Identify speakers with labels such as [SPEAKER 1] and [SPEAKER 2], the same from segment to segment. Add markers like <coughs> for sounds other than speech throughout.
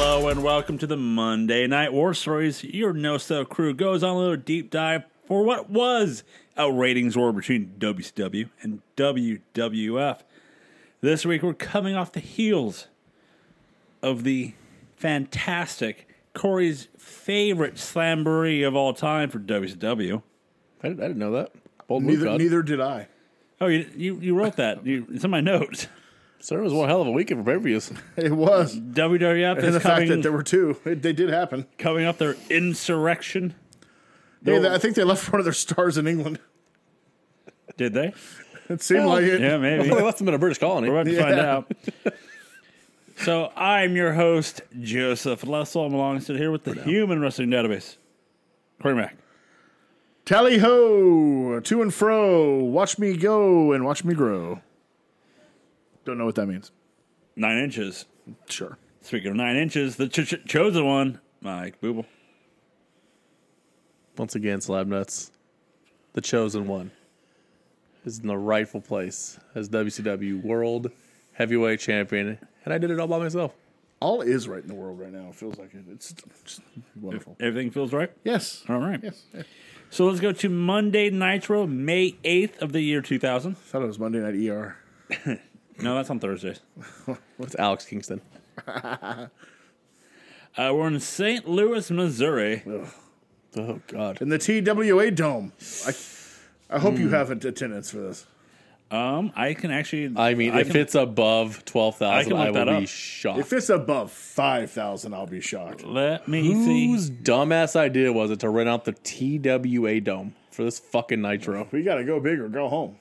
[SPEAKER 1] welcome to the Monday Night War Stories. Your No Cell crew goes on a little deep dive for what was a ratings war between WCW and WWF. This week, we're coming off the heels of the fantastic Corey's favorite slamboree of all time for WCW.
[SPEAKER 2] I didn't, I didn't know that. Bold move,
[SPEAKER 3] Neither,
[SPEAKER 2] God.
[SPEAKER 3] neither did I.
[SPEAKER 1] Oh, you you, you wrote that. You, it's in my notes.
[SPEAKER 2] Sir, it was one hell of a weekend for <laughs>
[SPEAKER 3] <laughs>
[SPEAKER 2] pay-per-views.
[SPEAKER 3] It was. And
[SPEAKER 1] WWF is
[SPEAKER 3] the fact that
[SPEAKER 1] coming,
[SPEAKER 3] there were two, it, they did happen.
[SPEAKER 1] coming off their insurrection.
[SPEAKER 3] Hey, I think they left one of their stars in England.
[SPEAKER 1] Did they?
[SPEAKER 3] It seemed like it.
[SPEAKER 1] Yeah,
[SPEAKER 3] <laughs>
[SPEAKER 1] maybe.
[SPEAKER 2] Well, that's been a British colony.
[SPEAKER 1] We're about to
[SPEAKER 3] Yeah.
[SPEAKER 1] find out. <laughs> so I'm your host, Joseph Lessel. I'm alongside here with the Human Wrestling Database. Corey Mack.
[SPEAKER 3] Tally ho, to and fro, watch me go and watch me grow. Don't know what that means.
[SPEAKER 1] Nine inches.
[SPEAKER 3] Sure.
[SPEAKER 1] Speaking of nine inches, the ch- ch- chosen one, Mike Booble.
[SPEAKER 2] Once again, slab nuts. The chosen one is in the rightful place as WCW World Heavyweight Champion, and I did it all by myself.
[SPEAKER 3] All is right in the world right now. It feels like it. It's just wonderful.
[SPEAKER 1] Everything feels right?
[SPEAKER 3] Yes.
[SPEAKER 1] All right.
[SPEAKER 3] Yes. I
[SPEAKER 1] So let's go to Monday Nitro, May 8th of the year 2000.
[SPEAKER 3] thought it was Monday Night ER.
[SPEAKER 1] No, that's on Thursdays.
[SPEAKER 2] It's Alex Kingston.
[SPEAKER 1] Uh, we're in St. Louis, Missouri.
[SPEAKER 2] Oh God!
[SPEAKER 3] In the TWA Dome. I, I hope
[SPEAKER 1] Hmm.
[SPEAKER 3] you have attendance for this.
[SPEAKER 1] Um, I can actually.
[SPEAKER 2] I mean, if
[SPEAKER 1] can-
[SPEAKER 2] it's above twelve thousand,
[SPEAKER 1] I
[SPEAKER 2] I,
[SPEAKER 1] can look that
[SPEAKER 2] will
[SPEAKER 1] up.
[SPEAKER 2] be shocked.
[SPEAKER 3] If it's above 5,000, I'll be shocked.
[SPEAKER 1] Let me see.
[SPEAKER 2] Whose dumbass idea was it to rent out the TWA Dome for this fucking Nitro?
[SPEAKER 3] We got to go big or go home.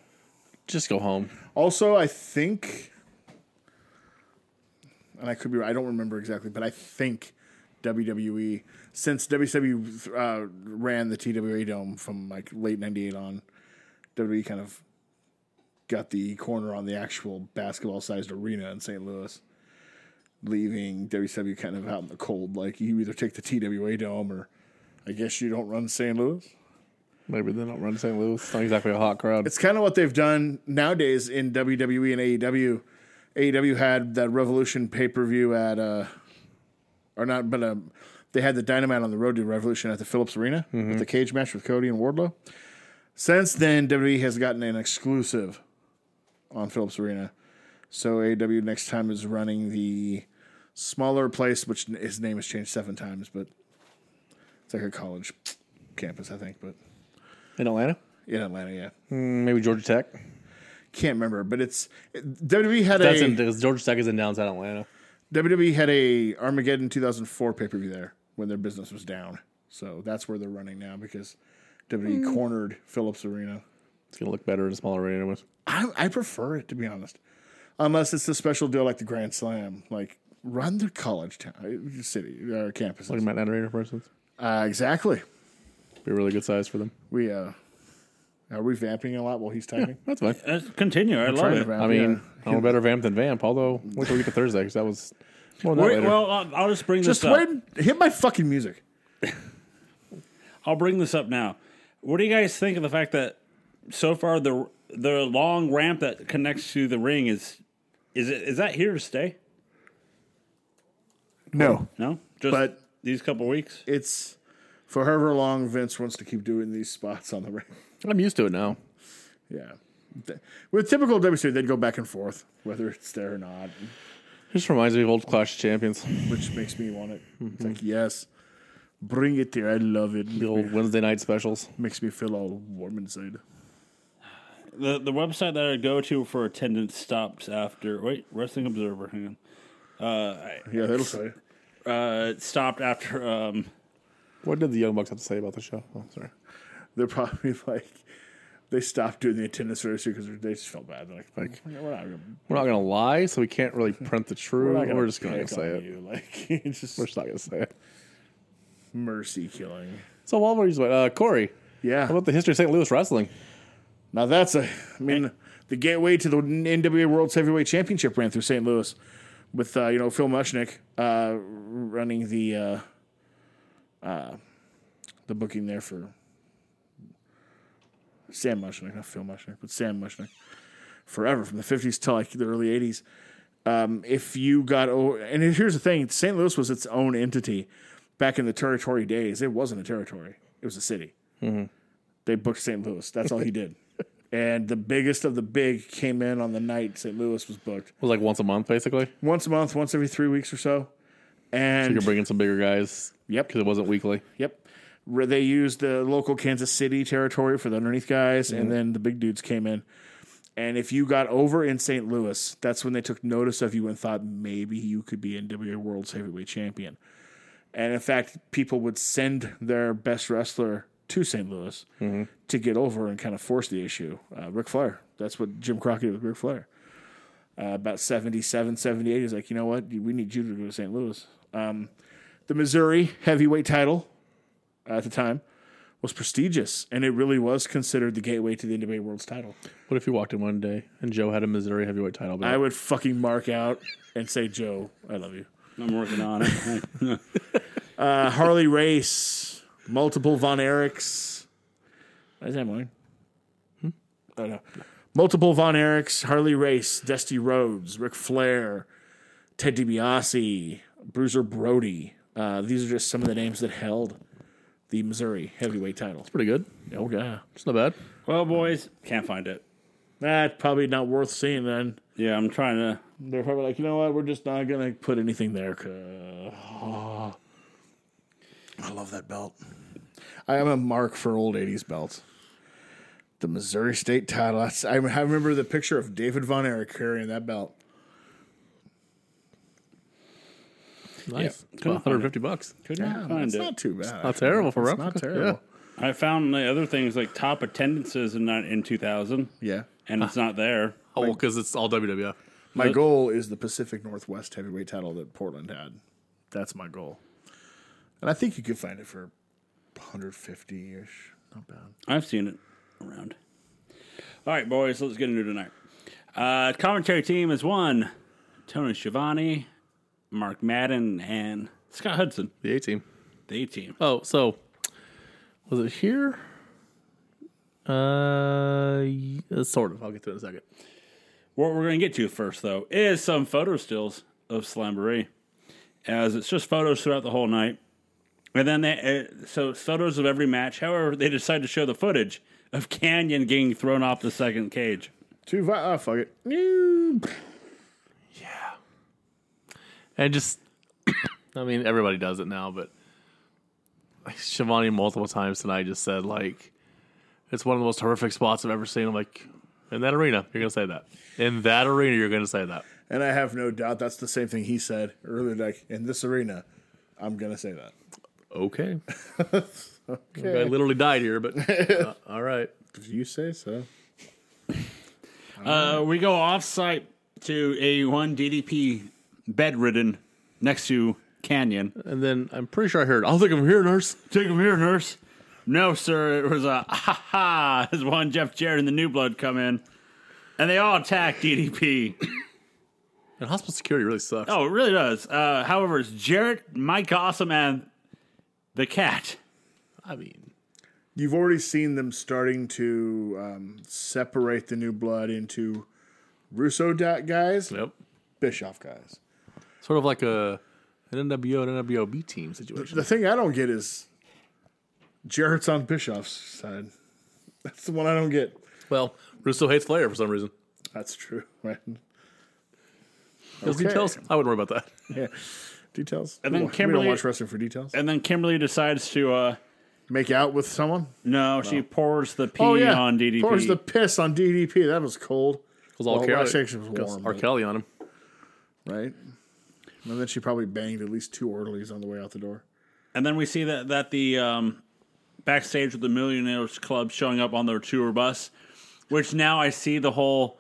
[SPEAKER 2] Just go home.
[SPEAKER 3] Also, I think, and I could be—I don't remember exactly, but I think WWE, since WWE uh, ran the TWA Dome from like late '98 on, WWE kind of got the corner on the actual basketball-sized arena in St. Louis, leaving WWE kind of out in the cold. Like you either take the TWA Dome or. I guess you don't run St. Louis.
[SPEAKER 2] Maybe they don't run St. Louis. It's not exactly a hot crowd.
[SPEAKER 3] It's kind of what they've done nowadays in WWE and E AEW. AEW E had that Revolution pay per view at, uh, or not, but um, they had the Dynamite on the Road to Revolution at the Phillips Arena with the cage match with Cody and Wardlow. Since then, WWE has gotten an exclusive on Phillips Arena. So AEW next time is running the smaller place, which n- his name has changed seven times, but it's like a college campus, I think, but
[SPEAKER 2] in Atlanta,
[SPEAKER 3] in Atlanta, yeah
[SPEAKER 2] maybe Georgia Tech.
[SPEAKER 3] can't remember, but it's WWE had
[SPEAKER 2] That's
[SPEAKER 3] a
[SPEAKER 2] in because Georgia Tech is in downtown Atlanta.
[SPEAKER 3] WWE had a Armageddon 2004 pay per view there when their business was down. So that's where they're running now because WWE cornered Phillips Arena.
[SPEAKER 2] It's gonna look better in a smaller arena. With
[SPEAKER 3] I, I prefer it to be honest, unless it's a special deal like the Grand Slam, like run the college town, uh, city or campus.
[SPEAKER 2] like Matt Arena, for instance,
[SPEAKER 3] Uh, exactly.
[SPEAKER 2] be a really good size for them.
[SPEAKER 3] We uh, are we vamping a lot while he's typing?
[SPEAKER 2] That's fine.
[SPEAKER 1] Let's Uh, continue. I love
[SPEAKER 3] Trying to
[SPEAKER 1] it.
[SPEAKER 3] vamp,
[SPEAKER 2] I mean,
[SPEAKER 3] yeah.
[SPEAKER 2] I'm a better vamp than vamp. Although, wait till we get to Thursday because that was more than that
[SPEAKER 1] Wait,
[SPEAKER 2] later.
[SPEAKER 1] well, I'll- I'll just bring
[SPEAKER 3] just
[SPEAKER 2] uh,
[SPEAKER 1] this up.
[SPEAKER 3] wait, hit my fucking music.
[SPEAKER 1] I'll bring this up now. What do you guys think of the fact that so far the the long ramp that connects to the ring is is it is that here to stay?
[SPEAKER 3] No,
[SPEAKER 1] No, just
[SPEAKER 3] But-
[SPEAKER 1] these couple weeks.
[SPEAKER 3] it's for however long Vince wants to keep doing these spots on the ring. <laughs>
[SPEAKER 2] I'm used to it now.
[SPEAKER 3] Yeah. Th- With typical WC, they'd go back and forth, whether it's there or not,
[SPEAKER 2] Just reminds me of old Clash of Champions,
[SPEAKER 3] which makes me want it. It's like,
[SPEAKER 2] Mm-hmm.
[SPEAKER 3] yes, bring it there. I love it.
[SPEAKER 2] the old Wednesday night specials.
[SPEAKER 3] Makes me feel all warm
[SPEAKER 2] <laughs>
[SPEAKER 3] inside.
[SPEAKER 1] The the website that I go to for attendance stops after wait Wrestling Observer. Hang
[SPEAKER 3] Yeah, that'll say.
[SPEAKER 1] on, uh, it stopped after um,
[SPEAKER 2] What did the Young Bucks have to say about the show? Oh, sorry.
[SPEAKER 3] They're probably like, they stopped doing the attendance registry because they just felt bad. They're like, like we're not gonna,
[SPEAKER 2] We're not gonna lie, so we can't really print the
[SPEAKER 3] we're,
[SPEAKER 2] truth.
[SPEAKER 3] not
[SPEAKER 2] We're,
[SPEAKER 3] gonna
[SPEAKER 2] just gonna
[SPEAKER 3] pick
[SPEAKER 2] say
[SPEAKER 3] on
[SPEAKER 2] it.
[SPEAKER 3] You. <laughs> Like, it's just
[SPEAKER 2] We're just not gonna say it.
[SPEAKER 3] mercy killing.
[SPEAKER 2] So while we're just uh, Corey,
[SPEAKER 3] Yeah.
[SPEAKER 2] how about the history of St. Louis wrestling?
[SPEAKER 3] Now that's a, I mean, the gateway to the NWA World Heavyweight Championship ran through St. Louis, with uh, you know Phil Mushnick uh, running the uh, uh, the booking there for Sam Mushnick, not Phil Mushnick, but Sam Mushnick, forever from the fifties till like the early eighties, Um, if you got over, and here's the thing St. Louis was its own entity back in the territory days. It wasn't a territory, it was a city. They booked St. Louis. That's all he did. And the biggest of the big came in on the night St. Louis was booked
[SPEAKER 2] was like once a month basically.
[SPEAKER 3] once a month, once every three weeks or so. And
[SPEAKER 2] You're bringing some bigger guys
[SPEAKER 3] yep,
[SPEAKER 2] because it wasn't weekly.
[SPEAKER 3] Yep. Where they used the local Kansas City territory for the underneath guys, and then the big dudes came in. And if you got over in St. Louis, that's when they took notice of you and thought maybe you could be NWA World's Heavyweight Champion. And in fact, people would send their best wrestler to St. Louis to get over and kind of force the issue. Uh, Ric Flair. That's what Jim Crockett did with Ric Flair. Uh, about 77, 78, he's like, you know what? We need you to go to St. Louis. Um, the Missouri heavyweight title at the time was prestigious, and it really was considered the gateway to the NWA World's title.
[SPEAKER 2] What if you walked in one day and Joe had a Missouri heavyweight title?
[SPEAKER 3] I
[SPEAKER 2] belt?
[SPEAKER 3] would fucking mark out and say, Joe, I love you.
[SPEAKER 1] I'm working on <laughs> it.
[SPEAKER 3] Uh, Harley Race, multiple Von Erichs. Is that mine? I don't know. Multiple Von Erichs, Harley Race, Dusty Rhodes, Ric Flair, Ted DiBiase, Bruiser Brody. Uh, these are just some of the names that held the Missouri heavyweight title.
[SPEAKER 2] Pretty good.
[SPEAKER 3] Oh, yeah.
[SPEAKER 2] It's not bad.
[SPEAKER 1] well, boys, can't find it.
[SPEAKER 3] That's probably not worth seeing then.
[SPEAKER 1] Yeah, I'm trying to.
[SPEAKER 3] they're probably like, you know what, we're just not gonna put anything there. 'cause- <sighs> I love that belt. I am a mark for old '80s belts. The Missouri State title. That's, I I remember the picture of David Von Erich carrying that belt.
[SPEAKER 2] Nice. Well, 150 bucks.
[SPEAKER 1] Could not find
[SPEAKER 3] it's
[SPEAKER 1] it.
[SPEAKER 3] not too bad.
[SPEAKER 2] Not terrible for
[SPEAKER 3] It's not
[SPEAKER 2] replica.
[SPEAKER 3] terrible.
[SPEAKER 1] I found the other things like top attendances in in 2000,
[SPEAKER 3] Yeah.
[SPEAKER 1] and it's not there.
[SPEAKER 2] Oh, well, because it's all E. WWF.
[SPEAKER 3] My goal is the Pacific Northwest heavyweight title that Portland had. That's my goal. And I think you could find it for 150 ish. Not bad.
[SPEAKER 1] I've seen it around. All right, boys, let's get into tonight. Uh, commentary team is one Tony Schiavone, Mark Madden, and Scott Hudson,
[SPEAKER 2] The A team.
[SPEAKER 1] the A team.
[SPEAKER 2] Oh, so was it here? Uh, y- uh, sort of. I'll get to it in a second.
[SPEAKER 1] What we're going to get to first, though, is some photo stills of Slamboree, as it's just photos throughout the whole night. And then they, uh, so it's photos of every match. However, they decide to show the footage of Canyon getting thrown off the second cage.
[SPEAKER 3] Two, vi- oh, fuck it. New.
[SPEAKER 2] And just, I mean, everybody does it now, but like, Shivani multiple times tonight just said like, it's one of the most horrific spots I've ever seen. I'm like, in that arena, you're gonna say that. In that arena, you're gonna say that.
[SPEAKER 3] And I have no doubt that's the same thing he said earlier. Like in this arena, I'm gonna say that.
[SPEAKER 2] <laughs> Okay. I literally died here, but uh, all right.
[SPEAKER 3] If you say so.
[SPEAKER 1] Uh, we go off site to a one DDP bedridden next to Canyon.
[SPEAKER 2] And then I'm pretty sure I heard. I'll take him here, nurse.
[SPEAKER 1] Take him here, nurse. No, sir. It was a ha <laughs> ha. As one Jeff Jarrett and the New Blood come in, and they all attack DDP. <laughs>
[SPEAKER 2] And hospital security really sucks.
[SPEAKER 1] Oh, it really does. Uh, however, it's Jarrett, Mike Awesome, and the cat.
[SPEAKER 2] I mean,
[SPEAKER 3] You've already seen them starting to um, separate the new blood into Russo da- guys,
[SPEAKER 2] yep.
[SPEAKER 3] Bischoff guys.
[SPEAKER 2] Sort of like a an NWO and NWOB team situation.
[SPEAKER 3] The thing I don't get is Jarrett's on Bischoff's side. That's the one I don't get.
[SPEAKER 2] Well, Russo hates Flair for some reason.
[SPEAKER 3] That's true, <laughs> right?
[SPEAKER 2] Those
[SPEAKER 3] Okay.
[SPEAKER 2] details, I wouldn't worry about that.
[SPEAKER 3] Yeah. Details.
[SPEAKER 1] And then
[SPEAKER 3] we don't- we
[SPEAKER 1] Kimberly-
[SPEAKER 3] don't watch wrestling for details.
[SPEAKER 1] And then Kimberly decides to uh
[SPEAKER 3] Make out with someone.
[SPEAKER 1] no, she pours the pee on DDP.
[SPEAKER 3] Pours the piss on DDP. That was cold.
[SPEAKER 2] Because all
[SPEAKER 3] Well,
[SPEAKER 2] Kelly,
[SPEAKER 3] last section was
[SPEAKER 2] 'cause
[SPEAKER 3] warm,
[SPEAKER 2] R.
[SPEAKER 3] but-
[SPEAKER 2] Kelly on him.
[SPEAKER 3] right? And then she probably banged at least two orderlies on the way out the door.
[SPEAKER 1] and then we see that that the um, backstage with the Millionaires Club showing up on their tour bus, which now I see the whole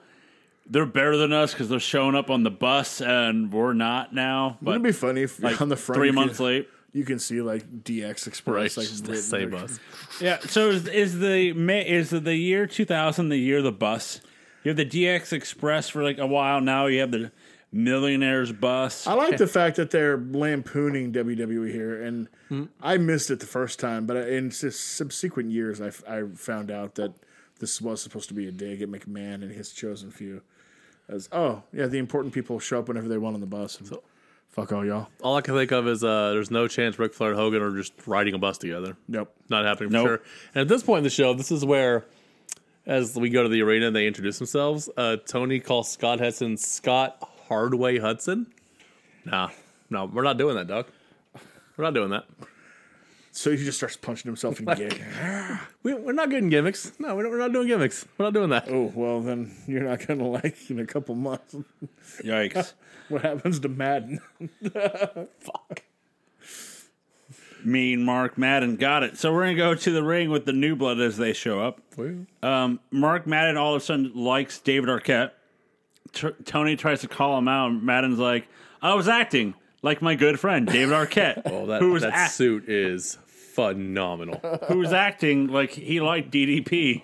[SPEAKER 1] they're better than us because they're showing up on the bus and we're not now. But
[SPEAKER 3] Wouldn't it be funny if
[SPEAKER 1] like,
[SPEAKER 3] on the front
[SPEAKER 1] three
[SPEAKER 3] you
[SPEAKER 1] months
[SPEAKER 3] can,
[SPEAKER 1] late.
[SPEAKER 3] you can see like DX
[SPEAKER 2] Right,
[SPEAKER 3] Express like
[SPEAKER 2] just the
[SPEAKER 3] written,
[SPEAKER 2] same
[SPEAKER 3] like-
[SPEAKER 2] bus.
[SPEAKER 1] Yeah. So is, is the ma- is the year two thousand the year of the bus? You have the DX Express for like a while now. You have the Millionaires Bus.
[SPEAKER 3] I like the fact that they're lampooning WWE here, and I missed it the first time, but in s- subsequent years, I, f- I found out that this was supposed to be a dig at McMahon and his chosen few.
[SPEAKER 4] As oh yeah, the important people show up whenever they want on the bus. And fuck all y'all.
[SPEAKER 2] All I can think of is uh, there's no chance Ric Flair and Hogan are just riding a bus together.
[SPEAKER 4] Nope.
[SPEAKER 2] Not happening for
[SPEAKER 1] Nope.
[SPEAKER 2] sure. And at this point in the show, this is where, as we go to the arena and they introduce themselves, uh, Tony calls Scott Hudson Scott Hardway Hudson. Nah, no, we're not doing that, Doc. We're not doing that.
[SPEAKER 4] So he just starts punching himself
[SPEAKER 2] <laughs>
[SPEAKER 4] in the gig.
[SPEAKER 2] We, we're not getting gimmicks. No, we're not, we're not doing gimmicks. We're not doing that.
[SPEAKER 4] Oh well, then you're not gonna like in a couple months
[SPEAKER 1] Yikes.
[SPEAKER 4] what happens to Madden.
[SPEAKER 1] mean Mark Madden. Got it. So we're going to go to the ring with the new blood as they show up.
[SPEAKER 2] Oh,
[SPEAKER 1] Um, Mark Madden all of a sudden likes David Arquette. T- Tony tries to call him out. And Madden's like, I was acting like my good friend, David
[SPEAKER 2] <laughs>
[SPEAKER 1] Arquette.
[SPEAKER 2] Oh, that,
[SPEAKER 1] who, was
[SPEAKER 2] that
[SPEAKER 1] act-
[SPEAKER 2] suit is
[SPEAKER 4] <laughs>
[SPEAKER 2] phenomenal.
[SPEAKER 1] who was acting like he liked DDP.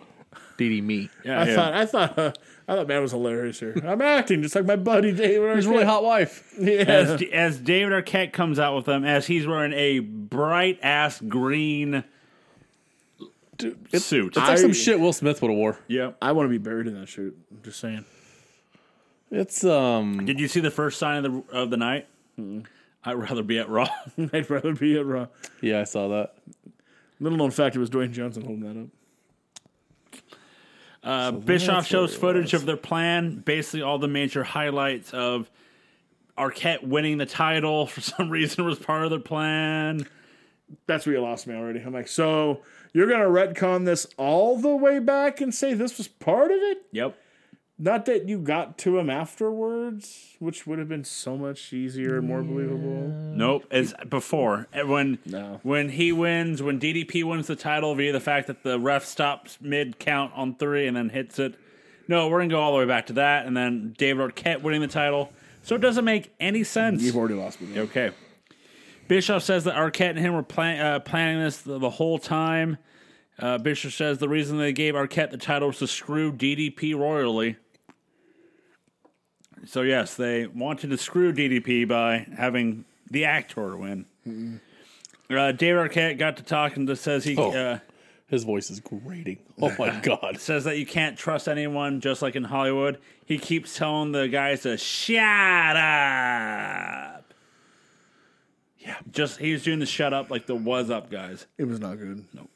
[SPEAKER 2] DD me. Yeah.
[SPEAKER 4] I
[SPEAKER 1] yeah.
[SPEAKER 4] thought I thought uh, I thought Madden was hilarious here. I'm acting just like my buddy David.
[SPEAKER 2] His really hot wife.
[SPEAKER 4] Yeah.
[SPEAKER 1] As, as David Arquette comes out with them, as he's wearing a bright ass green suit.
[SPEAKER 2] It's like
[SPEAKER 4] I-
[SPEAKER 2] some shit Will Smith would have wore.
[SPEAKER 1] yep.
[SPEAKER 4] I want to be buried in that shoot. I'm just saying.
[SPEAKER 2] It's um.
[SPEAKER 1] Did you see the first sign of the of the night? I'd rather be at Raw.
[SPEAKER 4] <laughs> I'd rather be at Raw.
[SPEAKER 2] Yeah, I saw that.
[SPEAKER 4] Little known fact, it was Dwayne Johnson holding that up.
[SPEAKER 1] Uh, Bischoff
[SPEAKER 2] that's
[SPEAKER 1] shows
[SPEAKER 2] what it
[SPEAKER 1] footage of their plan, basically all the major highlights of Arquette winning the title for <laughs> some reason was part of their plan.
[SPEAKER 4] That's where you lost me already. I'm like, so you're gonna retcon this all the way back and say this was part of it?
[SPEAKER 1] Yep.
[SPEAKER 4] Not that you got to him afterwards, which would have been so much easier and more believable.
[SPEAKER 1] Nope. As before, And when
[SPEAKER 4] No.
[SPEAKER 1] when he wins, when DDP wins the title via the fact that the ref stops mid count on three and then hits it. No, we're gonna go all the way back to that, and then David Arquette winning the title. So it doesn't make any sense.
[SPEAKER 4] You've already lost me. there.
[SPEAKER 1] Okay. Bischoff says that Arquette and him were plan- uh, planning this the, the whole time. Uh, Bischoff says the reason they gave Arquette the title was to screw DDP royally. So, yes, they wanted to screw DDP by having the actor win. Uh, Dave Arquette got to talking that says he.
[SPEAKER 2] Oh.
[SPEAKER 1] Uh,
[SPEAKER 2] His voice is grating. Oh <laughs> my god.
[SPEAKER 1] says that you can't trust anyone, just like in Hollywood. He keeps telling the guys to shut up. Yeah, just he was doing the shut up like the was up guys.
[SPEAKER 4] It was not good. No.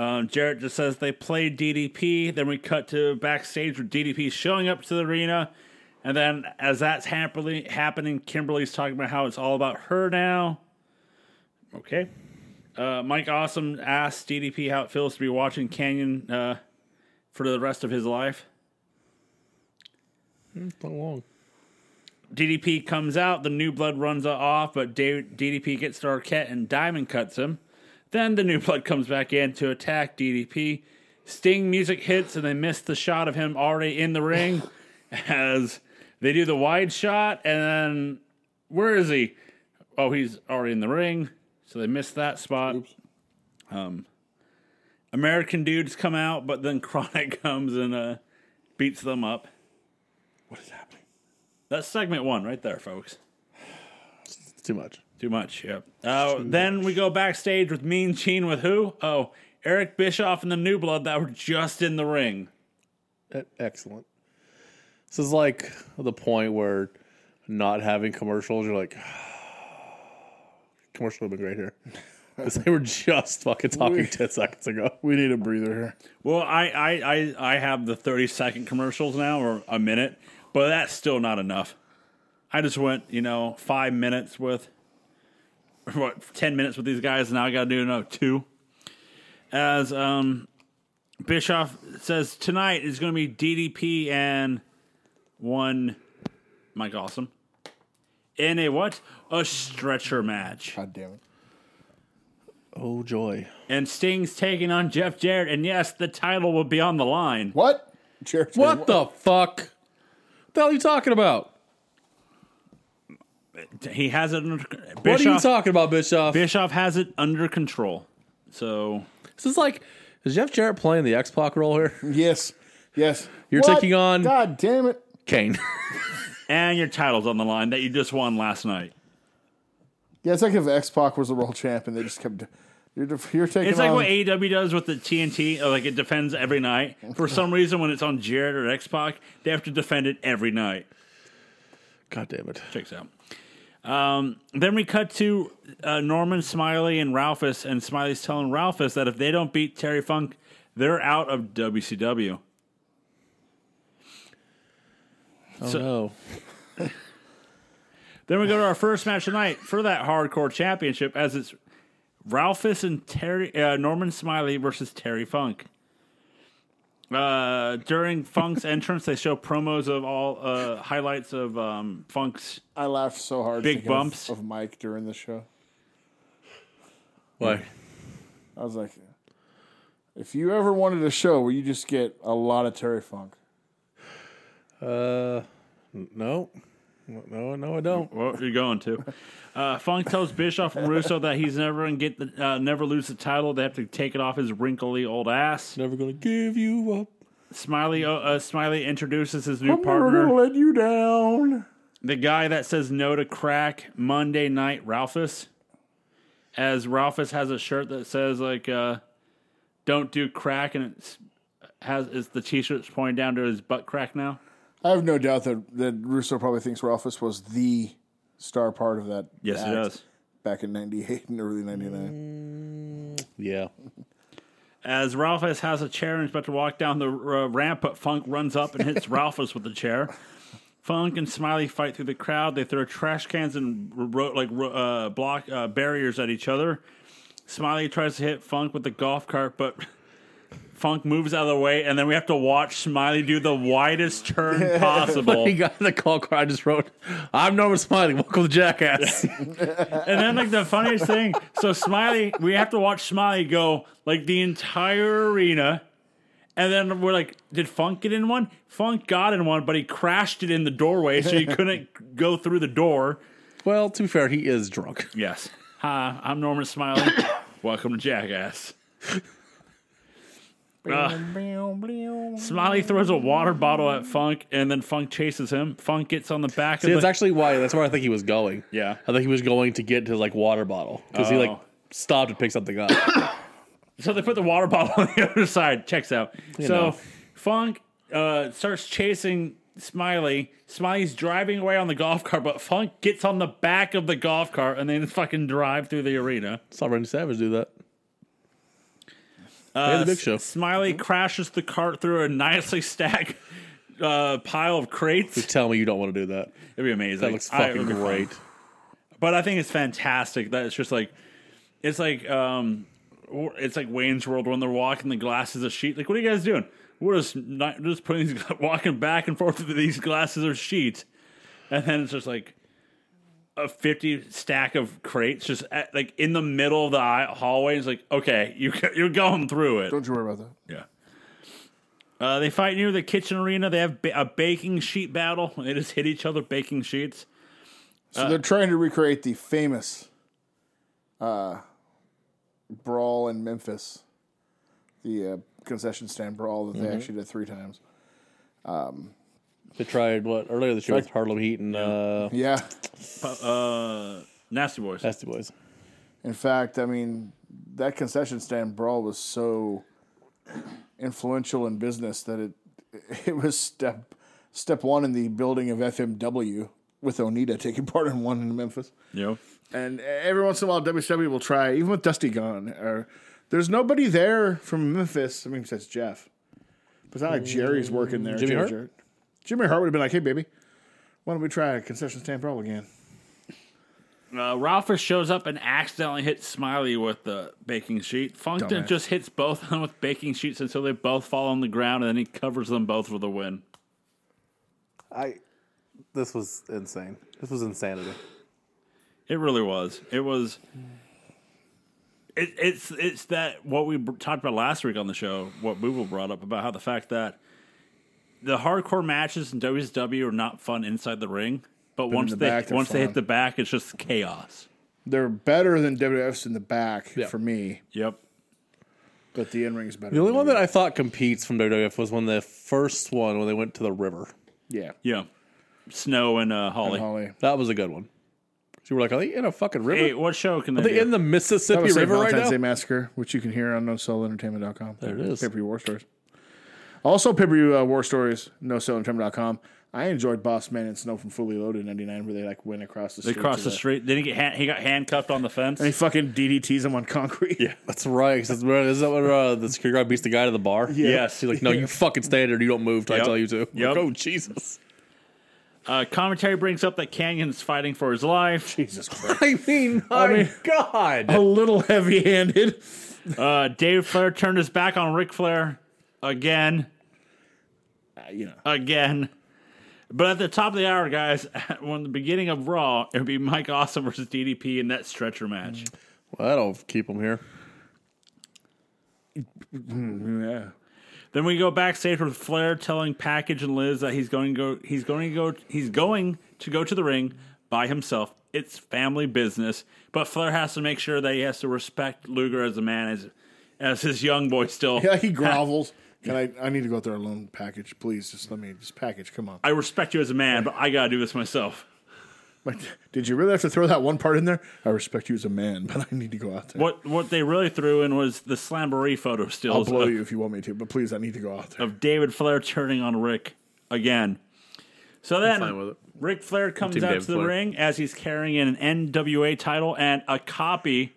[SPEAKER 1] Um, Jarrett just says they played DDP. Then we cut to backstage with DDP showing up to the arena, and then as that's happening, happening, Kimberly's talking about how it's all about her now. Okay. Uh, Mike Awesome asks DDP how it feels to be watching Canyon uh, for the rest of his life.
[SPEAKER 2] Hmm, Not long.
[SPEAKER 1] DDP comes out, the new blood runs off, but Da- DDP gets to Arquette and Diamond cuts him. Then the new <laughs> blood comes back in to attack DDP. Sting music hits and they miss the shot of him already in the
[SPEAKER 2] <laughs>
[SPEAKER 1] ring as they do the wide shot and then where is he? Oh, he's already in the ring. So they missed that spot. Um American dudes come out, but then <laughs> Chronic comes and uh, beats them up.
[SPEAKER 2] What is happening?
[SPEAKER 1] That's segment one right there, folks.
[SPEAKER 2] It's too much.
[SPEAKER 1] Too much, yep. Uh, then we go backstage with Mean Gene with who? Oh, Eric Bischoff and the New Blood that were just in the ring.
[SPEAKER 2] E- Excellent. This is like the point where not having commercials, you're like, <sighs> commercial would have been great <laughs> here. 'Cause they were just fucking talking 10 seconds ago.
[SPEAKER 4] We need a breather here.
[SPEAKER 1] Well, I I, I, I have the 30 second commercials now or a minute, but that's still not enough. I just went, you know, five minutes with <laughs> what 10 minutes with these guys, and now I gotta do another two. As um Bischoff says tonight is gonna be DDP and one Mike Awesome. In a what? A stretcher match.
[SPEAKER 4] God damn it.
[SPEAKER 2] Oh, joy.
[SPEAKER 1] And Sting's taking on Jeff Jarrett, and yes, the title will be on the line.
[SPEAKER 4] What? Jared's gonna-
[SPEAKER 2] What the fuck? What the hell are you talking about?
[SPEAKER 1] He has it under Bischoff.
[SPEAKER 2] What are you talking about, Bischoff?
[SPEAKER 1] Bischoff has it under control. So
[SPEAKER 2] This is like, is Jeff Jarrett playing the X Pac role here?
[SPEAKER 4] <laughs> Yes. Yes.
[SPEAKER 2] You're
[SPEAKER 4] What?
[SPEAKER 2] taking on-
[SPEAKER 4] God damn it.
[SPEAKER 2] <laughs> Kane.
[SPEAKER 1] and your title's on the line that you just won last night.
[SPEAKER 4] Yeah, it's like if X Pac was the world champ and they just kept You're, def- you're taking
[SPEAKER 1] It's like
[SPEAKER 4] on-
[SPEAKER 1] what AEW does with the TNT. uh, Like it defends every night. For some reason, when it's on Jared or X Pac, they have to defend it every night.
[SPEAKER 2] God damn it.
[SPEAKER 1] Checks out. Um, then we cut to uh, Norman Smiley and Ralphus, and Smiley's telling Ralphus that if they don't beat Terry Funk, they're out of WCW.
[SPEAKER 2] Oh no.
[SPEAKER 1] Then we go to our first match tonight for that hardcore championship, as it's Ralphus and Terry uh, Norman Smiley versus Terry Funk. Uh, during Funk's <laughs> entrance, they show promos of all uh, highlights of um, Funk's.
[SPEAKER 4] I laughed so hard.
[SPEAKER 1] Big
[SPEAKER 4] thinking of-
[SPEAKER 1] bumps.
[SPEAKER 4] of, Mike during the show.
[SPEAKER 2] Why?
[SPEAKER 4] I was like, if you ever wanted a show where you just get a lot of Terry Funk,
[SPEAKER 2] Uh, n- no, no, no, I don't.
[SPEAKER 1] Well, you're going to. Uh, Funk tells Bischoff and Russo that he's never gonna get the, uh, never lose the title. They have to take it off his wrinkly old ass.
[SPEAKER 2] Never gonna give you up.
[SPEAKER 1] Smiley uh, uh, Smiley introduces his new
[SPEAKER 4] I'm never
[SPEAKER 1] partner.
[SPEAKER 4] gonna let you down.
[SPEAKER 1] the guy that says no to crack Monday night Ralphus. As Ralphus has a shirt that says like uh don't do crack and it's has it's the t shirt's pointing down to his butt crack now.
[SPEAKER 4] I have no doubt that that Russo probably thinks Ralphus was the star part of that. act Back in '98 and early '99.
[SPEAKER 2] <laughs> Yeah.
[SPEAKER 1] As Ralphus has a chair and is about to walk down the uh, ramp, but Funk runs up and hits Ralphus with the chair. Funk and Smiley fight through the crowd. They throw trash cans and ro- like ro- uh, block uh, barriers at each other. Smiley tries to hit Funk with the golf cart, but <laughs> Funk moves out of the way, and then we have to watch Smiley do the widest turn possible.
[SPEAKER 2] He got in the call card. I just wrote, "I'm Norman Smiley. Welcome to <laughs> Jackass."
[SPEAKER 1] And then like the funniest thing, so Smiley, we have to watch Smiley go like the entire arena. And then we're like, did Funk get in one? Funk got in one, but he crashed it in the doorway, so he couldn't
[SPEAKER 2] <laughs>
[SPEAKER 1] go through the door.
[SPEAKER 2] well, to be fair, he is <laughs> drunk.
[SPEAKER 1] Yes. Hi, I'm Norman
[SPEAKER 2] <coughs>
[SPEAKER 1] Smiley. Welcome to Jackass.
[SPEAKER 4] Ah.
[SPEAKER 1] Smiley throws a water bottle at Funk, and then Funk chases him. Funk gets on the back
[SPEAKER 2] See,
[SPEAKER 1] of
[SPEAKER 2] that's
[SPEAKER 1] the.
[SPEAKER 2] actually why. That's where I think he was going.
[SPEAKER 1] Yeah.
[SPEAKER 2] I think he was going to get his like water bottle because he like
[SPEAKER 1] Oh.
[SPEAKER 2] stopped to pick something <coughs> up.
[SPEAKER 1] So they put the water <laughs> bottle on the other side. Checks out. so
[SPEAKER 2] know.
[SPEAKER 1] Funk uh, starts chasing Smiley. Smiley's driving away on the golf cart, but Funk gets on the back of the golf cart and they fucking drive through the arena.
[SPEAKER 2] Saw Randy Savage do that.
[SPEAKER 1] Uh,
[SPEAKER 2] the big show. Mm-hmm.
[SPEAKER 1] Smiley crashes the cart through a nicely stacked uh, pile of crates.
[SPEAKER 2] Tell me you don't want to do that.
[SPEAKER 1] It'd be amazing.
[SPEAKER 2] That looks
[SPEAKER 1] I-
[SPEAKER 2] fucking
[SPEAKER 1] it'd be fun.
[SPEAKER 2] great.
[SPEAKER 1] But I think it's fantastic that it's just like, it's like, um, or- it's like Wayne's World when they're walking the glasses of sheet. Like, what are you guys doing? We're just not, just putting these walking back and forth with these glasses of sheets, and then it's just like a fifty stack of crates just at, like in the middle of the aisle- hallway. it's like, okay, you <laughs> you're going through it.
[SPEAKER 4] Don't you worry about that.
[SPEAKER 1] Yeah. Uh, they fight near the kitchen arena. They have ba- a baking sheet battle. They just hit each other baking sheets.
[SPEAKER 4] So they're trying to recreate the famous uh, brawl in Memphis, the uh, concession stand brawl that they actually did three times.
[SPEAKER 2] They tried what earlier this year with Harlem Heat and uh,
[SPEAKER 4] Yeah.
[SPEAKER 1] uh, Nasty Boys.
[SPEAKER 2] Nasty Boys.
[SPEAKER 4] In fact, I mean, that concession stand brawl was so influential in business that it <laughs> it was step step one in the building of FMW with Onita taking part in one in Memphis.
[SPEAKER 1] Yep.
[SPEAKER 4] And every once in a while, WCW will try, even with Dusty gone. Or there's nobody there from Memphis. I mean, besides Jeff, but it's not like Jerry's working there.
[SPEAKER 2] Jimmy
[SPEAKER 4] Jerry
[SPEAKER 2] Hart?
[SPEAKER 4] Jarrett. Jimmy Hart would have been like, "Hey, baby, why don't we try a concession stand brawl again?"
[SPEAKER 1] Uh, Ralphus shows up and accidentally hits Smiley with the baking sheet. Funkton
[SPEAKER 4] Dumbass.
[SPEAKER 1] just hits both of them with baking sheets until they both fall on the ground, and then he covers them both for the win.
[SPEAKER 2] I. This was insane. This was insanity.
[SPEAKER 1] It really was. It was. It, it's it's that what we br- talked about last week on the show, what Boogle brought up about how the fact that the hardcore matches in WSW are not fun inside the ring, but once
[SPEAKER 4] the
[SPEAKER 1] they
[SPEAKER 4] back, they're
[SPEAKER 1] once they
[SPEAKER 4] fun.
[SPEAKER 1] hit the back, it's just chaos.
[SPEAKER 4] They're better than WWF's in the back for me,
[SPEAKER 1] Yep.
[SPEAKER 4] but the in ring is better.
[SPEAKER 2] The only one that I thought competes from WWF was when the first one when they went to the river.
[SPEAKER 4] yeah,
[SPEAKER 1] Yeah. Snow and uh, Holly.
[SPEAKER 4] Holly. <laughs>
[SPEAKER 2] That was a good one. So we're like, are they in a fucking river?
[SPEAKER 1] Hey, what show can
[SPEAKER 2] are
[SPEAKER 1] they,
[SPEAKER 2] they
[SPEAKER 1] do?
[SPEAKER 2] in the
[SPEAKER 4] That
[SPEAKER 2] Mississippi
[SPEAKER 4] was St.
[SPEAKER 2] River right now?
[SPEAKER 4] Valentine's Day Massacre, which you can hear on NoSellEntertainment.com.
[SPEAKER 2] There it is.
[SPEAKER 4] Pay-per-view war stories. Also, pay-per-view uh, war stories, NoSellEntertainment.com. I enjoyed Boss Man and Snow from Fully Loaded in '99, where they like went across the
[SPEAKER 1] they
[SPEAKER 4] street.
[SPEAKER 1] crossed
[SPEAKER 4] to
[SPEAKER 1] the street. Then he get han- he got handcuffed on the fence.
[SPEAKER 4] And he fucking DDTs him on concrete. <laughs> Yeah.
[SPEAKER 2] That's right. 'cause that's where- is that where uh, the security guard beats the guy to the bar?
[SPEAKER 1] Yes.
[SPEAKER 2] He's like, no, you fucking stay there. You don't move till
[SPEAKER 1] Yep.
[SPEAKER 2] I tell you to.
[SPEAKER 1] Yep.
[SPEAKER 2] Like, oh, <laughs> Jesus.
[SPEAKER 1] Uh, commentary brings up that Canyon's fighting for his life.
[SPEAKER 4] Jesus Christ.
[SPEAKER 2] I mean, my
[SPEAKER 4] mean-
[SPEAKER 2] God.
[SPEAKER 4] A little heavy-handed.
[SPEAKER 1] Uh, Dave Flair turned his back on Ric Flair again,
[SPEAKER 4] Uh, you know.
[SPEAKER 1] again. But at the top of the hour, guys, <laughs> when the beginning of Raw, it would be Mike Awesome versus DDP in that stretcher match.
[SPEAKER 2] Well, that'll keep him here.
[SPEAKER 4] Yeah.
[SPEAKER 1] Then we go backstage with Flair telling Package and Liz that he's going to go. He's going to go. He's going to go to the ring by himself. It's family business, but Flair has to make sure that he has to respect Luger as a man, as as his young boy still.
[SPEAKER 4] Yeah, he
[SPEAKER 2] <laughs>
[SPEAKER 4] grovels. Can I? I need to go out there alone. Package, please. Just let me. Just package. Come on.
[SPEAKER 1] I respect you as a man, but I gotta do this myself.
[SPEAKER 4] But did you really have to throw that one part in there? I respect you as a man, <laughs> but I need to go out there.
[SPEAKER 1] What what they really threw in was the slamboree photo
[SPEAKER 4] I'll
[SPEAKER 1] stills
[SPEAKER 4] blow
[SPEAKER 2] uh,
[SPEAKER 1] of,
[SPEAKER 4] you if you want me to, but please, I need to go out there.
[SPEAKER 1] of David Flair turning on Rick again. So
[SPEAKER 2] fine with
[SPEAKER 1] then
[SPEAKER 2] it.
[SPEAKER 1] Rick Flair comes
[SPEAKER 2] Team
[SPEAKER 1] out
[SPEAKER 2] David
[SPEAKER 1] to the
[SPEAKER 2] Flair.
[SPEAKER 1] ring as he's carrying an NWA title and a copy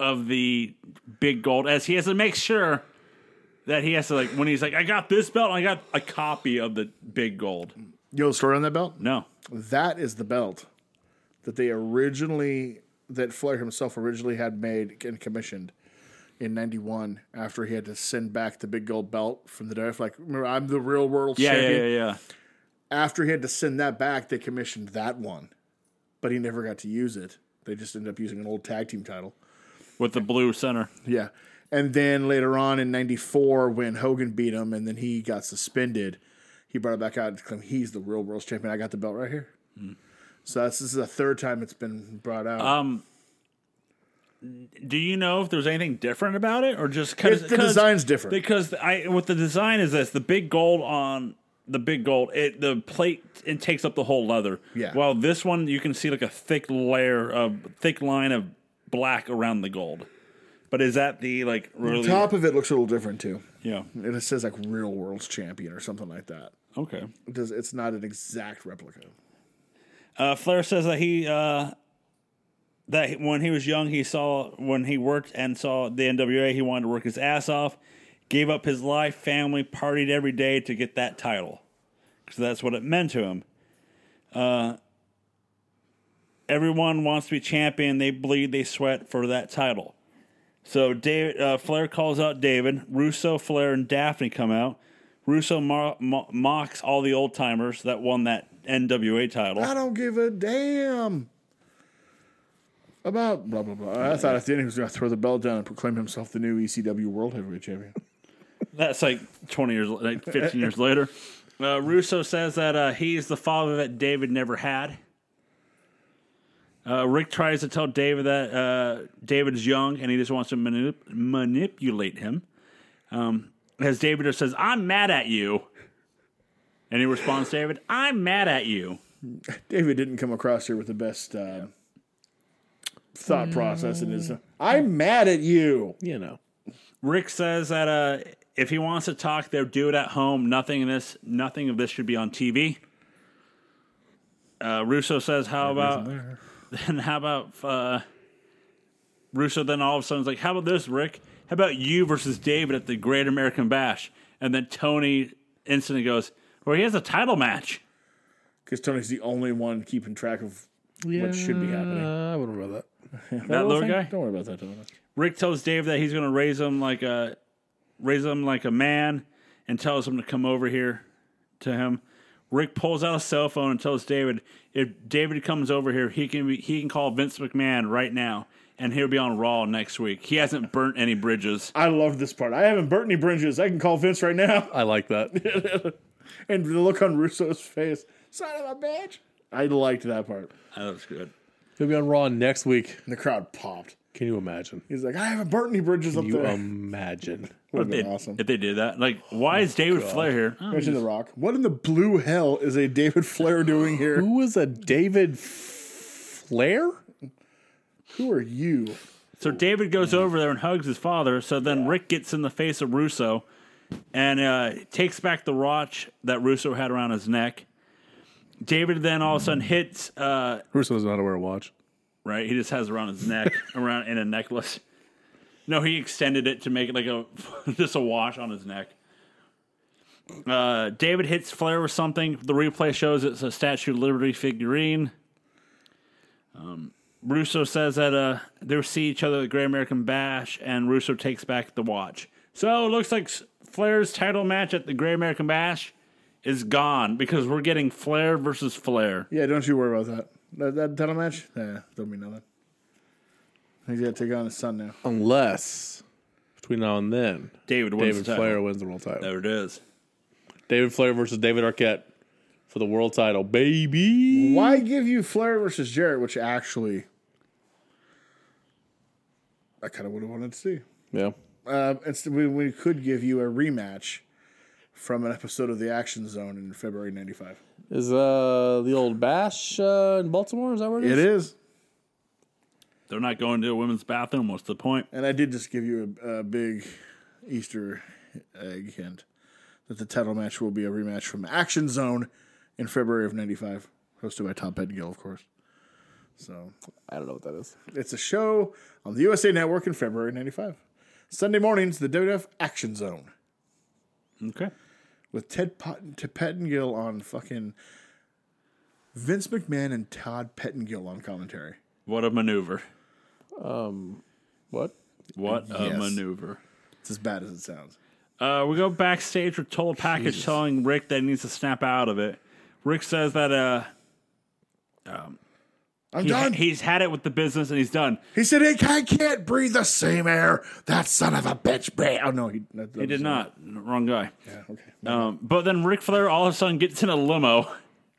[SPEAKER 1] of the big gold as he has to make sure that he has to like when he's like, I got this belt, I got a copy of the big gold.
[SPEAKER 4] You know the story on that belt?
[SPEAKER 1] No.
[SPEAKER 4] That is the belt that they originally, that Flair himself originally had made and commissioned in '91 after he had to send back the big gold belt from the WWF. Like, remember, I'm the real world
[SPEAKER 1] Yeah, yeah,
[SPEAKER 4] champion.
[SPEAKER 1] yeah, yeah.
[SPEAKER 4] after he had to send that back, they commissioned that one, but he never got to use it. They just ended up using an old tag team title.
[SPEAKER 1] With the blue center.
[SPEAKER 4] Yeah. And then later on in 94, when Hogan beat him and then he got suspended, he brought it back out and claimed he's the real world champion. I got the belt right here. So that's, this is the third time it's been brought out.
[SPEAKER 1] Do you know if there's anything different about it, or just
[SPEAKER 4] It-
[SPEAKER 1] because
[SPEAKER 4] the design's different.
[SPEAKER 1] Because I what the design is this the big gold on the big gold it the plate it takes up the whole leather.
[SPEAKER 4] Yeah.
[SPEAKER 1] While this one you can see like a thick layer of thick line of black around the gold. But is that the like really?
[SPEAKER 4] the top of it looks a little different too.
[SPEAKER 1] Yeah.
[SPEAKER 4] And it says like real world champion or something like that.
[SPEAKER 1] Okay.
[SPEAKER 4] It does, it's not an exact replica.
[SPEAKER 1] Uh, Flair says that he uh, that he- when he was young, he saw when he worked and saw the NWA, he wanted to work his ass off, gave up his life, family, partied every day to get that title, because that's what it meant to him. Uh, everyone wants to be champion. They bleed, they sweat for that title. So David uh, Flair calls out David Russo, Flair, and Daphne come out. Russo mo- mo- mocks all the old timers that won that NWA title.
[SPEAKER 4] I don't give a damn about blah blah blah. I thought at the end he was going to throw the belt down and proclaim himself the new ECW World Heavyweight Champion.
[SPEAKER 1] That's like 20 years, like 15 years later. Uh, Russo says that uh, he is the father that David never had. Uh, Rick tries to tell David that uh, David's young and he just wants to manip- manipulate him. Um, as David just says, I'm mad at you. And he responds, David, I'm mad at you.
[SPEAKER 4] David didn't come across here with the best uh, thought process in his. uh, I'm mad at you.
[SPEAKER 2] You know.
[SPEAKER 1] Rick says that uh, if he wants to talk, they'll do it at home. Nothing in this, nothing of this should be on TV. Uh, Russo says, "How about <laughs> then? How about uh, Russo?" Then all of a sudden, is like, "How about this, Rick? How about you versus David at the Great American Bash?" And then Tony instantly goes, "Well, he has a title match."
[SPEAKER 4] Because Tony's the only one keeping track of what should be happening.
[SPEAKER 2] I wouldn't about that.
[SPEAKER 1] That little guy.
[SPEAKER 4] Don't worry about that, Tony.
[SPEAKER 1] Rick tells Dave that he's going to raise him like a raise him like a man and tells him to come over here to him. Rick pulls out a cell phone and tells David if David comes over here, he can be, he can call Vince McMahon right now and he'll be on Raw next week. He hasn't burnt any bridges.
[SPEAKER 4] I love this part. I haven't burnt any bridges. I can call Vince right now. <laughs>
[SPEAKER 2] I like that. <laughs>
[SPEAKER 4] And the look on Russo's face, son of a bitch. I liked that part.
[SPEAKER 1] That was good.
[SPEAKER 2] He'll be on Raw next week.
[SPEAKER 4] And the crowd popped.
[SPEAKER 2] Can you imagine?
[SPEAKER 4] He's like, I haven't burnt any bridges up
[SPEAKER 2] You
[SPEAKER 4] there.
[SPEAKER 2] imagine.
[SPEAKER 4] Would have
[SPEAKER 1] If,
[SPEAKER 4] been awesome.
[SPEAKER 1] if they did that, like, why is David Flair here? Oh,
[SPEAKER 4] Imagine The Rock. What in the blue hell is a David Flair doing here?
[SPEAKER 2] Who was a David F- Flair?
[SPEAKER 4] Who are you?
[SPEAKER 1] So David goes over there and hugs his father. So then Rick gets in the face of Russo and uh, takes back the watch that Russo had around his neck. David then all of a sudden hits, uh,
[SPEAKER 2] Russo doesn't know how to wear a watch.
[SPEAKER 1] right? He just has it around his neck, around in a necklace. No, he extended it to make it like a <laughs> just a wash on his neck. Uh, David hits Flair with something. The replay shows it's a Statue of Liberty figurine. Um, Russo says that uh, they see each other at the Great American Bash, and Russo takes back the watch. So it looks like S- Flair's title match at the Great American Bash is gone because we're getting Flair versus Flair.
[SPEAKER 4] Yeah, don't you worry about that. That, that title match? Nah, don't mean nothing. He's got to take on his son now.
[SPEAKER 2] Unless between now and then,
[SPEAKER 1] David wins
[SPEAKER 2] David
[SPEAKER 1] the title.
[SPEAKER 2] Flair wins the world title.
[SPEAKER 1] There it is.
[SPEAKER 2] David Flair versus David Arquette for the world title, baby.
[SPEAKER 4] Why give you Flair versus Jarrett, which actually I kind of would have wanted to see.
[SPEAKER 2] Yeah.
[SPEAKER 4] Uh, it's, we, we could give you a rematch from an episode of the Action Zone in February '95.
[SPEAKER 2] Is uh the old bash uh, in Baltimore? Is that where
[SPEAKER 4] It is,
[SPEAKER 1] They're not going to a women's bathroom. What's the point?
[SPEAKER 4] and I did just give you a, a big Easter egg hint that the title match will be a rematch from Action Zone in February of '95, hosted by Tom Pettengill, of course. So
[SPEAKER 2] I don't know what that is.
[SPEAKER 4] It's a show on the USA Network in February 95. Sunday mornings, the WWF Action Zone
[SPEAKER 1] Okay.
[SPEAKER 4] with Ted Pot- Ted Pettingill on fucking Vince McMahon and Todd Pettingill on commentary.
[SPEAKER 1] What a maneuver.
[SPEAKER 2] Um, What?
[SPEAKER 1] What a
[SPEAKER 4] Yes.
[SPEAKER 1] maneuver.
[SPEAKER 4] It's as bad as it sounds.
[SPEAKER 1] Uh, we go backstage with Total Package telling Rick that he needs to snap out of it. Rick says that uh,
[SPEAKER 4] I'm
[SPEAKER 1] he-
[SPEAKER 4] done. He,
[SPEAKER 1] he's had it with the business and he's done.
[SPEAKER 4] said, "Hey, I can't breathe the same air. That son of a bitch. Bra-. Oh, no, he, that, that
[SPEAKER 1] He did not. Wrong guy.
[SPEAKER 4] Yeah, okay.
[SPEAKER 1] Um, but then Ric Flair all of a sudden gets in a limo,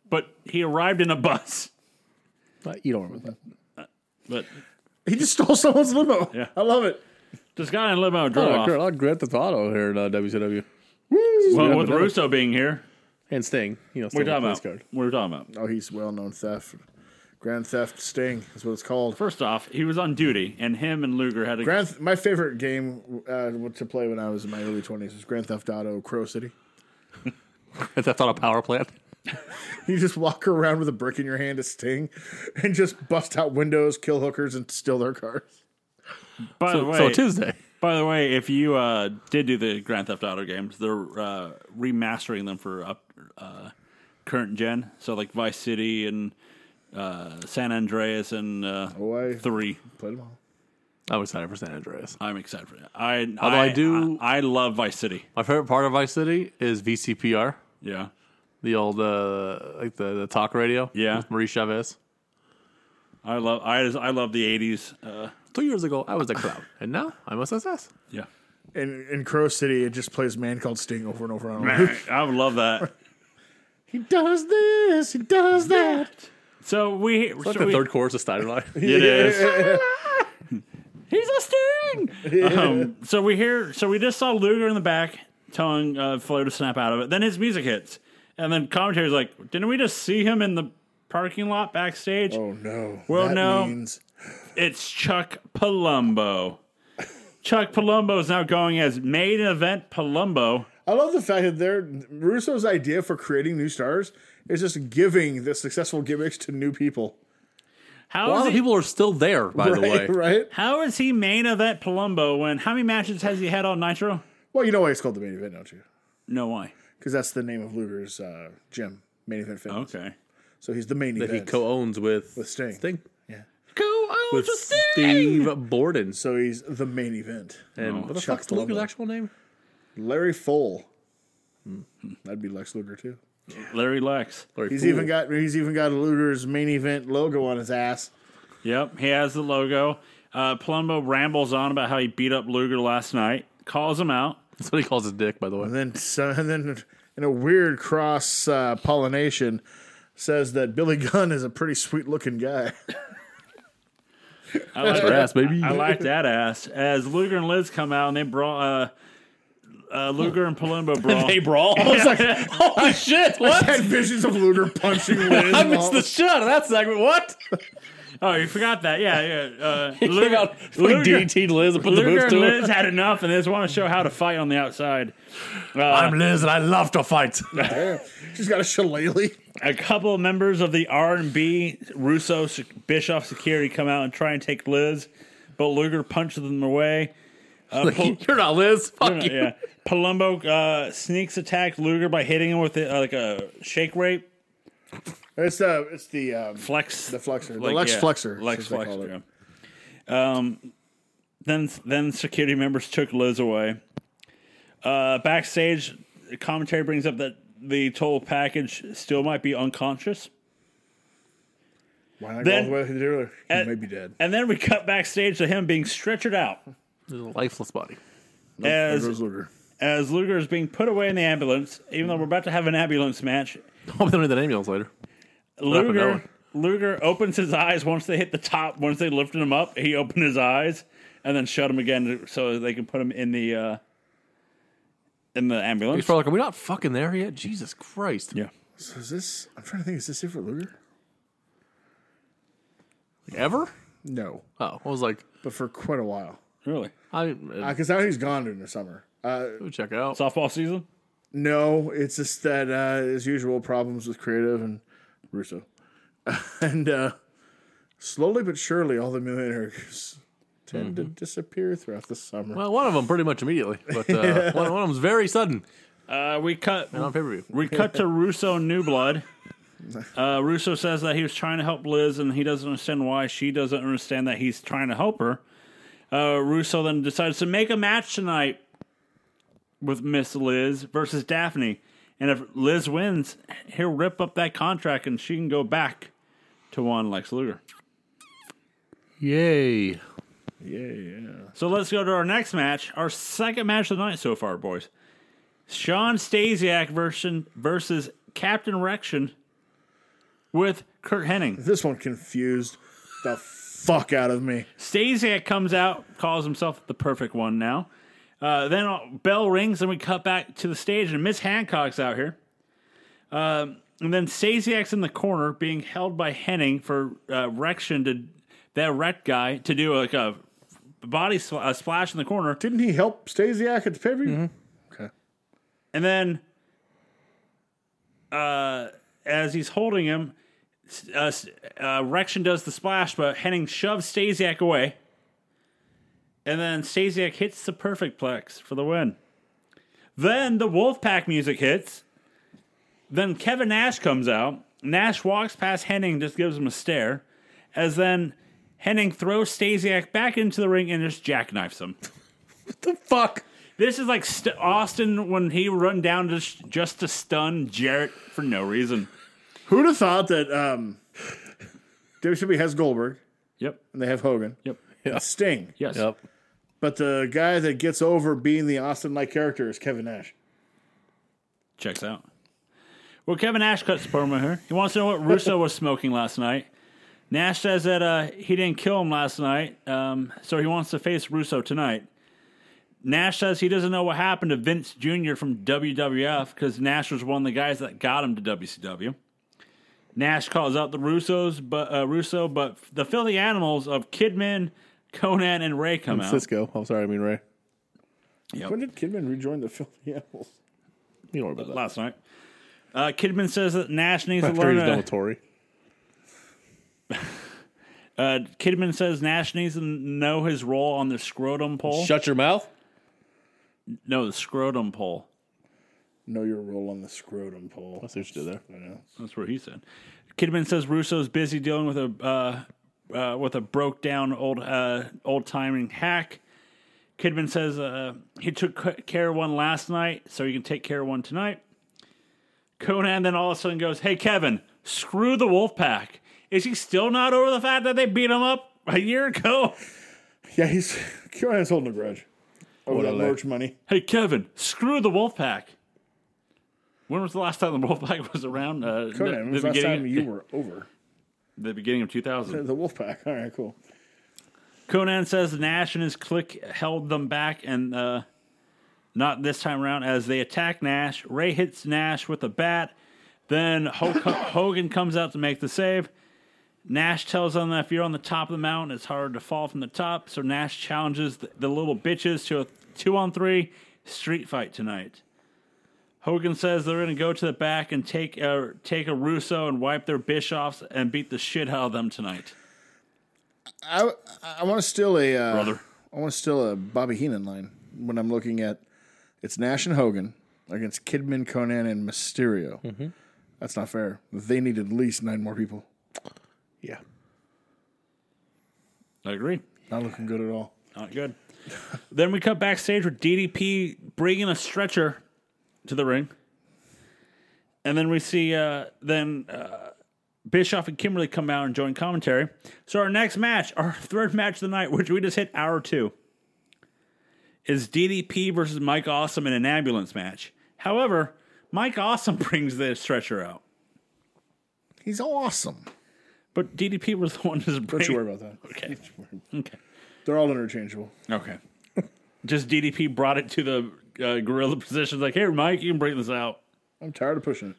[SPEAKER 1] but he arrived in a bus.
[SPEAKER 2] Uh,
[SPEAKER 1] Uh,
[SPEAKER 2] you don't remember that.
[SPEAKER 1] But
[SPEAKER 4] He just stole someone's limo.
[SPEAKER 1] Yeah.
[SPEAKER 4] I love it.
[SPEAKER 1] this guy in a limo drove
[SPEAKER 2] Oh,
[SPEAKER 1] off.
[SPEAKER 2] great. I like Grand Theft Auto here in uh, WCW.
[SPEAKER 1] Well, with
[SPEAKER 2] Yeah, but-
[SPEAKER 1] Russo being here,
[SPEAKER 2] And Sting. You know, Sting
[SPEAKER 1] we're talking
[SPEAKER 2] with
[SPEAKER 1] about.
[SPEAKER 2] the police card.
[SPEAKER 1] We're talking about.
[SPEAKER 4] Oh, he's well known theft. Grand Theft Sting is what it's called.
[SPEAKER 1] First off, he was on duty, and him and Luger had a
[SPEAKER 4] Grand, my favorite game uh, to play when I was in my early twenties was Grand Theft Auto Crow City.
[SPEAKER 2] Grand Theft Auto Power Plant.
[SPEAKER 4] You just walk around with a brick in your hand to sting, and just bust out windows, kill hookers, and steal their cars.
[SPEAKER 1] By the
[SPEAKER 2] <laughs> So,
[SPEAKER 1] way,
[SPEAKER 2] so Tuesday.
[SPEAKER 1] by the way, if you uh, did do the Grand Theft Auto games, they're uh, remastering them for up uh, current gen. So like Vice City and uh, San Andreas and uh,
[SPEAKER 4] Oh, I
[SPEAKER 1] three.
[SPEAKER 4] played them all.
[SPEAKER 2] I'm excited for San Andreas.
[SPEAKER 1] I'm excited for that. I
[SPEAKER 2] Although I do-
[SPEAKER 1] I, I love Vice City.
[SPEAKER 2] My favorite part of Vice City is VCPR,
[SPEAKER 1] Yeah.
[SPEAKER 2] the old uh, like the, the talk radio.
[SPEAKER 1] Yeah.
[SPEAKER 2] with Marie Chavez.
[SPEAKER 1] I love I just, I love the eighties. Uh,
[SPEAKER 2] Two years ago, I was a clown, and now I'm a success.
[SPEAKER 1] yeah,
[SPEAKER 4] In in Crow City, it just plays "Man Called Sting" over and over and over.
[SPEAKER 1] <laughs> I would love
[SPEAKER 2] <laughs>
[SPEAKER 1] that.
[SPEAKER 4] he does this. He does that.
[SPEAKER 1] So we, so
[SPEAKER 2] Like the
[SPEAKER 1] we-
[SPEAKER 2] third chorus of Steiner <laughs> Line.
[SPEAKER 1] it is. He's a sting. Um, so we hear. So we just saw Luger in the back telling uh, Flair to snap out of it. Then his music hits, and then commentary's like, "Didn't we just see him in the parking lot backstage?
[SPEAKER 4] Oh no.
[SPEAKER 1] Well,
[SPEAKER 4] that
[SPEAKER 1] no.
[SPEAKER 4] Means
[SPEAKER 1] It's Chuck Palumbo." Chuck Palumbo is now going as main event Palumbo.
[SPEAKER 4] I love the fact that they're Russo's idea for creating new stars is just giving the successful gimmicks to new people.
[SPEAKER 2] A
[SPEAKER 1] How
[SPEAKER 2] lot
[SPEAKER 1] is
[SPEAKER 2] of
[SPEAKER 1] he
[SPEAKER 2] people are still there, by the way.
[SPEAKER 4] Right, <laughs> right.
[SPEAKER 1] How is he main event Palumbo when how many matches has he had on Nitro?
[SPEAKER 4] Well, you know why it's called the main event, don't you?
[SPEAKER 1] No why.
[SPEAKER 4] Because that's the name of Luger's uh, gym, main event fitness.
[SPEAKER 1] Okay.
[SPEAKER 4] So he's the main
[SPEAKER 2] Oh. That he
[SPEAKER 4] event.
[SPEAKER 2] co-owns with,
[SPEAKER 4] With Sting. yeah.
[SPEAKER 1] Go
[SPEAKER 2] with Steve Borden.
[SPEAKER 4] So he's the main event.
[SPEAKER 2] And what the
[SPEAKER 4] Oh, Chuck
[SPEAKER 2] fuck's Luger's
[SPEAKER 4] Palumbo.
[SPEAKER 2] actual name?
[SPEAKER 4] Larry Fole.
[SPEAKER 2] Hmm.
[SPEAKER 4] That'd be Lex Luger too.
[SPEAKER 1] Larry Lex.
[SPEAKER 2] Larry
[SPEAKER 4] He's
[SPEAKER 2] Poole.
[SPEAKER 4] even got he's even got Luger's main event logo on his ass.
[SPEAKER 1] Yep, he has the logo. Uh, Palumbo rambles on about how he beat up Luger last night, calls him out.
[SPEAKER 2] That's what he calls his dick, by the way.
[SPEAKER 4] And then so, and then in a weird cross uh, pollination says that Billy Gunn is a pretty sweet looking <laughs> guy.
[SPEAKER 1] I like,
[SPEAKER 2] Her ass, baby.
[SPEAKER 1] I
[SPEAKER 2] <laughs>
[SPEAKER 1] like that ass. As Luger and Liz come out and they brawl, uh, uh, Luger and
[SPEAKER 2] <laughs>
[SPEAKER 1] Palumbo brawl.
[SPEAKER 2] brawl. I was like, holy shit! What?
[SPEAKER 4] <laughs> Had visions of Luger punching Liz.
[SPEAKER 2] I
[SPEAKER 4] and
[SPEAKER 2] missed
[SPEAKER 4] all-
[SPEAKER 2] the shit out of that segment. What?
[SPEAKER 1] Oh, you forgot that. Yeah, yeah. Uh,
[SPEAKER 2] <laughs> He came
[SPEAKER 1] Luger-
[SPEAKER 2] out like
[SPEAKER 1] Luger-
[SPEAKER 2] DDT Liz and put the
[SPEAKER 1] Luger
[SPEAKER 2] boots
[SPEAKER 1] and
[SPEAKER 2] to it.
[SPEAKER 1] Liz had enough and they just want to show how to fight on the outside. Uh,
[SPEAKER 2] I'm Liz and I love to fight.
[SPEAKER 4] Damn. She's got a shillelagh.
[SPEAKER 1] a couple of members of the R&B Russo Se- Bischoff security come out and try and take Liz, but Luger punches them away. Uh,
[SPEAKER 2] Like,
[SPEAKER 1] Pal-
[SPEAKER 2] You're not Liz. Fuck
[SPEAKER 1] <laughs>
[SPEAKER 2] you.
[SPEAKER 1] yeah, Palumbo uh, sneaks attacked Luger by hitting him with a, like a shake rape
[SPEAKER 4] It's the it's the um,
[SPEAKER 1] flex.
[SPEAKER 4] the flexor,
[SPEAKER 1] like,
[SPEAKER 4] the Lex
[SPEAKER 1] yeah,
[SPEAKER 4] flexor,
[SPEAKER 1] Lex
[SPEAKER 4] as they call
[SPEAKER 1] flexor.
[SPEAKER 4] it.
[SPEAKER 1] yeah. Um, then then security members took Liz away. Uh, backstage commentary brings up that the total package still might be unconscious.
[SPEAKER 4] Why not
[SPEAKER 1] Then-
[SPEAKER 4] go all the way to the dealer? He
[SPEAKER 1] at-
[SPEAKER 4] may be dead.
[SPEAKER 1] And then we cut backstage to him being stretchered out
[SPEAKER 2] This is a lifeless body. <laughs>
[SPEAKER 4] There
[SPEAKER 1] as
[SPEAKER 4] goes Luger.
[SPEAKER 1] as Luger is being put away in the ambulance. Even though we're about to have an ambulance match,
[SPEAKER 2] Hope they don't need that ambulance later. happened to
[SPEAKER 1] Luger Luger opens his eyes once they hit the top. Once they lifted him up, he opened his eyes and then shut him again to- so they can put him in the uh, in the
[SPEAKER 2] He's
[SPEAKER 1] ambulance.
[SPEAKER 2] probably like, are we not fucking there yet? Jesus Christ.
[SPEAKER 1] yeah,
[SPEAKER 4] So is this? I'm trying to think. Is this it for Luger?
[SPEAKER 2] Like, ever?
[SPEAKER 4] No,
[SPEAKER 2] Oh, I was like,
[SPEAKER 4] but for quite a while.
[SPEAKER 1] really.
[SPEAKER 2] I
[SPEAKER 4] Because now he's gone during the summer. Uh,
[SPEAKER 2] go check it out.
[SPEAKER 1] Softball season.
[SPEAKER 4] no, it's just that uh, as usual problems with creative and Russo, <laughs> and uh, slowly but surely all the millionaires tend to disappear throughout the summer.
[SPEAKER 2] Well, one of them pretty much immediately, but <laughs> uh, one, one of them's very sudden
[SPEAKER 1] Uh, we cut
[SPEAKER 2] and on pay per view.
[SPEAKER 1] We cut to Russo and New Blood. Uh, Russo says that he was trying to help Liz, and he doesn't understand why she doesn't understand that he's trying to help her. Uh, Russo then decides to make a match tonight with Miss Liz versus Daphne, and if Liz wins, he'll rip up that contract, and she can go back to one Lex Luger.
[SPEAKER 2] Yay!
[SPEAKER 4] yeah, yeah.
[SPEAKER 1] So let's go to our next match, our second match of the night so far, boys. Sean Stasiak version versus Captain Rection with Kurt Hennig.
[SPEAKER 4] This one confused the fuck out of me.
[SPEAKER 1] Stasiak comes out, calls himself the perfect one now. Uh, then uh, bell rings, and we cut back to the stage, and Miss Hancock's out here. Um, and then Stasiak's in the corner being held by Henning for uh, Rection to that wreck guy to do like a body sl- a splash in the corner.
[SPEAKER 4] Didn't he help Stasiak at the pay per view? Okay.
[SPEAKER 1] And then, uh, as he's holding him, s- uh, s- uh, Rection does the splash, but Henning shoves Stasiak away. And then Stasiak hits the perfect plex for the win. Then the Wolfpack music hits. Then Kevin Nash comes out. Nash walks past Henning, just gives him a stare. As then Henning throws Stasiak back into the ring and just jackknifes him.
[SPEAKER 2] The fuck?
[SPEAKER 1] This is like St- Austin when he run down to sh- just to stun Jarrett for no reason.
[SPEAKER 4] Who'd have thought that um, WWE has Goldberg
[SPEAKER 1] Yep.
[SPEAKER 4] and they have Hogan,
[SPEAKER 1] Yep.
[SPEAKER 4] and Sting,
[SPEAKER 1] Yes.
[SPEAKER 2] Yep.
[SPEAKER 4] but the guy that gets over being the Austin like character is Kevin Nash.
[SPEAKER 1] Checks out. Well, Kevin Nash cuts the promo here. He wants to know what Russo was smoking last night. Nash says that uh, he didn't kill him last night, um, so he wants to face Russo tonight. Nash says he doesn't know what happened to Vince Jr. from WWF because Nash was one of the guys that got him to WCW. Nash calls out the Russos, but uh, Russo, but the filthy animals of Kidman, Conan, and Ray come out.
[SPEAKER 2] Cisco. I'm sorry. I mean Ray.
[SPEAKER 4] When did Kidman rejoin the Filthy Animals?
[SPEAKER 2] You don't worry about that.
[SPEAKER 1] last night. Uh, Kidman says that Nash needs to
[SPEAKER 2] After
[SPEAKER 1] learn.
[SPEAKER 2] he's done
[SPEAKER 1] to-
[SPEAKER 2] with <laughs> Tori.
[SPEAKER 1] uh, Kidman says Nash needs to know his role on the scrotum pole.
[SPEAKER 2] Shut your mouth.
[SPEAKER 1] no, the scrotum pole.
[SPEAKER 4] Know your role on the scrotum pole.
[SPEAKER 2] I see what you did there.
[SPEAKER 4] I know.
[SPEAKER 1] That's what he said. Kidman says Russo's busy dealing with a uh, uh, with a broke down old uh, old timing hack. Kidman says uh, he took c- care of one last night, so he can take care of one tonight. Conan then all of a sudden goes, "Hey Kevin, screw the Wolfpack. Is he still not over the fact that they beat him up a year ago?"
[SPEAKER 4] Yeah, he's <laughs> Kieran's holding a grudge over that
[SPEAKER 2] Orale. <laughs>
[SPEAKER 4] merch money.
[SPEAKER 1] Hey, Kevin, screw the Wolfpack. When was the last time the Wolfpack was around? Uh,
[SPEAKER 4] Conan, when was the last time you were over
[SPEAKER 1] the beginning of 2000.
[SPEAKER 4] the Wolfpack? <laughs> All right, cool.
[SPEAKER 1] Conan says Nash and his clique held them back, and uh, not this time around as they attack Nash. Ray <laughs> hits Nash with a bat. Then Hulk Hogan comes out to make the save. Nash tells them that if you're on the top of the mountain, it's harder to fall from the top. So Nash challenges the, the little bitches to a two on three street fight tonight. Hogan says they're going to go to the back and take uh, take a Russo and wipe their Bischoffs and beat the shit out of them tonight.
[SPEAKER 4] I I want to steal a uh,
[SPEAKER 1] Brother.
[SPEAKER 4] I want to steal a Bobby Heenan line when I'm looking at it's Nash and Hogan against Kidman, Conan, and Mysterio.
[SPEAKER 2] Mm-hmm.
[SPEAKER 4] That's not fair. They need at least nine more people.
[SPEAKER 2] Yeah.
[SPEAKER 1] I agree.
[SPEAKER 4] Not looking good at all.
[SPEAKER 1] Not good. then we cut backstage with DDP bringing a stretcher to the ring, and then we see uh, then uh, Bischoff and Kimberly come out and join commentary. So our next match, our <laughs> third match of the night, which we just hit hour two, is DDP versus Mike Awesome in an ambulance match. However, Mike Awesome <laughs> brings the stretcher out,
[SPEAKER 4] He's awesome.
[SPEAKER 1] but DDP was the one who's
[SPEAKER 4] Don't you
[SPEAKER 1] bringing.
[SPEAKER 4] worry about that.
[SPEAKER 1] <laughs> Okay. Okay.
[SPEAKER 4] They're all interchangeable.
[SPEAKER 1] Okay. Just DDP brought it to the uh, gorilla <laughs> position. Like, here, Mike, you can bring this out.
[SPEAKER 4] I'm tired of pushing it.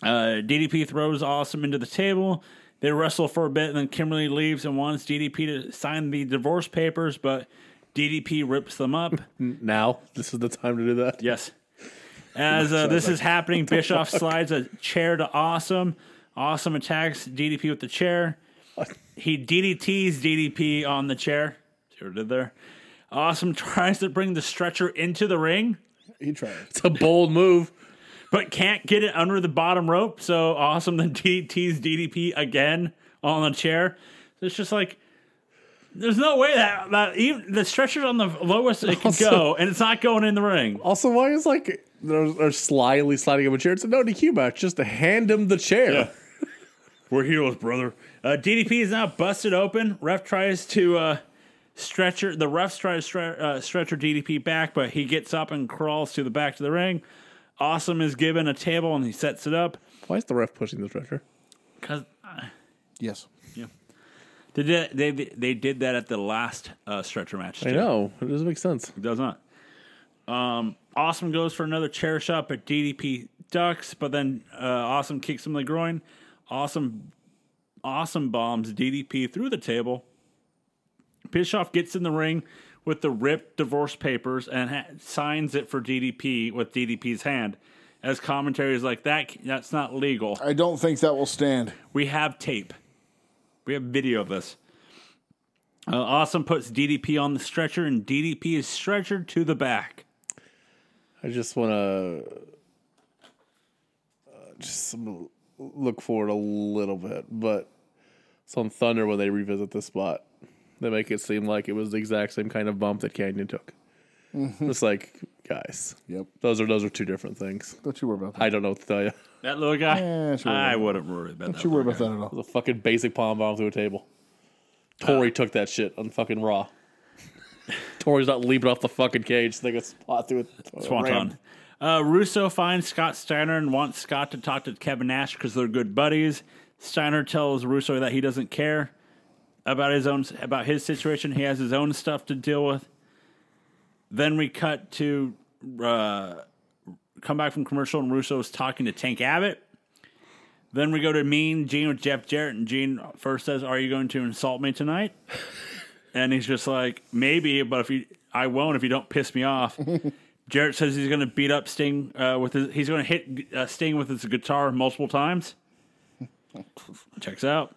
[SPEAKER 1] Uh, DDP throws Awesome into the table. They wrestle for a bit, and then Kimberly leaves and wants DDP to sign the divorce papers, but DDP rips them up. <laughs>
[SPEAKER 2] Now this is the time to do that.
[SPEAKER 1] yes. As uh, this is happening, Bischoff slides a chair to Awesome. Awesome attacks DDP with the chair. He DDTs DDP on the chair. See what I did there? Awesome <laughs> tries to bring the stretcher into the ring.
[SPEAKER 4] He tried.
[SPEAKER 2] It's a bold move.
[SPEAKER 1] but can't get it under the bottom rope. So awesome. <laughs> Then DDT's DDP again on the chair. It's just like there's no way that, that even the stretcher's on the lowest it can
[SPEAKER 2] Also-
[SPEAKER 1] go, and it's not going in the ring.
[SPEAKER 2] Also, why is like they're, they're slyly sliding him a chair? It's a no DQ match. Just to hand him the chair.
[SPEAKER 1] We're heroes, brother. Uh, DDP is now busted open. Ref tries to uh, stretcher. The refs try to stre- uh, stretcher DDP back, but he gets up and crawls to the back to the ring. Awesome is given a table and he sets it up.
[SPEAKER 2] <laughs> Why is the ref pushing the stretcher?
[SPEAKER 1] Cause
[SPEAKER 4] Yes.
[SPEAKER 1] they did they they did that at the last uh, stretcher match.
[SPEAKER 2] I
[SPEAKER 1] too.
[SPEAKER 2] know it doesn't make sense.
[SPEAKER 1] It does not. Um, Awesome goes for another chair shot, but DDP ducks. But then uh, Awesome kicks him in the groin. Awesome, Awesome bombs DDP through the table. Bischoff gets in the ring with the ripped divorce papers and ha- signs it for DDP with DDP's hand. As commentary is like that, that's not legal.
[SPEAKER 4] I don't think that will stand.
[SPEAKER 1] We have tape. We have video of this. Uh, awesome puts DDP on the stretcher, and DDP is stretchered to the back.
[SPEAKER 2] I just want to uh, just some- look forward a little bit, but it's on Thunder when they revisit this spot. They make it seem like it was the exact same kind of bump that Canyon took. It's like, guys,
[SPEAKER 4] Mm-hmm. Yep.
[SPEAKER 2] those are those are two different things.
[SPEAKER 4] Don't you worry about that.
[SPEAKER 2] I don't know what to tell you. <laughs>
[SPEAKER 1] That little guy.
[SPEAKER 4] Yeah, sure.
[SPEAKER 1] I wouldn't worry about
[SPEAKER 4] Don't
[SPEAKER 1] that.
[SPEAKER 4] you worry about that at all.
[SPEAKER 2] The fucking basic palm bomb through a table.
[SPEAKER 4] Uh.
[SPEAKER 2] Tori took that shit on fucking Raw. <laughs> Tori's not leaping off the fucking cage. They got spot through a
[SPEAKER 1] Swanton.
[SPEAKER 2] ram.
[SPEAKER 1] Uh, Russo finds Scott Steiner and wants Scott to talk to Kevin Nash because they're good buddies. Steiner tells Russo that he doesn't care about his own about his situation. He has his own stuff to deal with. Then we cut to uh, come back from commercial and Russo's talking to Tank Abbott. Then we go to Mean Gene with Jeff Jarrett, and Gene first says, "Are you going to insult me tonight?" and he's just like, "Maybe, but if you, I won't if you don't piss me off." Jarrett says he's going to beat up Sting uh, with his. He's going to hit uh, Sting with his guitar multiple times. Checks out.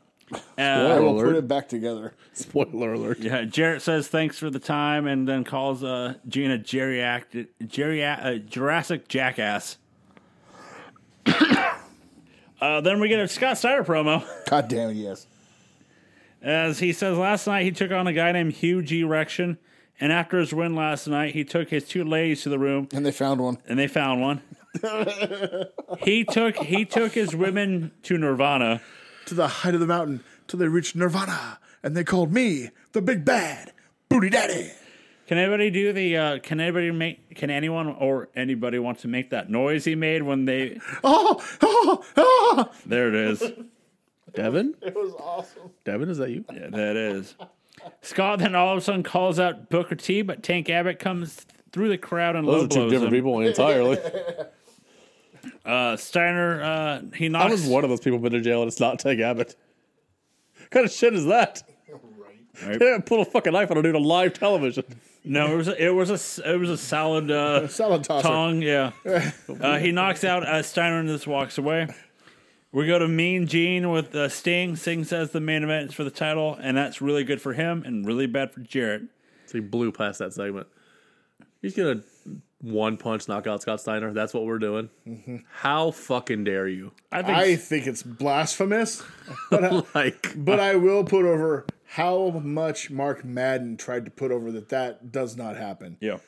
[SPEAKER 4] I
[SPEAKER 1] Uh,
[SPEAKER 4] will
[SPEAKER 2] Alert.
[SPEAKER 4] put it back together.
[SPEAKER 2] Spoiler alert.
[SPEAKER 1] yeah, Jarrett says thanks for the time, and then calls uh, Gina geriac- geria- uh, Jurassic Jackass. uh, then we get a Scott Steiner promo.
[SPEAKER 4] God damn it, yes.
[SPEAKER 1] As he says, last night he took on a guy named Hugh G. Rection, and after his win last night, he took his two ladies to the room
[SPEAKER 4] And they found one.
[SPEAKER 1] and they found
[SPEAKER 2] <laughs>
[SPEAKER 1] one. he took he took his women to Nirvana.
[SPEAKER 4] To the height of the mountain till they reached Nirvana. And they called me the big bad booty daddy.
[SPEAKER 1] Can anybody do the? Uh, can anybody make? Can anyone or anybody want to make that noise he made when they?
[SPEAKER 4] Oh, oh, oh.
[SPEAKER 1] There it is.
[SPEAKER 2] Devin? It was awesome. Devin, is that you?
[SPEAKER 1] Yeah, that is. Scott then all of a sudden calls out Booker T, but Tank Abbott comes through the crowd and
[SPEAKER 2] Those
[SPEAKER 1] low
[SPEAKER 2] are two
[SPEAKER 1] blows
[SPEAKER 2] different
[SPEAKER 1] him.
[SPEAKER 2] people entirely.
[SPEAKER 1] Uh, Steiner, uh, he
[SPEAKER 2] I
[SPEAKER 1] knocks.
[SPEAKER 2] was one of those people been to jail and it's not Tank Abbott. kind of shit is that?
[SPEAKER 1] Right.
[SPEAKER 2] Yeah, pull a fucking knife on a dude on live television.
[SPEAKER 1] No, it was a, it was a s- it was a solid uh,
[SPEAKER 4] Salad tosser.
[SPEAKER 1] tongue. Yeah, uh, he knocks out uh, Steiner and just walks away. We go to Mean Gene with uh, Sting. Sting says the main event is for the title, and that's really good for him and really bad for Jarrett.
[SPEAKER 2] So he blew past that segment. He's gonna one punch knock out Scott Steiner. That's what we're doing. How fucking dare you?
[SPEAKER 1] I think
[SPEAKER 4] I think it's blasphemous,
[SPEAKER 2] like
[SPEAKER 4] but I will put over how much Mark Madden tried to put over that that does not happen.
[SPEAKER 1] yeah,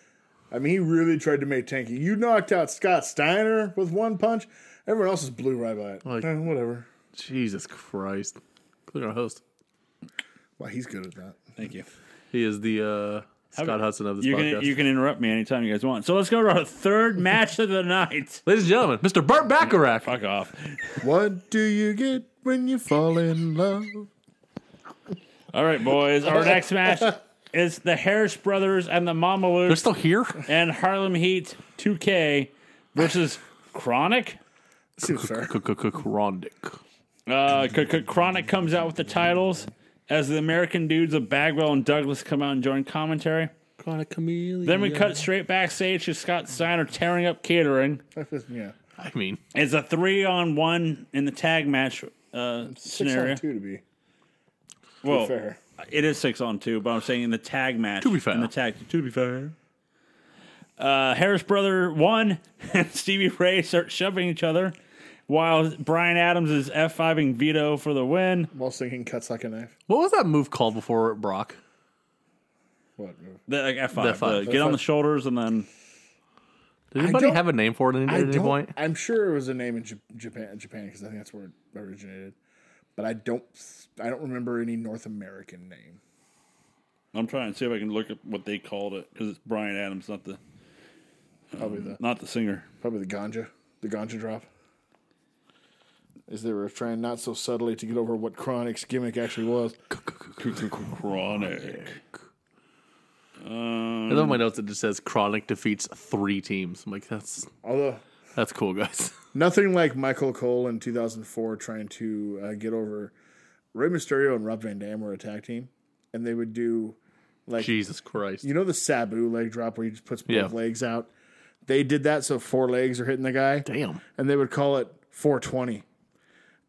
[SPEAKER 4] I mean, he really tried to make tanky. You knocked out Scott Steiner with one punch. Everyone else is blew right by it.
[SPEAKER 2] Like-
[SPEAKER 4] Eh, whatever.
[SPEAKER 2] Jesus Christ, including our host.
[SPEAKER 4] Well, he's good at that.
[SPEAKER 1] thank you.
[SPEAKER 2] He is the uh, Scott
[SPEAKER 1] about-
[SPEAKER 2] Hudson of this
[SPEAKER 1] You
[SPEAKER 2] podcast.
[SPEAKER 1] can you can interrupt me anytime you guys want. So let's go to our third match of the night.
[SPEAKER 2] Ladies and gentlemen, Mr. Burt Bacharach.
[SPEAKER 1] Fuck off.
[SPEAKER 4] What do you get when you fall in love?
[SPEAKER 1] All right, boys. Our next match is the Harris Brothers and the Mamalukes.
[SPEAKER 2] They're still here.
[SPEAKER 1] and Harlem Heat 2K versus Chronic.
[SPEAKER 4] Seems fair. <laughs>
[SPEAKER 2] Chronic.
[SPEAKER 1] Uh, C- C- Chronic comes out with the titles as the American dudes of Bagwell and Douglas come out and join commentary.
[SPEAKER 2] Chronic chameleon.
[SPEAKER 1] Then we cut straight backstage to Scott Steiner tearing up catering.
[SPEAKER 4] yeah.
[SPEAKER 2] I mean,
[SPEAKER 1] It's a three on one in the tag match uh,
[SPEAKER 4] Six
[SPEAKER 1] scenario.
[SPEAKER 4] on two to be
[SPEAKER 1] Well,
[SPEAKER 4] fair.
[SPEAKER 1] It is six on two, but I'm saying in the tag match.
[SPEAKER 2] To be fair.
[SPEAKER 1] In the tag, to be fair. Uh, Harris brother one and <laughs> Stevie Ray start shoving each other, while Brian Adams is f5ing Vito for the win.
[SPEAKER 4] While singing cuts like a knife.
[SPEAKER 2] what was that move called before Brock?
[SPEAKER 4] What? move?
[SPEAKER 1] The, like, F5,
[SPEAKER 2] The F5.
[SPEAKER 1] the get on the shoulders and then
[SPEAKER 2] Did anybody
[SPEAKER 4] don't-
[SPEAKER 2] have a name for it at any,
[SPEAKER 4] I
[SPEAKER 2] at any
[SPEAKER 4] don't,
[SPEAKER 2] point?
[SPEAKER 4] I'm sure it was a name in J- Japan, Japan, because I think that's where it originated. But I don't, I don't remember any North American name.
[SPEAKER 1] I'm trying to see if I can look at what they called it because it's Brian Adams, not the
[SPEAKER 4] Probably the,
[SPEAKER 1] not the singer.
[SPEAKER 4] probably the ganja, the ganja drop. Is they were trying not so subtly to get over what Chronic's gimmick actually was.
[SPEAKER 1] Chronic.
[SPEAKER 2] I love my notes. It just says Chronic defeats three teams. I'm like, that's
[SPEAKER 4] Although
[SPEAKER 2] that's cool, guys. <laughs>
[SPEAKER 4] nothing like Michael Cole in 2004 trying to uh, get over. Rey Mysterio and Rob Van Dam were a tag team, and they would do like
[SPEAKER 2] Jesus Christ.
[SPEAKER 4] You know the Sabu leg drop where he just puts both
[SPEAKER 2] Yeah.
[SPEAKER 4] legs out? They did that so four legs are hitting the guy.
[SPEAKER 2] Damn.
[SPEAKER 4] And they would call it 420.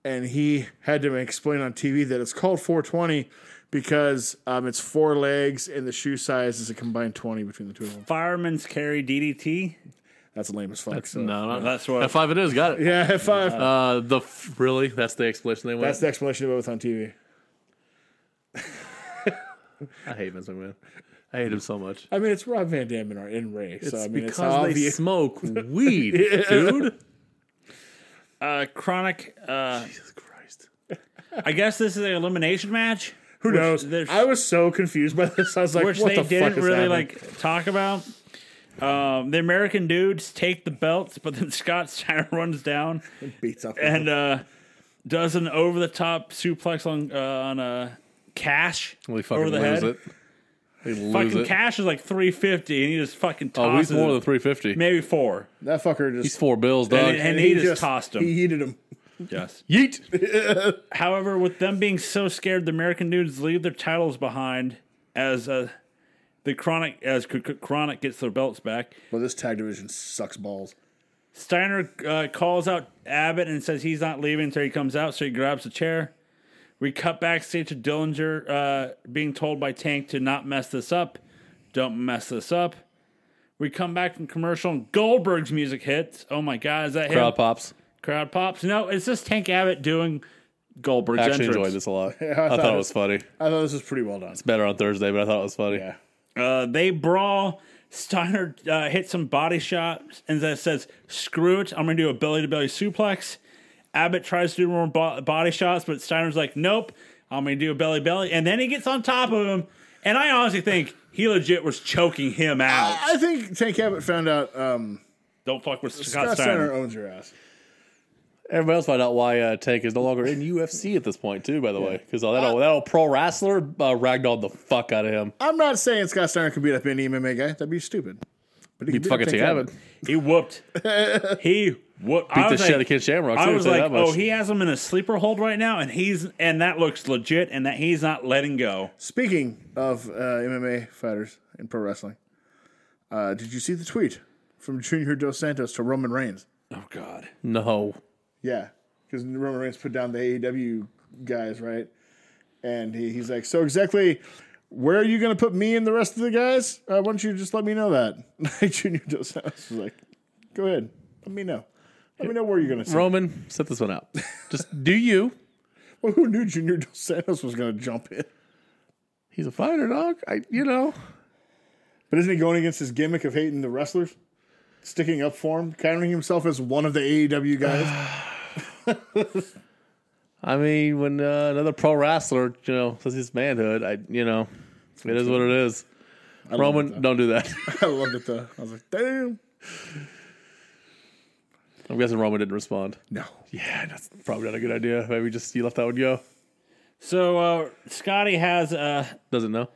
[SPEAKER 4] And he had to explain on TV that it's called 420 because um, it's four legs and the shoe size is a combined 20 between the two of them.
[SPEAKER 1] Fireman's carry DDT.
[SPEAKER 4] That's lame as fuck. So.
[SPEAKER 2] No, no,
[SPEAKER 1] That's what-
[SPEAKER 2] F five it is. Got it.
[SPEAKER 4] Yeah, high <laughs> five.
[SPEAKER 2] Uh, the f- really? That's the explanation they went.
[SPEAKER 4] That's the explanation of both on TV.
[SPEAKER 2] I hate Vince McMahon. I hate him so much.
[SPEAKER 4] I mean, it's Rob Van Dam and, and Ray. So, I mean,
[SPEAKER 2] because
[SPEAKER 4] it's
[SPEAKER 2] they
[SPEAKER 4] obvious.
[SPEAKER 2] smoke weed, dude.
[SPEAKER 1] Uh, Chronic. Uh,
[SPEAKER 2] Jesus Christ.
[SPEAKER 1] I guess this is an elimination match.
[SPEAKER 4] Who knows?
[SPEAKER 1] there's-
[SPEAKER 4] I was so confused by this. I was like,
[SPEAKER 1] which
[SPEAKER 4] what
[SPEAKER 1] they
[SPEAKER 4] the fuck
[SPEAKER 1] didn't
[SPEAKER 4] is
[SPEAKER 1] really
[SPEAKER 4] happening?
[SPEAKER 1] like talk about. Um, the American dudes take the belts, but then <laughs> Scott Steiner runs down
[SPEAKER 4] Beats up.
[SPEAKER 1] and uh, does an over the top suplex on uh, on uh, Cash
[SPEAKER 2] Well, they fucking
[SPEAKER 1] over the
[SPEAKER 2] lose
[SPEAKER 1] head.
[SPEAKER 2] it. They lose
[SPEAKER 1] Fucking
[SPEAKER 2] it.
[SPEAKER 1] Cash is like three fifty, and he just fucking
[SPEAKER 2] oh, he's
[SPEAKER 1] tosses
[SPEAKER 2] more
[SPEAKER 1] it.
[SPEAKER 2] than three fifty.
[SPEAKER 1] maybe four.
[SPEAKER 4] that fucker just
[SPEAKER 2] He's four bills, dog.
[SPEAKER 1] And, and he, just, tossed him.
[SPEAKER 4] He heated him.
[SPEAKER 1] yes.
[SPEAKER 2] Yeet.
[SPEAKER 1] However, with them being so scared, the American dudes leave their titles behind as uh, the chronic as C- C- chronic gets their belts back.
[SPEAKER 4] Well, this tag division sucks balls.
[SPEAKER 1] Steiner uh, calls out Abbott and says he's not leaving until he comes out, so he grabs a chair. We cut backstage to Dillinger uh, being told by Tank to not mess this up. Don't mess this up. We come back from commercial and Goldberg's music hits. Oh my God, is that him?
[SPEAKER 2] Crowd pops.
[SPEAKER 1] Crowd pops. No, it's just Tank Abbott doing Goldberg's
[SPEAKER 2] I actually
[SPEAKER 1] entrance.
[SPEAKER 2] enjoyed this a lot. I, thought, it was funny.
[SPEAKER 4] I thought this was pretty well done.
[SPEAKER 2] It's better on Thursday, but I thought it was funny.
[SPEAKER 4] Yeah.
[SPEAKER 1] Uh, they brawl. Steiner uh, hits some body shots and then says, "Screw it! I'm gonna do a belly to belly suplex." Abbott tries to do more bo- body shots, but Steiner's like, "Nope, I'm gonna do a belly belly." And then he gets on top of him, and I honestly think he legit was choking him out.
[SPEAKER 4] I think Tank Abbott found out um,
[SPEAKER 1] Don't fuck with Scott,
[SPEAKER 4] Scott
[SPEAKER 1] Steiner.
[SPEAKER 4] Steiner owns your ass.
[SPEAKER 2] Everybody else find out why uh, Tank is no longer in UFC at this point, too. By the way, because that old, that old pro wrestler uh, ragdolled the fuck out of him.
[SPEAKER 4] I'm not saying Scott Steiner could beat up any MMA guy. That'd be stupid. But he could beat
[SPEAKER 2] <laughs>
[SPEAKER 4] up
[SPEAKER 2] fucking Tank Abbott.
[SPEAKER 1] He whooped. he What
[SPEAKER 2] Beat
[SPEAKER 1] I
[SPEAKER 2] the
[SPEAKER 1] was
[SPEAKER 2] shit out
[SPEAKER 1] like,
[SPEAKER 2] of Kid Shamrock.
[SPEAKER 1] I
[SPEAKER 2] too,
[SPEAKER 1] was
[SPEAKER 2] say
[SPEAKER 1] like,
[SPEAKER 2] that much.
[SPEAKER 1] oh, he has him in a sleeper hold right now, and he's and that looks legit, and that he's not letting go.
[SPEAKER 4] Speaking of uh, MMA fighters in pro wrestling, uh, did you see the tweet from Junior Dos Santos to Roman Reigns?
[SPEAKER 1] Oh God.
[SPEAKER 2] no.
[SPEAKER 4] Yeah, because Roman Reigns put down the AEW guys, right? And he, he's like, so exactly, where are you going to put me and the rest of the guys? Uh, why don't you just let me know that? <laughs> Junior Dos Santos was like, go ahead, let me know. Let me know where you're going to see.
[SPEAKER 2] Roman, set this
[SPEAKER 1] <laughs>
[SPEAKER 2] one up. Just do you.
[SPEAKER 4] Well, who knew Junior Dos Santos was going to jump in?
[SPEAKER 2] He's a fighter, dog. I, you know.
[SPEAKER 4] But isn't he going against his gimmick of hating the wrestlers? Sticking up for him, counting himself as one of the AEW guys.
[SPEAKER 2] I mean, when uh, another pro wrestler, you know, says his manhood, I, you know, it is what it is. Roman, don't do that. <laughs>
[SPEAKER 4] I loved it though. I was like, damn.
[SPEAKER 2] I'm guessing Roman didn't respond.
[SPEAKER 4] No.
[SPEAKER 2] Yeah, that's probably not a good idea. Maybe just you let that one go.
[SPEAKER 1] So uh, Scotty has uh,
[SPEAKER 2] Doesn't know.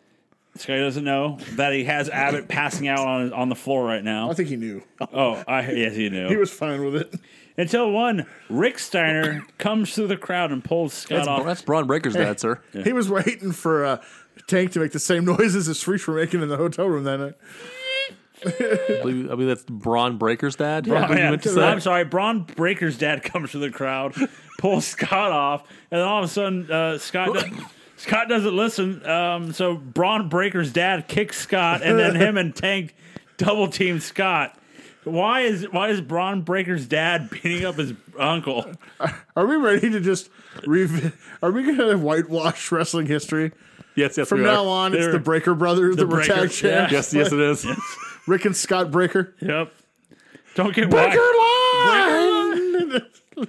[SPEAKER 1] Scotty doesn't know that he has Abbott passing out on on the floor right
[SPEAKER 4] I
[SPEAKER 1] now.
[SPEAKER 4] think he knew.
[SPEAKER 1] Oh, I yes, you know.
[SPEAKER 4] He was fine with it.
[SPEAKER 1] Until one Rick Steiner comes through the crowd and pulls Scott off.
[SPEAKER 2] Braun Breaker's dad, <laughs> sir.
[SPEAKER 4] <laughs> He was waiting for uh, Tank to make the same <laughs> noises as Shriek were making in the hotel room that night.
[SPEAKER 2] I believe, I believe that's Braun Breaker's dad.
[SPEAKER 1] Oh, yeah. I'm sorry, Braun Breaker's dad comes to the crowd, pulls Scott off, and then all of a sudden uh, Scott do- Scott doesn't listen. Um, so Braun Breaker's dad kicks Scott, and then him and Tank double team Scott. Why is why is Braun Breaker's dad beating up his uncle?
[SPEAKER 4] Are we ready to just revi- Are we going to whitewash wrestling history
[SPEAKER 2] Yes, yes,
[SPEAKER 4] from
[SPEAKER 2] we
[SPEAKER 4] now
[SPEAKER 2] are.
[SPEAKER 4] on? it's
[SPEAKER 1] They're-
[SPEAKER 4] the Breaker brothers, the, were
[SPEAKER 1] Breaker-
[SPEAKER 4] tag champs,
[SPEAKER 1] yeah.
[SPEAKER 2] <laughs> Yes, yes, it <laughs> is.
[SPEAKER 4] Rick and Scott Breaker.
[SPEAKER 1] Yep. Don't get whacked.
[SPEAKER 4] Breaker line.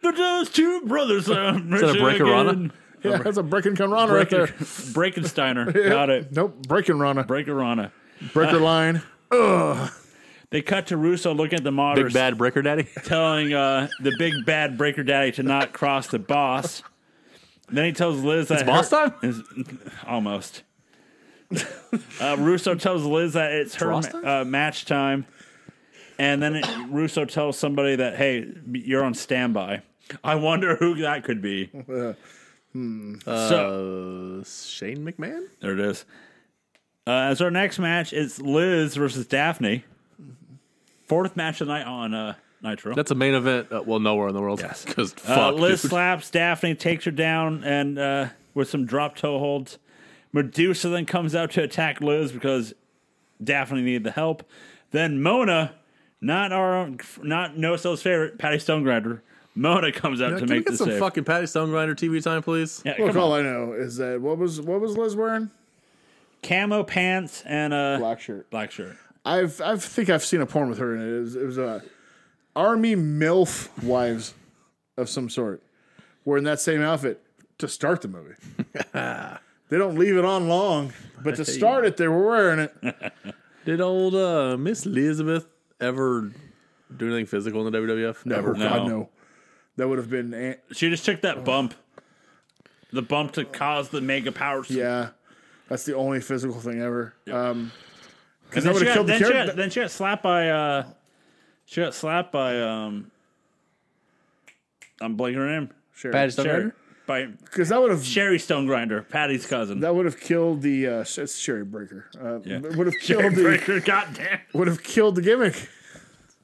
[SPEAKER 1] They're just two brothers. Uh, is
[SPEAKER 2] that a Breaker Rana?
[SPEAKER 4] Yeah, that's a Breaking Conrana right
[SPEAKER 1] Breaker,
[SPEAKER 4] there.
[SPEAKER 1] <laughs> Breakensteiner. Got it.
[SPEAKER 4] Nope, Breaking Rana.
[SPEAKER 1] Breaker Rana. <laughs>
[SPEAKER 4] Breaker line.
[SPEAKER 1] They cut to Russo looking at the monitors.
[SPEAKER 2] Big bad Breaker daddy.
[SPEAKER 1] telling uh, the big bad breaker daddy to not cross the boss. Then he tells Liz that
[SPEAKER 2] boss
[SPEAKER 1] her-
[SPEAKER 2] time?
[SPEAKER 1] is- almost. uh, Russo tells Liz that it's her
[SPEAKER 2] boss time?
[SPEAKER 1] uh, match time, and then it, Russo tells somebody that hey, you're on standby. I wonder who that could be. So
[SPEAKER 2] Uh, Shane McMahon?
[SPEAKER 1] there it is. Uh, as our next match, it's Liz versus Daphne. Fourth match of the night on uh, Nitro.
[SPEAKER 2] That's a main event. Uh, well, nowhere in the world. <laughs>
[SPEAKER 1] Yes.
[SPEAKER 2] Because
[SPEAKER 1] Uh,
[SPEAKER 2] fuck,
[SPEAKER 1] Liz
[SPEAKER 2] dude.
[SPEAKER 1] slaps Daphne, takes her down, and uh, with some drop toe holds. Medusa then comes out to attack Liz because Daphne needed the help. Then Mona, not our own, not No Cell's favorite, Patty Stonegrinder, Mona comes out to
[SPEAKER 2] Can we
[SPEAKER 1] make
[SPEAKER 2] get
[SPEAKER 1] the
[SPEAKER 2] some
[SPEAKER 1] save.
[SPEAKER 2] fucking Patty Stone Grinder TV time, please?
[SPEAKER 1] yeah,
[SPEAKER 4] Look,
[SPEAKER 1] come on.
[SPEAKER 4] all I know is that what was what was Liz wearing?
[SPEAKER 1] Camo pants and a black,
[SPEAKER 4] Black shirt.
[SPEAKER 1] shirt.
[SPEAKER 4] I've I think I've seen a porn with her in it. It was, it was a army milf wives of some sort were in that same outfit to start
[SPEAKER 1] <laughs>
[SPEAKER 4] the movie. they don't leave it on long, but to start it, they were wearing it.
[SPEAKER 2] Did old uh, Miss Elizabeth ever do anything physical in the WWF? Never.
[SPEAKER 4] Oh, God, no. That would have been an-
[SPEAKER 1] She just took that bump, the bump to cause the mega powers.
[SPEAKER 4] yeah. That's the only physical thing ever. Um, because
[SPEAKER 1] Then
[SPEAKER 4] that would
[SPEAKER 1] she,
[SPEAKER 4] have
[SPEAKER 1] got,
[SPEAKER 4] killed the
[SPEAKER 1] then, she
[SPEAKER 4] character.
[SPEAKER 1] got, then she got slapped by uh she got slapped by um I'm blanking her name.
[SPEAKER 2] Patty Stone
[SPEAKER 1] Sherry.
[SPEAKER 2] Grinder?
[SPEAKER 1] By
[SPEAKER 4] Because that would have
[SPEAKER 1] Sherry Stone Grinder, Patty's cousin.
[SPEAKER 4] that would have killed the uh, sh- it's Sherry Breaker. Uh,
[SPEAKER 1] Yeah.
[SPEAKER 4] Would have
[SPEAKER 1] <laughs> Sherry
[SPEAKER 4] killed the
[SPEAKER 1] Breaker, goddamn.
[SPEAKER 4] would have killed the gimmick.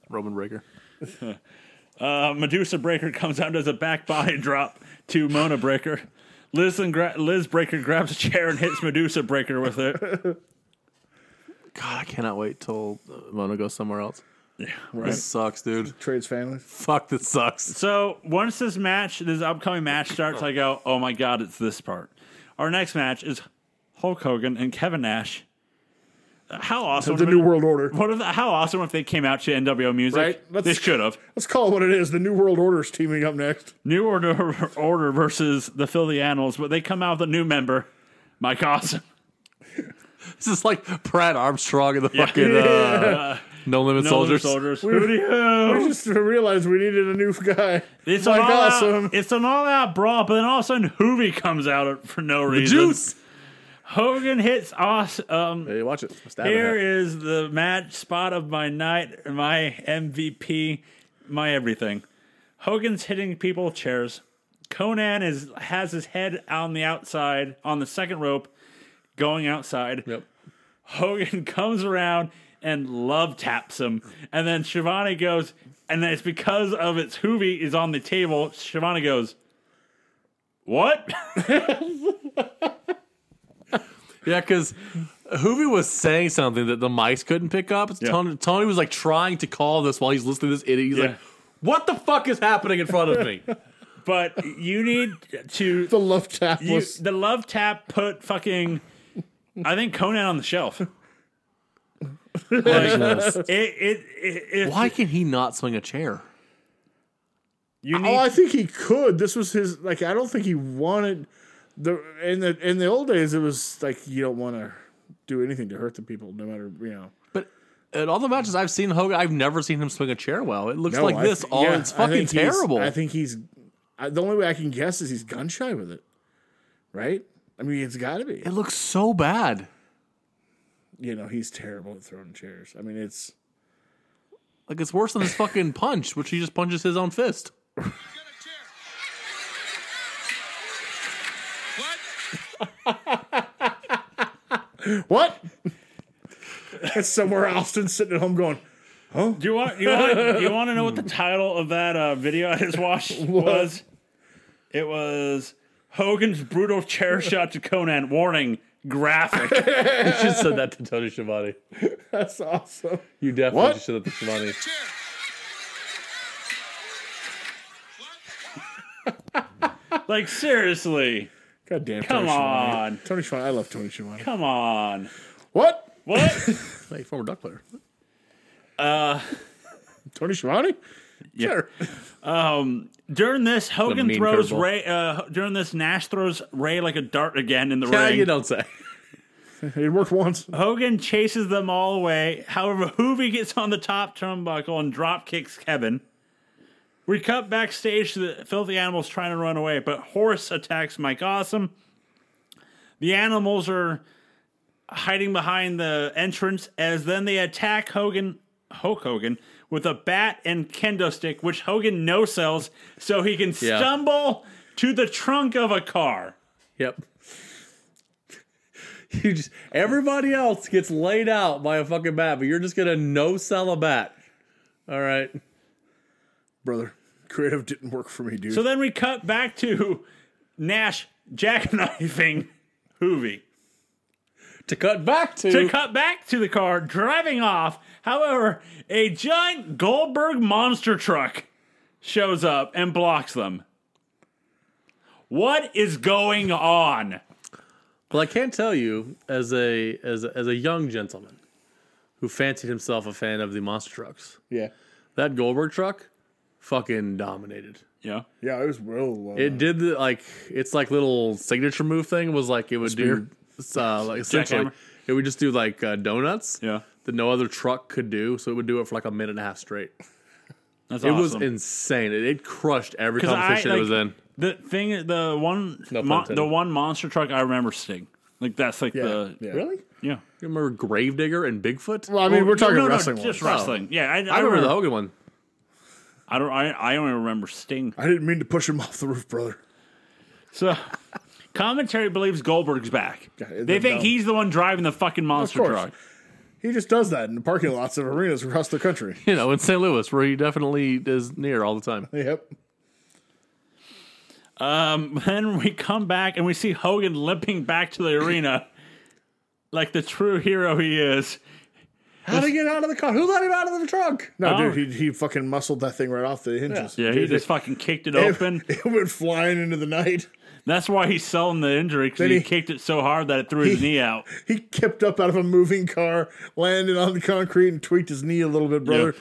[SPEAKER 2] Roman Breaker.
[SPEAKER 1] Uh, Medusa Breaker comes out and does a back body drop to Mona Breaker. Liz and gra- Liz Breaker grabs a chair and hits Medusa Breaker with it.
[SPEAKER 2] God, I cannot wait till uh, Mona goes somewhere else.
[SPEAKER 4] Right.
[SPEAKER 2] This sucks, dude.
[SPEAKER 4] Trades families.
[SPEAKER 2] Fuck, this sucks.
[SPEAKER 1] So once this match, this upcoming match starts, I go, oh my god, it's this part. Our next match is Hulk Hogan and Kevin Nash. How awesome!
[SPEAKER 4] the
[SPEAKER 1] would've
[SPEAKER 4] New
[SPEAKER 1] been-
[SPEAKER 4] World Order.
[SPEAKER 1] What if, how awesome if they came out to NWO music?
[SPEAKER 4] Right? Let's-
[SPEAKER 1] they should have.
[SPEAKER 4] Let's call it what it is. The New World Order is teaming up next. <laughs>
[SPEAKER 1] New Order Order versus the Philly Animals, but they come out with a new member, Mike
[SPEAKER 4] <laughs>
[SPEAKER 1] Awesome.
[SPEAKER 2] This is like Pratt Armstrong and the fucking
[SPEAKER 4] <laughs>
[SPEAKER 2] uh, No Limit
[SPEAKER 1] No
[SPEAKER 2] Soldiers.
[SPEAKER 1] soldiers. Hooty hoo.
[SPEAKER 4] I just realized we needed a
[SPEAKER 2] <laughs>
[SPEAKER 4] new guy.
[SPEAKER 1] <laughs> It's
[SPEAKER 4] Mike
[SPEAKER 1] an all
[SPEAKER 4] Awesome.
[SPEAKER 1] out. It's an all out brawl, but then all of a sudden, Hoovy comes out for no reason.
[SPEAKER 2] Juice.
[SPEAKER 1] Hogan hits Awesome. Um,
[SPEAKER 2] Hey, watch it. I'm stabbing
[SPEAKER 1] Here
[SPEAKER 2] it.
[SPEAKER 1] is the match spot of my night, my MVP, my everything. Hogan's hitting people with chairs. Conan is has his head on the outside on the second rope, going outside.
[SPEAKER 2] Yep.
[SPEAKER 1] Hogan <laughs> comes around and love taps him, and then Shivani goes, and then it's because of its hoovy is on the table. Shivani goes, "What?" <laughs>
[SPEAKER 2] Yeah, because Hoovy was saying something that the mics couldn't pick up. Tony, Tony was like trying to call this while he's listening to this idiot. He's
[SPEAKER 1] Yeah.
[SPEAKER 2] like, "What the fuck is happening in front of
[SPEAKER 4] <laughs>
[SPEAKER 2] me?"
[SPEAKER 1] but you need to
[SPEAKER 4] The love tap
[SPEAKER 1] You,
[SPEAKER 4] was
[SPEAKER 1] the love tap put fucking, I think Conan on the shelf.
[SPEAKER 2] Like,
[SPEAKER 1] It it, it, it
[SPEAKER 2] why can he not swing a chair?
[SPEAKER 1] you need
[SPEAKER 4] Oh, I think he could. This was his like I don't think he wanted the in the in the old days it was like you don't want to do anything to hurt the people no matter, you know.
[SPEAKER 2] But in all the matches I've seen Hogan, I've never seen him swing a chair well. It looks
[SPEAKER 4] No,
[SPEAKER 2] like
[SPEAKER 4] I
[SPEAKER 2] this
[SPEAKER 4] th-
[SPEAKER 2] all.
[SPEAKER 4] yeah,
[SPEAKER 2] it's
[SPEAKER 4] I
[SPEAKER 2] fucking
[SPEAKER 4] think he's-
[SPEAKER 2] terrible.
[SPEAKER 4] I think he's I, the only way I can guess is he's gun shy with it. Right? I mean, it's got to be.
[SPEAKER 2] it looks so bad.
[SPEAKER 4] You know, he's terrible at throwing chairs. I mean, it's
[SPEAKER 2] Like it's worse than his fucking punch, which he just punches his own fist.
[SPEAKER 5] Get a chair. What?
[SPEAKER 4] what? <laughs> That's somewhere Austin sitting at home going,
[SPEAKER 1] Do you want you want do you want to know what the title of that uh, video <laughs> I just
[SPEAKER 2] <laughs>
[SPEAKER 1] watched was? It was Hogan's brutal
[SPEAKER 2] <laughs>
[SPEAKER 1] chair shot to Conan. Warning, graphic.
[SPEAKER 2] You should have <laughs> said that to Tony Schiavone.
[SPEAKER 4] "That's awesome."
[SPEAKER 2] You definitely
[SPEAKER 4] What?
[SPEAKER 2] should have said that to Schiavone.
[SPEAKER 5] Chair. What?
[SPEAKER 1] like seriously,
[SPEAKER 4] God damn,
[SPEAKER 1] Come
[SPEAKER 4] Tony Schiavone.
[SPEAKER 1] on.
[SPEAKER 4] Tony Schiavone. I love Tony Schiavone.
[SPEAKER 1] come on.
[SPEAKER 4] What? <laughs>
[SPEAKER 1] What?
[SPEAKER 2] Hey, former duck player. Uh.
[SPEAKER 4] Tony Schiavone? Sure.
[SPEAKER 1] During this, Hogan
[SPEAKER 2] mean
[SPEAKER 1] throws
[SPEAKER 2] curveball.
[SPEAKER 1] Ray. Uh, during this, Nash throws Ray like a dart again in the
[SPEAKER 2] Yeah,
[SPEAKER 1] ring.
[SPEAKER 2] you don't say.
[SPEAKER 4] It worked once.
[SPEAKER 1] Hogan chases them all away. However, Hoovy gets on the top turnbuckle and drop kicks Kevin. We cut backstage to the filthy animals trying to run away, but Horace attacks Mike Awesome. The animals are hiding behind the entrance as then they attack Hogan, Hulk Hogan, with a bat and kendo stick, which Hogan no sells so he can
[SPEAKER 2] Yeah.
[SPEAKER 1] stumble to the trunk of a car.
[SPEAKER 2] Yep. <laughs> You just everybody else gets laid out by a fucking bat, but you're just gonna no sell a bat. All right.
[SPEAKER 4] Brother, creative didn't work for me, dude.
[SPEAKER 1] So then we cut back to Nash jackknifing Hoovy.
[SPEAKER 2] To cut back to,
[SPEAKER 1] To cut back to the car, driving off. However, a giant Goldberg monster truck shows up and blocks them. What is going on?
[SPEAKER 2] well, I can't tell you as a as a, as a young gentleman who fancied himself a fan of the monster trucks.
[SPEAKER 4] yeah.
[SPEAKER 2] That Goldberg truck fucking dominated.
[SPEAKER 1] Yeah.
[SPEAKER 4] Yeah, it was real. Uh,
[SPEAKER 2] It did the like it's like little signature move thing was like it would do uh, like essentially
[SPEAKER 1] Jackhammer.
[SPEAKER 2] it would just do like uh, donuts.
[SPEAKER 1] Yeah.
[SPEAKER 2] that no other truck could do. So it would do it for like a minute and a half straight.
[SPEAKER 1] That's
[SPEAKER 2] It was
[SPEAKER 1] awesome.
[SPEAKER 2] insane. It, it crushed every
[SPEAKER 1] 'Cause I,
[SPEAKER 2] competition it was
[SPEAKER 1] like,
[SPEAKER 2] in.
[SPEAKER 1] The thing the one
[SPEAKER 2] No pun
[SPEAKER 1] mon-
[SPEAKER 2] intended.
[SPEAKER 1] the one monster truck I remember Sting. Like that's like
[SPEAKER 4] yeah,
[SPEAKER 2] uh,
[SPEAKER 1] the
[SPEAKER 4] yeah.
[SPEAKER 1] yeah.
[SPEAKER 2] You remember Gravedigger and Bigfoot?
[SPEAKER 4] Well, I mean, we're talking
[SPEAKER 1] no, no,
[SPEAKER 4] wrestling.
[SPEAKER 1] just
[SPEAKER 4] ones.
[SPEAKER 1] wrestling. Yeah, I, I,
[SPEAKER 2] I remember the
[SPEAKER 1] remember.
[SPEAKER 2] Hogan one.
[SPEAKER 1] I don't. I, I only remember Sting.
[SPEAKER 4] I didn't mean to push him <laughs> off the roof, brother.
[SPEAKER 1] So, commentary believes Goldberg's back.
[SPEAKER 4] Yeah,
[SPEAKER 1] they think
[SPEAKER 4] no.
[SPEAKER 1] he's the one driving the fucking monster
[SPEAKER 4] course.
[SPEAKER 1] truck.
[SPEAKER 4] He just does that in the parking lots of arenas across
[SPEAKER 2] <laughs>
[SPEAKER 4] the country.
[SPEAKER 2] You know, in St. Louis, where he definitely is near all the time.
[SPEAKER 4] yep.
[SPEAKER 1] Um, then we come back and we see Hogan limping back to the arena, <laughs> like the true hero he is.
[SPEAKER 2] How to get out of the car? Who let him out of the truck?
[SPEAKER 4] No,
[SPEAKER 1] Oh.
[SPEAKER 4] dude, he, he fucking muscled that thing right off the hinges.
[SPEAKER 1] Yeah, he
[SPEAKER 4] Dude,
[SPEAKER 1] just
[SPEAKER 4] it-
[SPEAKER 1] fucking kicked
[SPEAKER 4] <laughs>
[SPEAKER 1] it
[SPEAKER 4] it-
[SPEAKER 1] open.
[SPEAKER 4] It, went flying into the night.
[SPEAKER 1] That's why he's selling the injury because
[SPEAKER 4] Then
[SPEAKER 1] he,
[SPEAKER 4] he-
[SPEAKER 1] kicked it so hard that it threw his
[SPEAKER 4] he-
[SPEAKER 1] knee out.
[SPEAKER 4] He kipped up out of a moving car, landed on the concrete, and tweaked his knee a little bit, brother.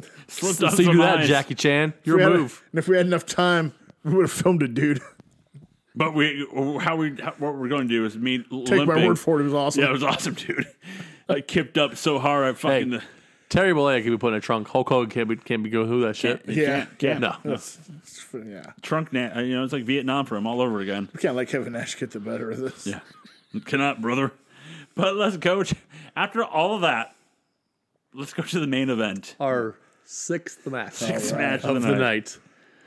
[SPEAKER 4] <laughs>
[SPEAKER 1] Slipped
[SPEAKER 2] So
[SPEAKER 1] on
[SPEAKER 2] you
[SPEAKER 1] some
[SPEAKER 2] do that,
[SPEAKER 1] ice.
[SPEAKER 2] Jackie Chan. Your
[SPEAKER 4] We had-
[SPEAKER 2] move.
[SPEAKER 4] and if we had enough time, we would have filmed it, dude. <laughs>
[SPEAKER 1] But we, how we, how, what we're going to do is me
[SPEAKER 4] Take
[SPEAKER 1] limping.
[SPEAKER 4] my word for it. It was awesome. <laughs>
[SPEAKER 1] Yeah, it was awesome, dude. <laughs> I kicked up so hard, I fucking.
[SPEAKER 2] Hey. Terry Bollea can be put in a trunk. Hulk Hogan can't be can't be go who that shit.
[SPEAKER 1] you can't- can't.
[SPEAKER 2] No.
[SPEAKER 4] That's- that's- yeah.
[SPEAKER 1] trunk na- you know it's like vietnam for him all over again
[SPEAKER 4] We can't let Kevin Nash get the better of this.
[SPEAKER 1] yeah cannot brother but let's go to, after all of that let's go to the main event
[SPEAKER 2] Our Sixth match.
[SPEAKER 1] Sixth match
[SPEAKER 2] of the night.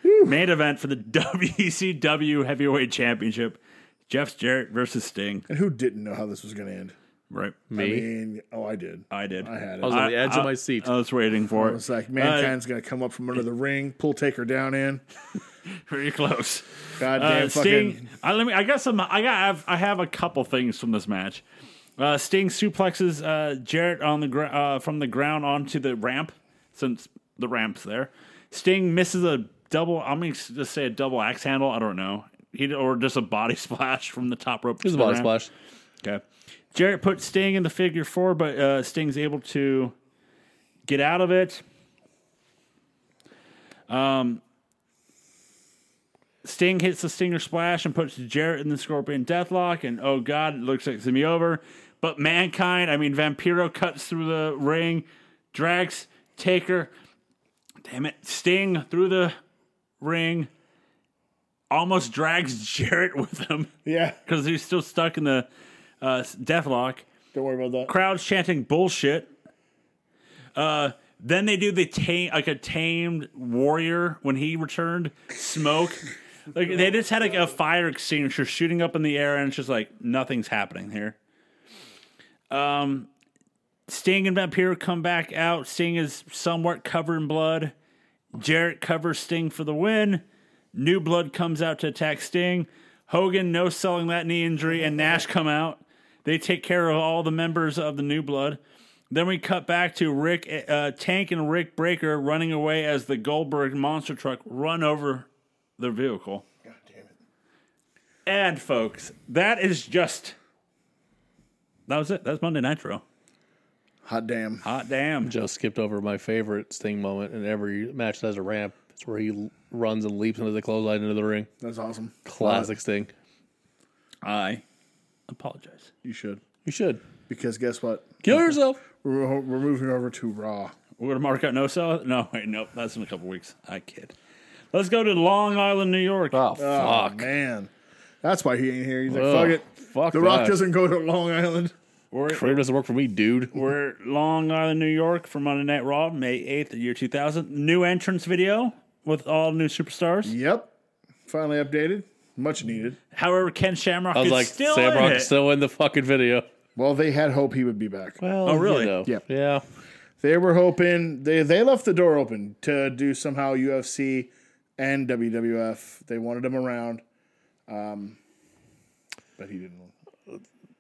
[SPEAKER 1] Main event for the <laughs> WCW Heavyweight Championship. Jeff Jarrett versus Sting.
[SPEAKER 4] And who didn't know how this was going to end?
[SPEAKER 1] Right.
[SPEAKER 4] I
[SPEAKER 2] Me.
[SPEAKER 4] mean, oh, I did.
[SPEAKER 1] I did.
[SPEAKER 4] I had it.
[SPEAKER 2] I was on the edge of my seat.
[SPEAKER 1] I was waiting for it.
[SPEAKER 4] It's like mankind's gonna come up from under the ring, pull Taker down in.
[SPEAKER 1] Pretty close.
[SPEAKER 4] Goddamn
[SPEAKER 1] Uh,
[SPEAKER 4] fucking.
[SPEAKER 1] Sting. I, let me. I guess I'm, I got. I have, I have a couple things from this match. Uh, Sting suplexes uh, Jarrett on the gr- uh, from the ground onto the ramp, since the ramp's there. Sting misses a double. I'm gonna s- just say a double axe handle. I don't know. He d- or just a body <laughs> splash from the top rope.
[SPEAKER 2] Here's
[SPEAKER 1] to
[SPEAKER 2] a
[SPEAKER 1] the
[SPEAKER 2] body
[SPEAKER 1] ramp.
[SPEAKER 2] splash.
[SPEAKER 1] Okay. Jarrett puts Sting in the figure four, but uh, Sting's able to get out of it. Um, Sting hits the Stinger splash and puts Jarrett in the Scorpion Deathlock, and oh god, it looks like it's gonna be over. But Mankind, I mean Vampiro, cuts through the ring, drags Taker. Damn it, Sting through the ring, almost drags <laughs> Jarrett with him
[SPEAKER 4] Yeah,
[SPEAKER 1] because he's still stuck in the uh, deathlock.
[SPEAKER 4] don't worry about that.
[SPEAKER 1] Crowd's chanting bullshit. Uh, then they do the tame, like a tamed warrior when he returned. Smoke. <laughs> like they just had like a fire extinguisher shooting up in the air, and it's just like nothing's happening here. Um, Sting and Vampiro come back out. Sting is somewhat covered in blood. Jarrett covers Sting for the win. New blood comes out to attack Sting. Hogan no selling that knee injury, and Nash come out. They take care of all the members of the New Blood. Then we cut back to Rick uh, Tank and Rick Breaker running away as the Goldberg monster truck run over their vehicle.
[SPEAKER 4] God damn it.
[SPEAKER 1] And folks, that is just that was it. That's Monday Nitro.
[SPEAKER 4] Hot damn.
[SPEAKER 1] Hot damn.
[SPEAKER 2] Joe skipped over my favorite Sting moment in every match that has a ramp. It's where he l- runs and leaps into the clothesline into the ring.
[SPEAKER 4] That's awesome.
[SPEAKER 2] Classic Sting.
[SPEAKER 1] I apologize.
[SPEAKER 4] You should
[SPEAKER 2] You should
[SPEAKER 4] because guess what?
[SPEAKER 1] <laughs>
[SPEAKER 2] kill
[SPEAKER 1] Oh,
[SPEAKER 2] yourself.
[SPEAKER 4] We're, we're moving over to Raw.
[SPEAKER 1] We're gonna mark out no sell. No, wait, nope. That's in a couple weeks. I kid. Let's go to Long Island, New York.
[SPEAKER 2] Oh,
[SPEAKER 4] Oh
[SPEAKER 2] fuck.
[SPEAKER 4] man, that's why he ain't here. He's like,
[SPEAKER 2] Ugh,
[SPEAKER 4] fuck it.
[SPEAKER 2] fuck
[SPEAKER 4] the Rock
[SPEAKER 2] that.
[SPEAKER 4] doesn't go to Long Island.
[SPEAKER 1] We're-
[SPEAKER 2] Creative doesn't work for me, dude.
[SPEAKER 1] We're at Long Island, New York for Monday Night Raw, May 8th, year 2000. New entrance video with all new superstars.
[SPEAKER 4] Yep. Finally updated. Much needed.
[SPEAKER 1] However, Ken Shamrock
[SPEAKER 2] I was
[SPEAKER 1] is
[SPEAKER 2] like,
[SPEAKER 1] still
[SPEAKER 2] Sam
[SPEAKER 1] in
[SPEAKER 2] Rock
[SPEAKER 1] it.
[SPEAKER 2] is still in the fucking video.
[SPEAKER 4] Well, they had hope he would be back.
[SPEAKER 2] Well,
[SPEAKER 1] Oh, really?
[SPEAKER 2] You know.
[SPEAKER 4] Yep.
[SPEAKER 2] Yeah.
[SPEAKER 4] They were hoping they they left the door open to do somehow UFC and WWF. They wanted him around, um, but he didn't.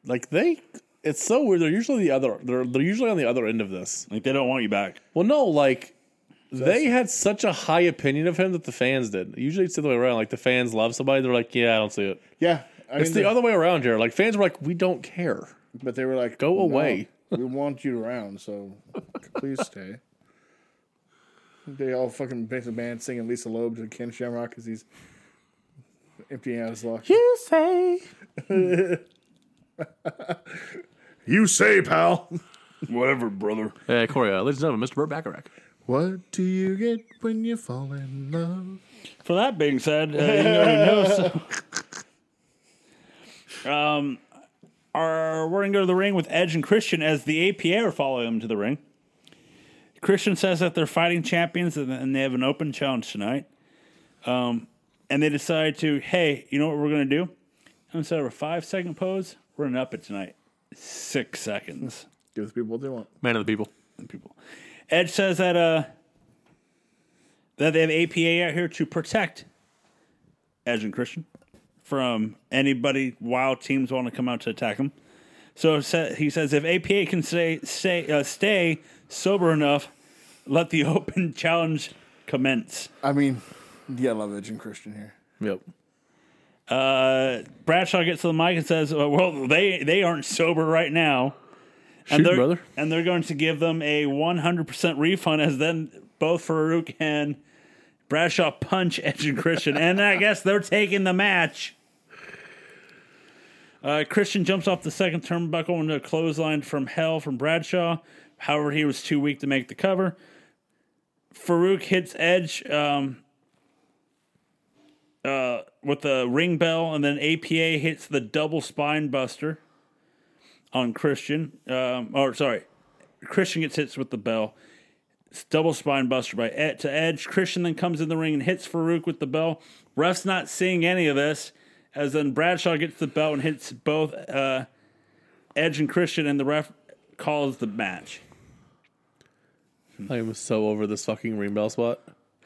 [SPEAKER 2] Like they, it's so weird. They're usually the other. They're they're usually on the other end of this.
[SPEAKER 1] like, they don't want you back.
[SPEAKER 2] Well, no, like they had such a high opinion of him that the fans did. Usually it's the other way around. Like the fans love somebody, they're like, yeah, I don't see it.
[SPEAKER 4] Yeah, I
[SPEAKER 2] It's
[SPEAKER 4] mean,
[SPEAKER 2] the other way around here. Like fans were like, we don't care.
[SPEAKER 4] But they were like,
[SPEAKER 2] Go
[SPEAKER 4] "No,
[SPEAKER 2] away."
[SPEAKER 4] we want you around, so please stay." They all fucking picked a band singing Lisa Loeb to Ken Shamrock because he's emptying out his locker.
[SPEAKER 2] You say
[SPEAKER 4] <laughs> You say, pal.
[SPEAKER 1] Whatever, brother.
[SPEAKER 2] Hey Corey, uh, ladies and gentlemen, Mr. Burt Bacharach.
[SPEAKER 4] What do you get when you fall in love?
[SPEAKER 1] For that being said, uh, you already know, so- um, our, we're going to go to the ring with Edge and Christian as the APA are following them to the ring. Christian says that they're fighting champions and, and they have an open challenge tonight. Um, and they decide to, hey, you know what we're going to do? Instead of a five second pose, we're going to up it tonight. Six seconds
[SPEAKER 4] Give the people what they want.
[SPEAKER 2] Man of the people.
[SPEAKER 1] people. Edge says that uh that they have APA out here to protect Edge and Christian from anybody wild teams want to come out to attack them. So it sa- he says if APA can stay stay uh, stay sober enough, let the <laughs> open challenge commence.
[SPEAKER 4] I mean, yeah, I love Edge and Christian here.
[SPEAKER 2] Yep.
[SPEAKER 1] Uh, Bradshaw gets to the mic and says, uh, "Well, they they aren't sober right now."
[SPEAKER 2] Shoot,
[SPEAKER 1] they're,
[SPEAKER 2] brother.
[SPEAKER 1] And they're going to give them a 100% refund as then both Farouk and Bradshaw punch <laughs> Edge and Christian. and I guess they're taking the match. Uh, Christian jumps off the second turnbuckle into a clothesline from hell from Bradshaw. However, he was too weak to make the cover. Farouk hits Edge um, uh, with the ring bell, and then APA hits the double spine buster on Christian. Um, or sorry, Christian gets hit with the bell. Double spine buster by Ed to Edge. Christian then comes in the ring and hits Farouk with the bell. Ref's not seeing any of this, as then Bradshaw gets the belt and hits both uh, Edge and Christian, and the ref calls the match.
[SPEAKER 2] I am so over this fucking ring bell spot.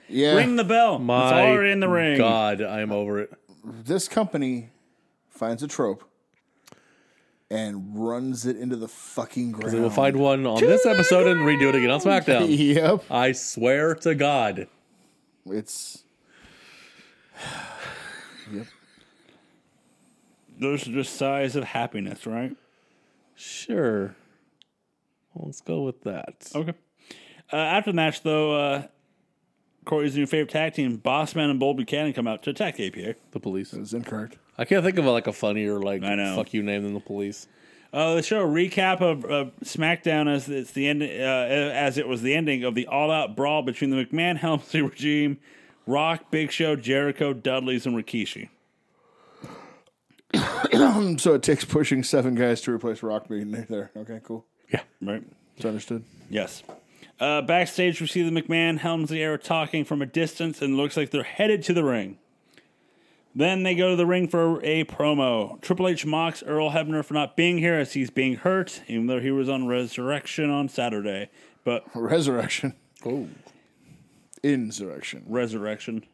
[SPEAKER 4] Yeah.
[SPEAKER 1] Ring the bell.
[SPEAKER 2] My
[SPEAKER 1] it's already in the ring.
[SPEAKER 2] God, I am over it.
[SPEAKER 4] this company finds a trope and runs it into the fucking
[SPEAKER 1] Oh,
[SPEAKER 4] ground.
[SPEAKER 2] They will find one on this episode and redo it again
[SPEAKER 1] <laughs>
[SPEAKER 2] on SmackDown.
[SPEAKER 4] <laughs> Yep.
[SPEAKER 2] I swear to God.
[SPEAKER 4] It's
[SPEAKER 1] Those are just sighs of happiness, right?
[SPEAKER 2] Sure. Well, let's go with that.
[SPEAKER 1] Okay. Uh, after the match, though, uh, Corey's new favorite tag team, Bossman and Bold Buchanan, come out to attack APA.
[SPEAKER 2] The police.
[SPEAKER 4] it's incorrect.
[SPEAKER 2] I can't think of like a funnier like
[SPEAKER 1] I know.
[SPEAKER 2] fuck you name than the police.
[SPEAKER 1] Uh, they show a recap of, of SmackDown as it's the end, uh, as it was the ending of the all-out brawl between the McMahon <laughs> Helmsley regime, Rock, Big Show, Jericho, Dudley's, and Rikishi.
[SPEAKER 4] So it takes pushing seven guys to replace Rock being there. Okay, cool.
[SPEAKER 2] Yeah.
[SPEAKER 1] Right?
[SPEAKER 4] It's understood.
[SPEAKER 1] Yes. Uh, backstage, we see the McMahon Helmsley era talking from a distance, and looks like they're headed to the ring. Then they go to the ring for a promo. Triple H mocks Earl Hebner for not being here as he's being hurt, even though he was on Resurrection on Saturday. But
[SPEAKER 4] Resurrection.
[SPEAKER 2] Oh.
[SPEAKER 4] Insurrection.
[SPEAKER 1] Resurrection,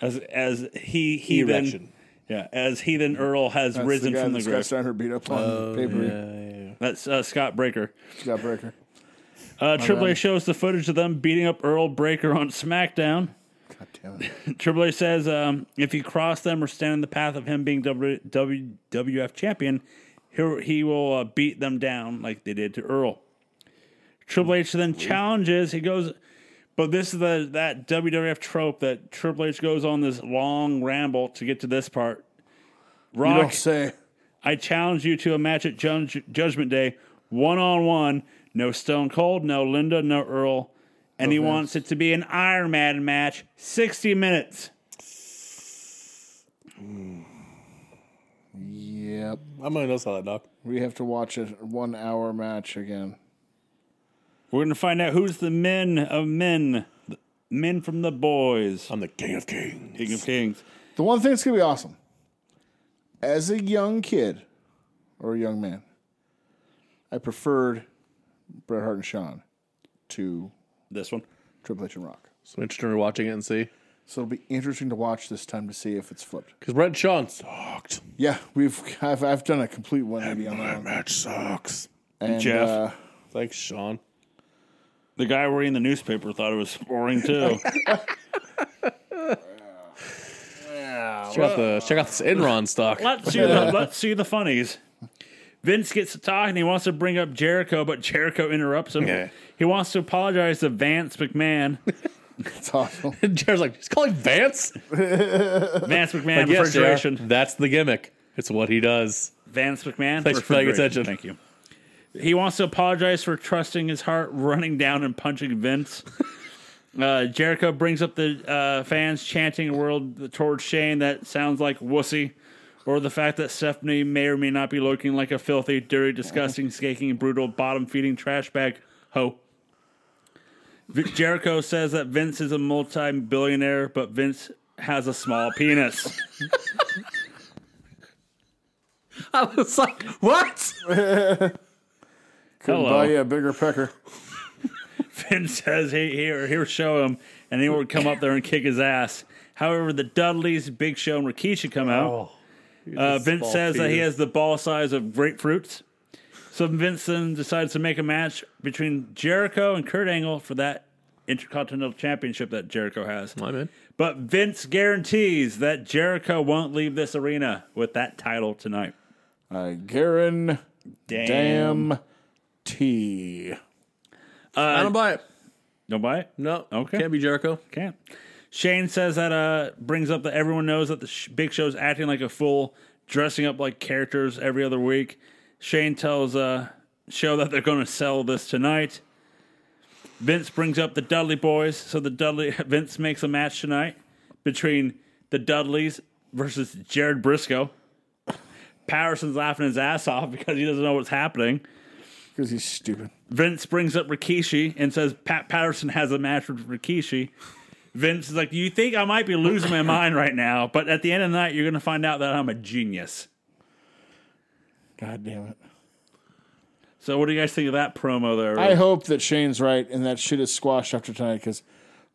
[SPEAKER 1] as as he he
[SPEAKER 2] Erection.
[SPEAKER 1] then yeah as he then Earl has
[SPEAKER 4] That's
[SPEAKER 1] risen
[SPEAKER 4] the guy
[SPEAKER 1] from the
[SPEAKER 4] that
[SPEAKER 1] grave. Oh,
[SPEAKER 4] Scott Steiner beat up on paper.
[SPEAKER 1] That's uh, Scott Breaker.
[SPEAKER 4] Scott Breaker.
[SPEAKER 1] Uh, Triple
[SPEAKER 4] bad.
[SPEAKER 1] H shows the footage of them beating up Earl Breaker on SmackDown.
[SPEAKER 4] God damn it.
[SPEAKER 1] Triple H says um, if you cross them or stand in the path of him being w- WWF champion, he, he will uh, beat them down like they did to Earl. Triple H then challenges. He goes, but this is the that WWF trope that Triple H goes on this long ramble to get to this part.
[SPEAKER 4] You
[SPEAKER 1] Rock,
[SPEAKER 4] don't say.
[SPEAKER 1] I challenge you to a match at judge, Judgment Day, one on one. No Stone Cold, no Linda, no Earl. And he wants it to be an Iron Man match, 60 minutes.
[SPEAKER 4] Yep.
[SPEAKER 2] I'm gonna know that dog.
[SPEAKER 4] We have to watch a one hour match again.
[SPEAKER 1] We're going to find out who's the men of men, the men from the boys,
[SPEAKER 2] I'm the king of kings.
[SPEAKER 1] King of Kings.
[SPEAKER 4] The one thing that's gonna be awesome, as a young kid or a young man, I preferred Bret Hart and Shawn to
[SPEAKER 1] This one.
[SPEAKER 4] Triple H and Rock.
[SPEAKER 2] So interesting rewatching it and see.
[SPEAKER 4] So it'll be interesting to watch this time to see if it's flipped.
[SPEAKER 2] Because Brett and Sean sucked.
[SPEAKER 4] Yeah, we've I've, I've done a complete 180 on that one.
[SPEAKER 2] match sucks.
[SPEAKER 4] And,
[SPEAKER 1] Jeff.
[SPEAKER 4] uh,
[SPEAKER 2] Thanks, Sean.
[SPEAKER 1] The guy reading the newspaper thought it was boring too.
[SPEAKER 2] Check out the check out this Enron stock.
[SPEAKER 1] let's see the let's see the funnies. Vince gets to talk and he wants to bring up Jericho, but Jericho interrupts him.
[SPEAKER 2] Yeah.
[SPEAKER 1] He wants to apologize to Vance McMahon.
[SPEAKER 4] it's <laughs> awesome.
[SPEAKER 2] <laughs> Jared's like, he's calling Vance.
[SPEAKER 1] Vance McMahon
[SPEAKER 2] Like, yes,
[SPEAKER 1] refrigeration.
[SPEAKER 2] JR, that's the gimmick. It's what he does.
[SPEAKER 1] Vance McMahon.
[SPEAKER 2] Thanks for paying
[SPEAKER 1] refrigeration.
[SPEAKER 2] attention.
[SPEAKER 1] Thank you. He wants to apologize for trusting his heart, <laughs> running down and punching
[SPEAKER 2] <laughs>
[SPEAKER 1] Vince. uh, Jericho brings up the uh, fans chanting "World" towards Shane. That sounds like wussy, or the fact that Stephanie may or may not be looking like a filthy, dirty,
[SPEAKER 2] <laughs>
[SPEAKER 1] disgusting, skanking, brutal, bottom-feeding trash bag hoe. V- Jericho says that Vince is a multi-billionaire, but Vince has a small penis.
[SPEAKER 2] I was like, what?
[SPEAKER 4] Couldn't
[SPEAKER 1] Hello.
[SPEAKER 4] buy you a bigger pecker.
[SPEAKER 1] Finn says, hey, here, here, show him. And he would come up there and kick his ass. However, the Dudleys, Big Show, and Rikishi come out. uh, Vince says that he has the ball size of grapefruits. So Vince then decides to make a match between Jericho and Kurt Angle for that Intercontinental Championship that Jericho has.
[SPEAKER 2] I'm in.
[SPEAKER 1] But Vince guarantees that Jericho won't leave this arena with that title tonight.
[SPEAKER 4] I guarantee.
[SPEAKER 1] Damn.
[SPEAKER 2] I don't buy it.
[SPEAKER 1] Don't buy it?
[SPEAKER 2] No.
[SPEAKER 1] Okay.
[SPEAKER 2] Can't be Jericho.
[SPEAKER 1] Can't. Shane says that uh brings up that everyone knows that the sh- Big Show's acting like a fool, dressing up like characters every other week. Shane tells uh Show that they're going to sell this tonight. Vince brings up the Dudley Boys, so the Dudley <laughs> Vince makes a match tonight between the Dudleys versus Jared Briscoe. Patterson's laughing his ass off because he doesn't know what's happening.
[SPEAKER 4] Because he's stupid.
[SPEAKER 1] Vince brings up Rikishi and says Pat Patterson has a match with Rikishi. Vince is like, "You think I might be losing my mind right now, but at the end of the night, you're going to find out that I'm a genius."
[SPEAKER 4] God damn it.
[SPEAKER 1] So, what do you guys think of that promo there?
[SPEAKER 4] I hope that Shane's right and that shit is squashed after tonight because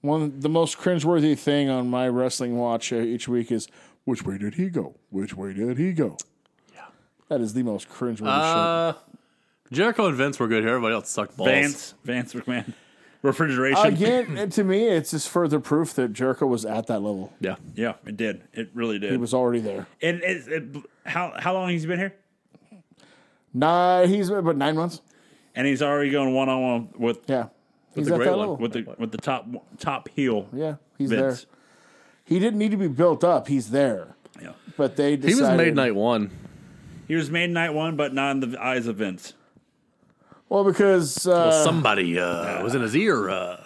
[SPEAKER 4] one the most cringeworthy thing on my wrestling watch uh, each week is which way did he go? Which way did he go? Yeah, that is the most cringeworthy
[SPEAKER 2] Uh, Jericho and Vince were good here. Everybody else sucked balls.
[SPEAKER 1] Vance, Vance McMahon, refrigeration.
[SPEAKER 4] shit. Again, and to me, it's just further proof that Jericho was at that level.
[SPEAKER 2] Yeah.
[SPEAKER 1] yeah, it did. It really did.
[SPEAKER 4] He was already there.
[SPEAKER 1] and it, it, how how long he's been here?
[SPEAKER 4] Nah, he's about nine months.
[SPEAKER 1] And he's already going one on one with
[SPEAKER 4] Yeah, he's
[SPEAKER 2] the
[SPEAKER 4] at
[SPEAKER 2] great
[SPEAKER 4] that
[SPEAKER 2] one.
[SPEAKER 4] level.
[SPEAKER 1] with the with the top top heel.
[SPEAKER 4] yeah, he's
[SPEAKER 1] Vince.
[SPEAKER 4] there. He didn't need to be built up. He's there.
[SPEAKER 1] Yeah.
[SPEAKER 4] But they
[SPEAKER 2] He
[SPEAKER 4] decided,
[SPEAKER 2] was made night one.
[SPEAKER 1] He was made night one, but not in the eyes of Vince.
[SPEAKER 4] Well, because uh,
[SPEAKER 2] Somebody uh, was in his ear. Uh,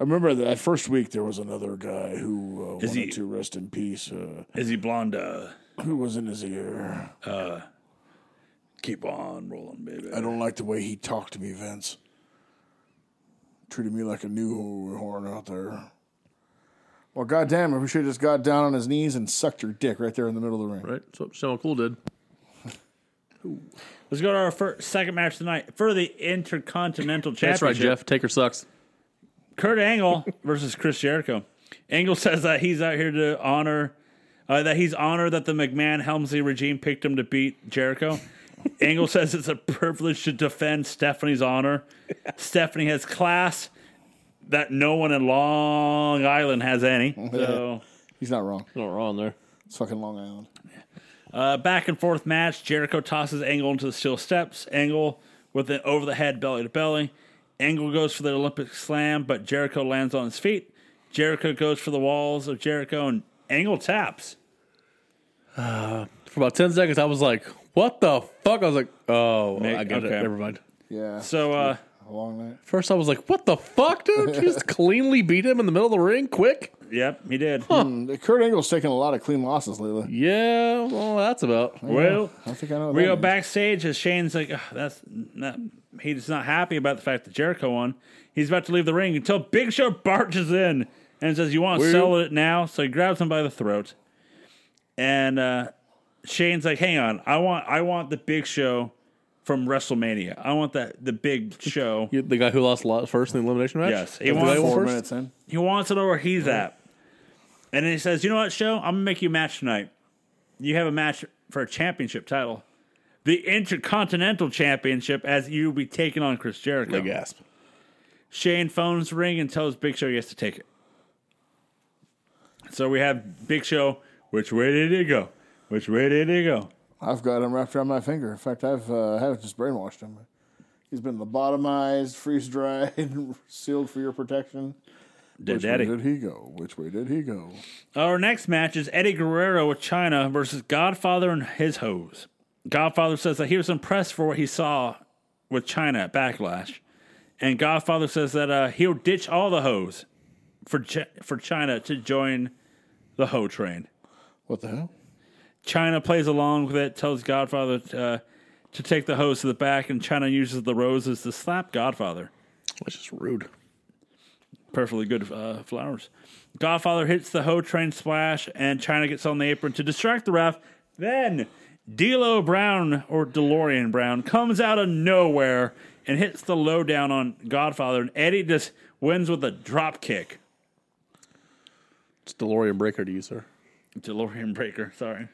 [SPEAKER 4] I remember that first week there was another guy who uh, wanted
[SPEAKER 1] he-
[SPEAKER 4] to rest in peace. Uh,
[SPEAKER 1] Is he blonde? Uh,
[SPEAKER 4] who was in his ear?
[SPEAKER 1] keep on rolling, baby.
[SPEAKER 4] I don't like the way he talked to me, Vince. Treated me like a new horn out there. Well, goddamn, if we should have just got down on his knees and sucked your dick right there in the middle of the ring.
[SPEAKER 2] right? So Sean Cool did.
[SPEAKER 1] Let's go to our first, second match tonight for the Intercontinental Championship.
[SPEAKER 2] That's right, Jeff. Taker sucks.
[SPEAKER 1] Kurt Angle <laughs> versus Chris Jericho. Angle says that he's out here to honor uh, that he's honored that the McMahon Helmsley regime picked him to beat
[SPEAKER 2] <laughs>
[SPEAKER 1] Jericho. Angle says it's a privilege to defend Stephanie's
[SPEAKER 2] <laughs>
[SPEAKER 1] honor. Stephanie has class that no one in Long Island has
[SPEAKER 2] <laughs>
[SPEAKER 1] any. So
[SPEAKER 4] He's not wrong.
[SPEAKER 2] No wrong there.
[SPEAKER 4] It's fucking Long Island.
[SPEAKER 1] uh, back and forth match. Jericho tosses Angle into the steel steps. Angle with an over the head belly to belly. Angle goes for the Olympic slam, but Jericho lands on his feet. Jericho goes for the walls of Jericho, and Angle taps.
[SPEAKER 2] For about ten seconds, I was like, "What the fuck?" I was like, "Oh,
[SPEAKER 1] Make-
[SPEAKER 2] I get it.
[SPEAKER 1] okay.
[SPEAKER 2] Never mind."
[SPEAKER 4] Yeah.
[SPEAKER 1] So uh,
[SPEAKER 4] a long night.
[SPEAKER 2] First, I was like, "What the fuck, dude? You Just cleanly beat him in the middle of the ring, quick."
[SPEAKER 1] Yep, he did.
[SPEAKER 4] Mm, Kurt Angle's taken a lot of clean losses lately.
[SPEAKER 2] Yeah, well, that's about.
[SPEAKER 1] Well,
[SPEAKER 4] I think I know. what
[SPEAKER 1] we
[SPEAKER 4] Oh, that
[SPEAKER 1] go
[SPEAKER 4] means.
[SPEAKER 1] backstage as Shane's like, "Ugh, that's not, he's not happy about the fact that Jericho won. He's about to leave the ring until Big Show barges in and says, "You want to sell it now?" So he grabs him by the throat, and uh, Shane's like, "Hang on, I want, I want the Big Show from WrestleMania. I want that the Big Show.
[SPEAKER 2] You- The guy who lost lo- first in the elimination match.
[SPEAKER 1] Yes, he
[SPEAKER 2] That's the
[SPEAKER 1] won
[SPEAKER 2] guy who
[SPEAKER 1] four
[SPEAKER 4] Four
[SPEAKER 2] first?
[SPEAKER 4] minutes in.
[SPEAKER 1] He wants it over where he's at." And then he says, "You know what, Show? I'm gonna make you a match tonight. You have a match for a championship title." the Intercontinental Championship as you will be taking on Chris Jericho.
[SPEAKER 2] I gasp.
[SPEAKER 1] Shane phones ring and tells Big Show he has to take it. So we have Big Show. Which way did he go? Which way did he go?
[SPEAKER 4] I've got him wrapped around my finger. In fact, I've uh, I have just brainwashed him. He's been lobotomized, freeze dried, <laughs> sealed for your protection.
[SPEAKER 1] Dead
[SPEAKER 4] Which way
[SPEAKER 1] Daddy.
[SPEAKER 4] did he go? Which way did he go?
[SPEAKER 1] Our next match is Eddie Guerrero with China versus Godfather and his hose. Godfather says that he was impressed for what he saw with China at Backlash, and Godfather says that uh, he'll ditch all the hoes for Ch- for China to join the hoe train.
[SPEAKER 4] What the hell?
[SPEAKER 1] China plays along with it, tells Godfather uh, to take the hose to the back, and China uses the roses to slap Godfather.
[SPEAKER 2] Which is rude.
[SPEAKER 1] Perfectly good uh, flowers. Godfather hits the hoe train splash, and China gets on the apron to distract the ref. Then D'Lo Brown or DeLorean Brown comes out of nowhere and hits the lowdown on Godfather, and Eddie just wins with a drop kick.
[SPEAKER 2] It's DeLorean breaker to you, sir.
[SPEAKER 1] DeLorean breaker, sorry.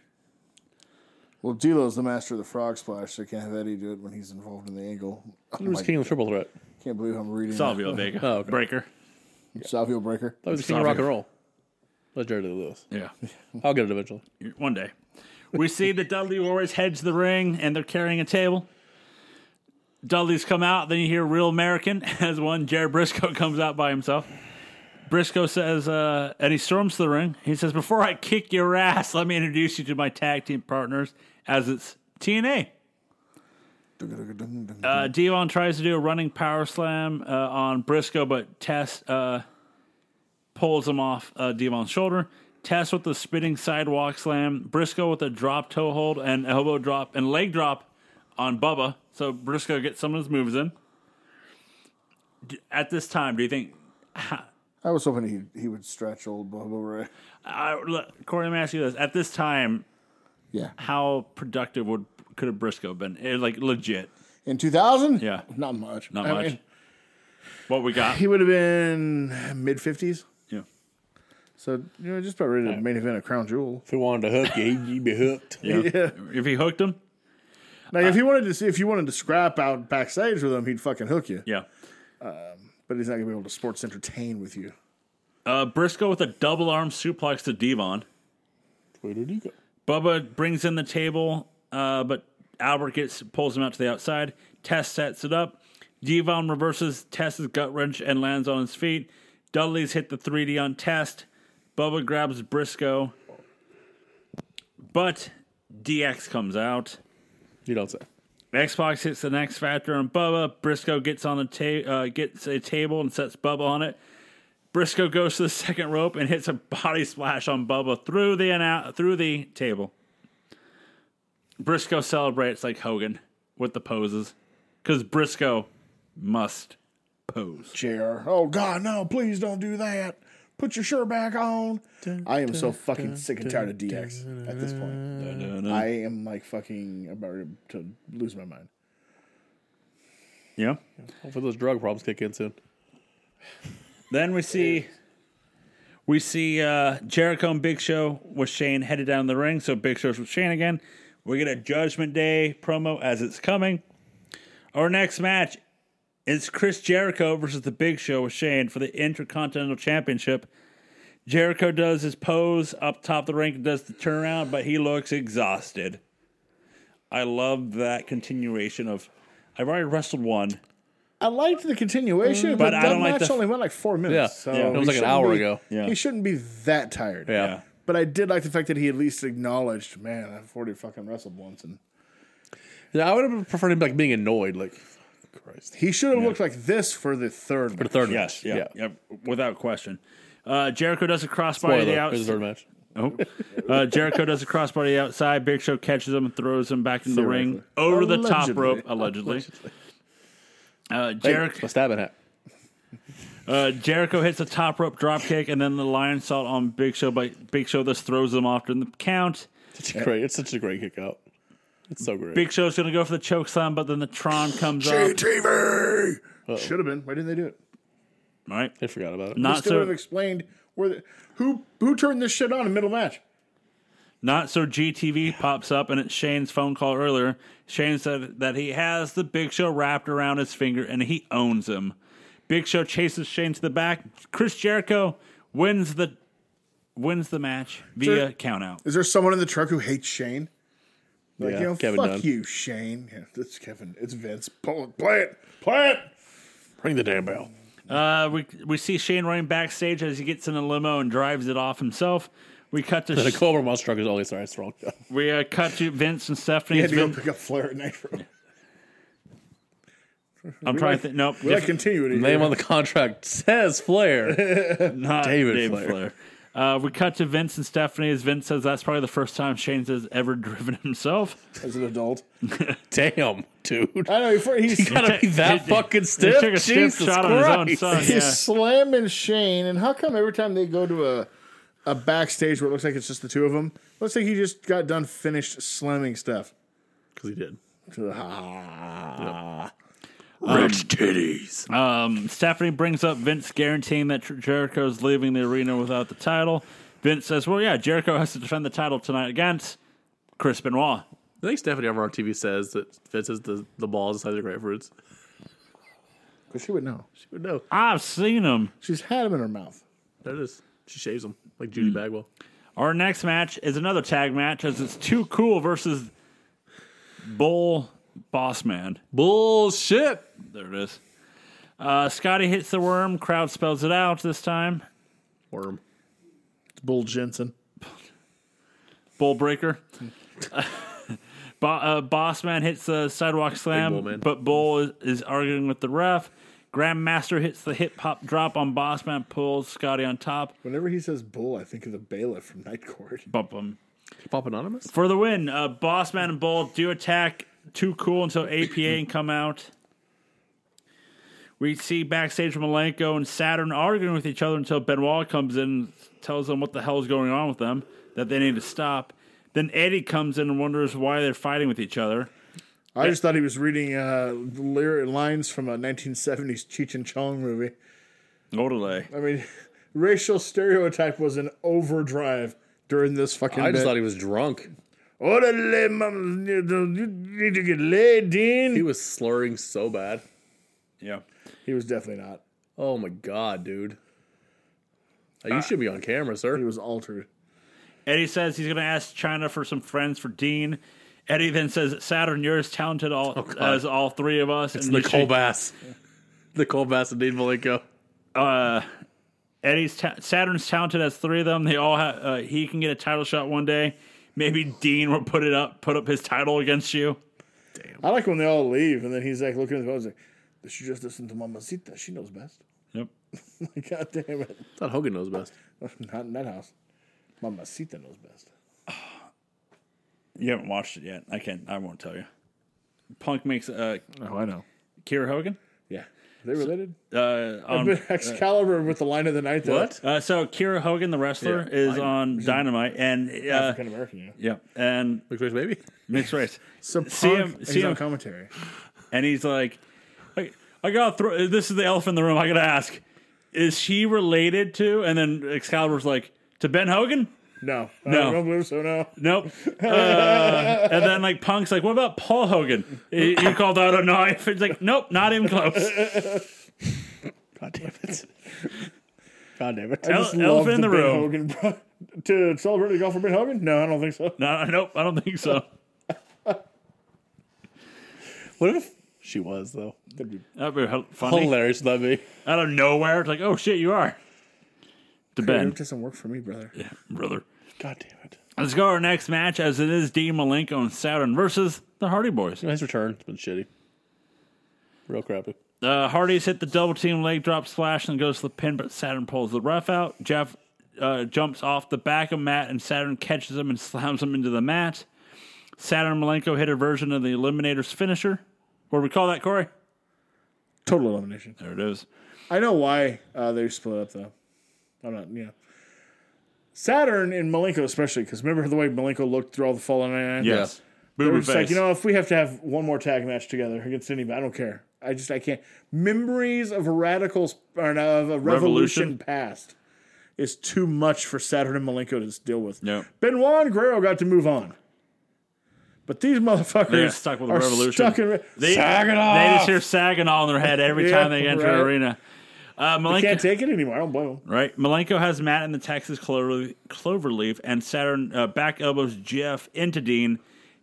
[SPEAKER 4] Well, D'Lo's the master of the frog splash, so can't have Eddie do it when he's involved in the angle. Oh
[SPEAKER 2] Who's
[SPEAKER 4] my-
[SPEAKER 2] king of the triple threat?
[SPEAKER 4] can't believe I'm reading
[SPEAKER 1] Salvio
[SPEAKER 2] <laughs>
[SPEAKER 1] Vega.
[SPEAKER 2] Oh, okay.
[SPEAKER 1] Breaker.
[SPEAKER 4] that. Salvio Breaker.
[SPEAKER 2] That was the king of rock and roll. That's Jerry Lee Lewis.
[SPEAKER 1] <laughs> Yeah.
[SPEAKER 2] I'll get it eventually.
[SPEAKER 1] One day. We see the Dudley Warriors heads the ring and they're carrying a table. Dudley's come out, then you hear Real American <laughs> as one Jared Briscoe <laughs> comes out by himself. Briscoe says, uh, and he storms the ring. He says, Before I kick your ass, let me introduce you to my tag team partners as it's TNA. Uh, Devon tries to do a running power slam uh, on Briscoe, but Tess uh, pulls him off uh, Devon's shoulder. Tess with the spinning sidewalk slam, Briscoe with a drop toe hold and elbow drop and leg drop on Bubba. So Briscoe gets some of his moves in. D- At this time, do you think
[SPEAKER 4] I was hoping he he would stretch old Bubba Ray.
[SPEAKER 1] I, look, Corey, let me ask you this: At this time,
[SPEAKER 4] Yeah.
[SPEAKER 1] how productive would could have Briscoe been? Eh, like legit,
[SPEAKER 4] In 2000?
[SPEAKER 1] Yeah.
[SPEAKER 4] Not much.
[SPEAKER 1] not
[SPEAKER 4] I
[SPEAKER 1] much.
[SPEAKER 4] mean,
[SPEAKER 1] what we
[SPEAKER 4] <laughs>
[SPEAKER 1] got?
[SPEAKER 4] he would have been mid 50s.
[SPEAKER 1] yeah.
[SPEAKER 4] So, you know, just about ready to main event a crown jewel.
[SPEAKER 3] If he wanted to hook you, he'd, you'd be
[SPEAKER 2] <laughs>
[SPEAKER 3] hooked.
[SPEAKER 1] yeah, If he hooked him,
[SPEAKER 4] Like if you wanted to see, if you wanted to scrap out backstage with him, he'd fucking hook you.
[SPEAKER 1] yeah.
[SPEAKER 4] But he's not gonna be able to sports entertain with you.
[SPEAKER 1] Uh, Briscoe with a double arm suplex to Devon.
[SPEAKER 3] Where did he go?
[SPEAKER 1] Bubba brings in the table, uh, but Albert gets pulls him out to the outside. Tess sets it up. Devon reverses Tess's gut wrench and lands on his feet. Dudley's hit the 3D on Test. Bubba grabs Briscoe, but DX comes out.
[SPEAKER 3] You don't say.
[SPEAKER 1] Xbox hits the next factor on Bubba. Briscoe gets on the ta- uh, gets a table and sets Bubba on it. Briscoe goes to the <laughs> second rope and hits a body splash on Bubba through the ana- through the table. Briscoe celebrates like Hogan with the poses because Briscoe must pose.
[SPEAKER 4] Jr. Oh God, no! Please don't do that. Put your shirt back on. I am so fucking sick and tired of DX at this point. I am like fucking about ready to lose my mind.
[SPEAKER 1] Yeah.
[SPEAKER 3] Hopefully those drug problems kick in soon.
[SPEAKER 1] Then we see we see uh, Jericho and Big Show with Shane headed down the ring. So Big Show's with Shane again. We get a Judgment Day promo as it's coming. Our next match is Chris Jericho versus the Big Show with Shane for the Intercontinental Championship. Jericho does his pose up top of the ring and does the turnaround, but he looks exhausted. I love that continuation of I've already wrestled one.
[SPEAKER 4] I liked the continuation,
[SPEAKER 1] but
[SPEAKER 4] but,
[SPEAKER 1] I
[SPEAKER 4] that
[SPEAKER 1] don't like
[SPEAKER 4] match
[SPEAKER 1] the-
[SPEAKER 4] only went like four minutes.
[SPEAKER 3] Yeah.
[SPEAKER 4] so
[SPEAKER 3] Yeah. It was
[SPEAKER 4] he
[SPEAKER 3] like an
[SPEAKER 4] shouldn't
[SPEAKER 3] hour
[SPEAKER 4] be-
[SPEAKER 3] ago.
[SPEAKER 1] Yeah.
[SPEAKER 4] He shouldn't be that tired.
[SPEAKER 3] Yeah.
[SPEAKER 4] But I did like the fact that he at least acknowledged, man, I've already fucking wrestled once, and
[SPEAKER 3] Yeah, I would have preferred him like being annoyed, like Christ.
[SPEAKER 4] he should have looked like this for the third.
[SPEAKER 3] For the third
[SPEAKER 1] Yes,
[SPEAKER 3] match.
[SPEAKER 1] yeah, yeah, without question. Uh, Jericho does a crossbody to
[SPEAKER 3] Spoiler,
[SPEAKER 1] the
[SPEAKER 3] it was
[SPEAKER 1] outside.
[SPEAKER 3] the third match.
[SPEAKER 1] Oh. Uh, Jericho does a crossbody to the outside. Big Show catches him and throws him back into the ring over the top
[SPEAKER 4] Allegedly.
[SPEAKER 1] rope, allegedly. Uh,
[SPEAKER 3] A
[SPEAKER 1] Jericho,
[SPEAKER 3] stabbing hat.
[SPEAKER 1] uh, Jericho hits a top rope drop kick and then the lion salt on Big Show. But Big Show this throws him off during the count.
[SPEAKER 3] Such a great. It's such a great kick out. It's so great.
[SPEAKER 1] Big Show's going to go for the choke slam, but then the Tron comes up.
[SPEAKER 4] TV. Should have been. Why didn't they do it?
[SPEAKER 1] Right?
[SPEAKER 3] I forgot about it.
[SPEAKER 4] They
[SPEAKER 1] Not
[SPEAKER 4] still would have
[SPEAKER 1] so,
[SPEAKER 4] explained where the, who who turned this shit on in middle match.
[SPEAKER 1] not so GTV pops up and it's Shane's phone call earlier. Shane said that he has the Big Show wrapped around his finger and he owns him. Big Show chases Shane to the back. Chris Jericho wins the wins the match via countout.
[SPEAKER 4] Is there someone in the truck who hates Shane? Like
[SPEAKER 3] Yeah,
[SPEAKER 4] you know,
[SPEAKER 3] Kevin
[SPEAKER 4] fuck
[SPEAKER 3] Dunn.
[SPEAKER 4] you, Shane. Yeah, that's Kevin. It's Vince. Pull it, play it, play it.
[SPEAKER 3] Ring the damn bell.
[SPEAKER 1] Uh, we we see Shane running backstage as he gets in a limo and drives it off himself. We cut to
[SPEAKER 3] The
[SPEAKER 1] Sh-
[SPEAKER 3] Cobra Monster truck is always sorry. It's wrong.
[SPEAKER 1] we uh, cut to Vince and Stephanie.
[SPEAKER 4] He had to go
[SPEAKER 1] Vin-
[SPEAKER 4] pick up Flair at Nitro.
[SPEAKER 1] I'm trying to think. Nope,
[SPEAKER 4] We like
[SPEAKER 1] different-
[SPEAKER 4] continuity.
[SPEAKER 3] Name
[SPEAKER 4] here.
[SPEAKER 3] on the contract
[SPEAKER 2] <laughs>
[SPEAKER 3] says Flair.
[SPEAKER 1] not
[SPEAKER 3] David
[SPEAKER 1] David,
[SPEAKER 3] Flair.
[SPEAKER 1] Flair. Uh, we cut to Vince and Stephanie as Vince says that's probably the first time Shane's has ever <laughs> driven himself.
[SPEAKER 4] as an adult.
[SPEAKER 3] damn, dude.
[SPEAKER 4] I know. Before
[SPEAKER 3] <laughs>
[SPEAKER 4] he's
[SPEAKER 3] Gotta be that
[SPEAKER 1] He- he-
[SPEAKER 3] fucking
[SPEAKER 1] he
[SPEAKER 3] stiff.
[SPEAKER 1] took a stiff
[SPEAKER 3] Jesus
[SPEAKER 1] shot
[SPEAKER 3] Christ.
[SPEAKER 1] on his
[SPEAKER 3] <laughs>
[SPEAKER 1] own son.
[SPEAKER 4] he's
[SPEAKER 1] Yeah.
[SPEAKER 4] slamming Shane, and how come every time they go to a a backstage where it looks like it's just the two of them, looks like he just got done finished slamming stuff.
[SPEAKER 3] Because he did.
[SPEAKER 1] Rich titties. Um, Stephanie brings up Vince guaranteeing that Jer- Jericho's leaving the arena without the title. Vince says, "Well, yeah, Jericho has to defend the title tonight against Chris Benoit."
[SPEAKER 2] I think Stephanie ever on TV says that Vince is the, the balls inside the grapefruits.
[SPEAKER 4] Because she would know.
[SPEAKER 2] She would know.
[SPEAKER 1] I've seen him.
[SPEAKER 4] She's had him in her mouth.
[SPEAKER 2] There it is. She shaves them like Judy
[SPEAKER 3] Hmm.
[SPEAKER 2] Bagwell.
[SPEAKER 1] Our next match is another tag match as it's Too Cool versus Bull Bossman.
[SPEAKER 2] Bullshit.
[SPEAKER 1] There it is. Uh, Scotty hits the worm. Crowd spells it out this time.
[SPEAKER 2] Worm.
[SPEAKER 4] It's Bull Jensen.
[SPEAKER 1] Bull breaker. <laughs> Bo- uh, boss man hits the sidewalk slam,
[SPEAKER 2] Big Bull Man.
[SPEAKER 1] but Bull is, is arguing with the ref. Grandmaster hits the hip hop drop on Boss Man, pulls Scotty on top.
[SPEAKER 4] Whenever he says bull, I think of the bailiff from Night Court.
[SPEAKER 1] Bump him.
[SPEAKER 2] Pop Anonymous?
[SPEAKER 1] For the win, uh, Boss Man and Bull do attack Too Cool until APA
[SPEAKER 2] <clears throat>
[SPEAKER 1] and come out. We see backstage Malenko and Saturn arguing with each other until Benoit comes in and tells them what the hell's going on with them, that they need to stop. Then Eddie comes in and wonders why they're fighting with each other.
[SPEAKER 4] I just thought he was reading uh, lyric lines from a 1970s Cheech and Chong movie.
[SPEAKER 1] Totally.
[SPEAKER 4] I mean, <laughs> racial stereotype was an overdrive during this fucking.
[SPEAKER 3] I just
[SPEAKER 4] bit.
[SPEAKER 3] thought he was drunk.
[SPEAKER 4] Orderly, mama, you need to get laid, Dean.
[SPEAKER 3] He was slurring so bad.
[SPEAKER 1] Yeah.
[SPEAKER 4] He was definitely not.
[SPEAKER 3] Oh my god, dude. Uh, you should be on camera, sir.
[SPEAKER 4] He was altered.
[SPEAKER 1] Eddie says he's going to ask China for some friends for Dean. Eddie then says, Saturn, you're as talented all, as all three of us.
[SPEAKER 2] Oh, It's
[SPEAKER 1] and you
[SPEAKER 2] Nicole
[SPEAKER 1] should-
[SPEAKER 3] <laughs>
[SPEAKER 2] Bass. Nicole Bass and Dean Malenko.
[SPEAKER 1] uh, Eddie's ta- Saturn's talented as three of them. They all have. Uh, he can get a title shot one day. Maybe Dean will put it up, put up his title against you.
[SPEAKER 4] I like when they all leave, and then he's like looking at the phone. He's like, "They should just listen to Mamacita. She knows best." <laughs>
[SPEAKER 1] Yep.
[SPEAKER 4] Like, God damn it! <laughs>
[SPEAKER 2] I thought Hogan knows best.
[SPEAKER 4] Not in that house. Mamacita knows best.
[SPEAKER 1] You haven't watched it yet. I can't. I won't tell you. Punk makes uh,
[SPEAKER 4] Oh, I know.
[SPEAKER 1] Kira Hogan.
[SPEAKER 4] Yeah, they related.
[SPEAKER 1] Uh,
[SPEAKER 3] um,
[SPEAKER 1] on,
[SPEAKER 4] <laughs>
[SPEAKER 1] <laughs>
[SPEAKER 4] Excalibur with the line of the night. Though.
[SPEAKER 2] What?
[SPEAKER 1] uh, so Kira Hogan, the wrestler,
[SPEAKER 2] Yeah.
[SPEAKER 1] is on Dynamite, and uh,
[SPEAKER 4] African American. Yeah.
[SPEAKER 1] yeah, and
[SPEAKER 2] Mixed race baby.
[SPEAKER 1] mixed race.
[SPEAKER 4] So Punk
[SPEAKER 1] See him-
[SPEAKER 4] is
[SPEAKER 1] see
[SPEAKER 4] on
[SPEAKER 1] him-
[SPEAKER 4] commentary.
[SPEAKER 1] and he's like, I, I gotta throw. This is the elephant in the room. I gotta ask, is she related to? And then Excalibur's like, to Ben Hogan.
[SPEAKER 4] No,
[SPEAKER 1] <laughs> No.
[SPEAKER 4] I don't believe so. No,
[SPEAKER 1] Nope. Uh, and then like Punk's like, what about Paul Hogan? He, he called out a knife. It's like, nope, not even close.
[SPEAKER 3] God damn it. God damn it.
[SPEAKER 4] I
[SPEAKER 1] El-
[SPEAKER 4] just love
[SPEAKER 1] elephant in the
[SPEAKER 4] Ben
[SPEAKER 1] room.
[SPEAKER 4] Hogan bro- to celebrate the golf for Ben Hogan. No, I don't think so.
[SPEAKER 1] No, nope, I don't think so.
[SPEAKER 3] What if she was though?
[SPEAKER 1] That'd be hel- funny.
[SPEAKER 3] Hilarious that'd be.
[SPEAKER 1] Out of nowhere, it's like, oh shit, you are. To
[SPEAKER 4] It
[SPEAKER 1] Ben,
[SPEAKER 4] doesn't work for me, brother.
[SPEAKER 1] brother.
[SPEAKER 3] God damn it.
[SPEAKER 1] Let's go to our next match as it is Dean Malenko and Saturn versus the Hardy Boys.
[SPEAKER 3] Nice return. It's been shitty. Real crappy.
[SPEAKER 1] Uh, Hardy's hit the double team leg drop splash and goes to the pin, but Saturn pulls the ref out. Jeff uh, jumps off the back of Matt, and Saturn catches him and <laughs> slams him into the mat. Saturn and Malenko hit a version of the Eliminator's finisher. What do we call that, Corey?
[SPEAKER 4] Total elimination.
[SPEAKER 1] There it is.
[SPEAKER 4] I know why uh, they split up though. I'm not. Yeah. Saturn and Malenko especially because remember the way Malenko looked through all the fallen iron.
[SPEAKER 1] Yes.
[SPEAKER 4] They were
[SPEAKER 1] Booby
[SPEAKER 4] just like,
[SPEAKER 1] face.
[SPEAKER 4] you know, if we have to have one more tag match together against anybody, I don't care. I just I can't. Memories of a radicals or no, of a revolution,
[SPEAKER 1] Revolution?
[SPEAKER 4] past is too much for Saturn and Malenko to deal with.
[SPEAKER 1] No.
[SPEAKER 4] Benoit and Guerrero got to move on, but these motherfuckers
[SPEAKER 1] They're stuck with the
[SPEAKER 4] are
[SPEAKER 1] revolution.
[SPEAKER 4] Stuck in re-
[SPEAKER 1] they, they just hear Saginaw in their head every
[SPEAKER 4] <laughs> Yeah,
[SPEAKER 1] time they enter
[SPEAKER 4] right.
[SPEAKER 1] the arena. Uh,
[SPEAKER 4] can't
[SPEAKER 1] Malenko,
[SPEAKER 4] take it anymore. I don't blame them.
[SPEAKER 1] right? Malenko has Matt in the Texas clover, cloverleaf, and Saturn uh, back elbows Jeff into Dean.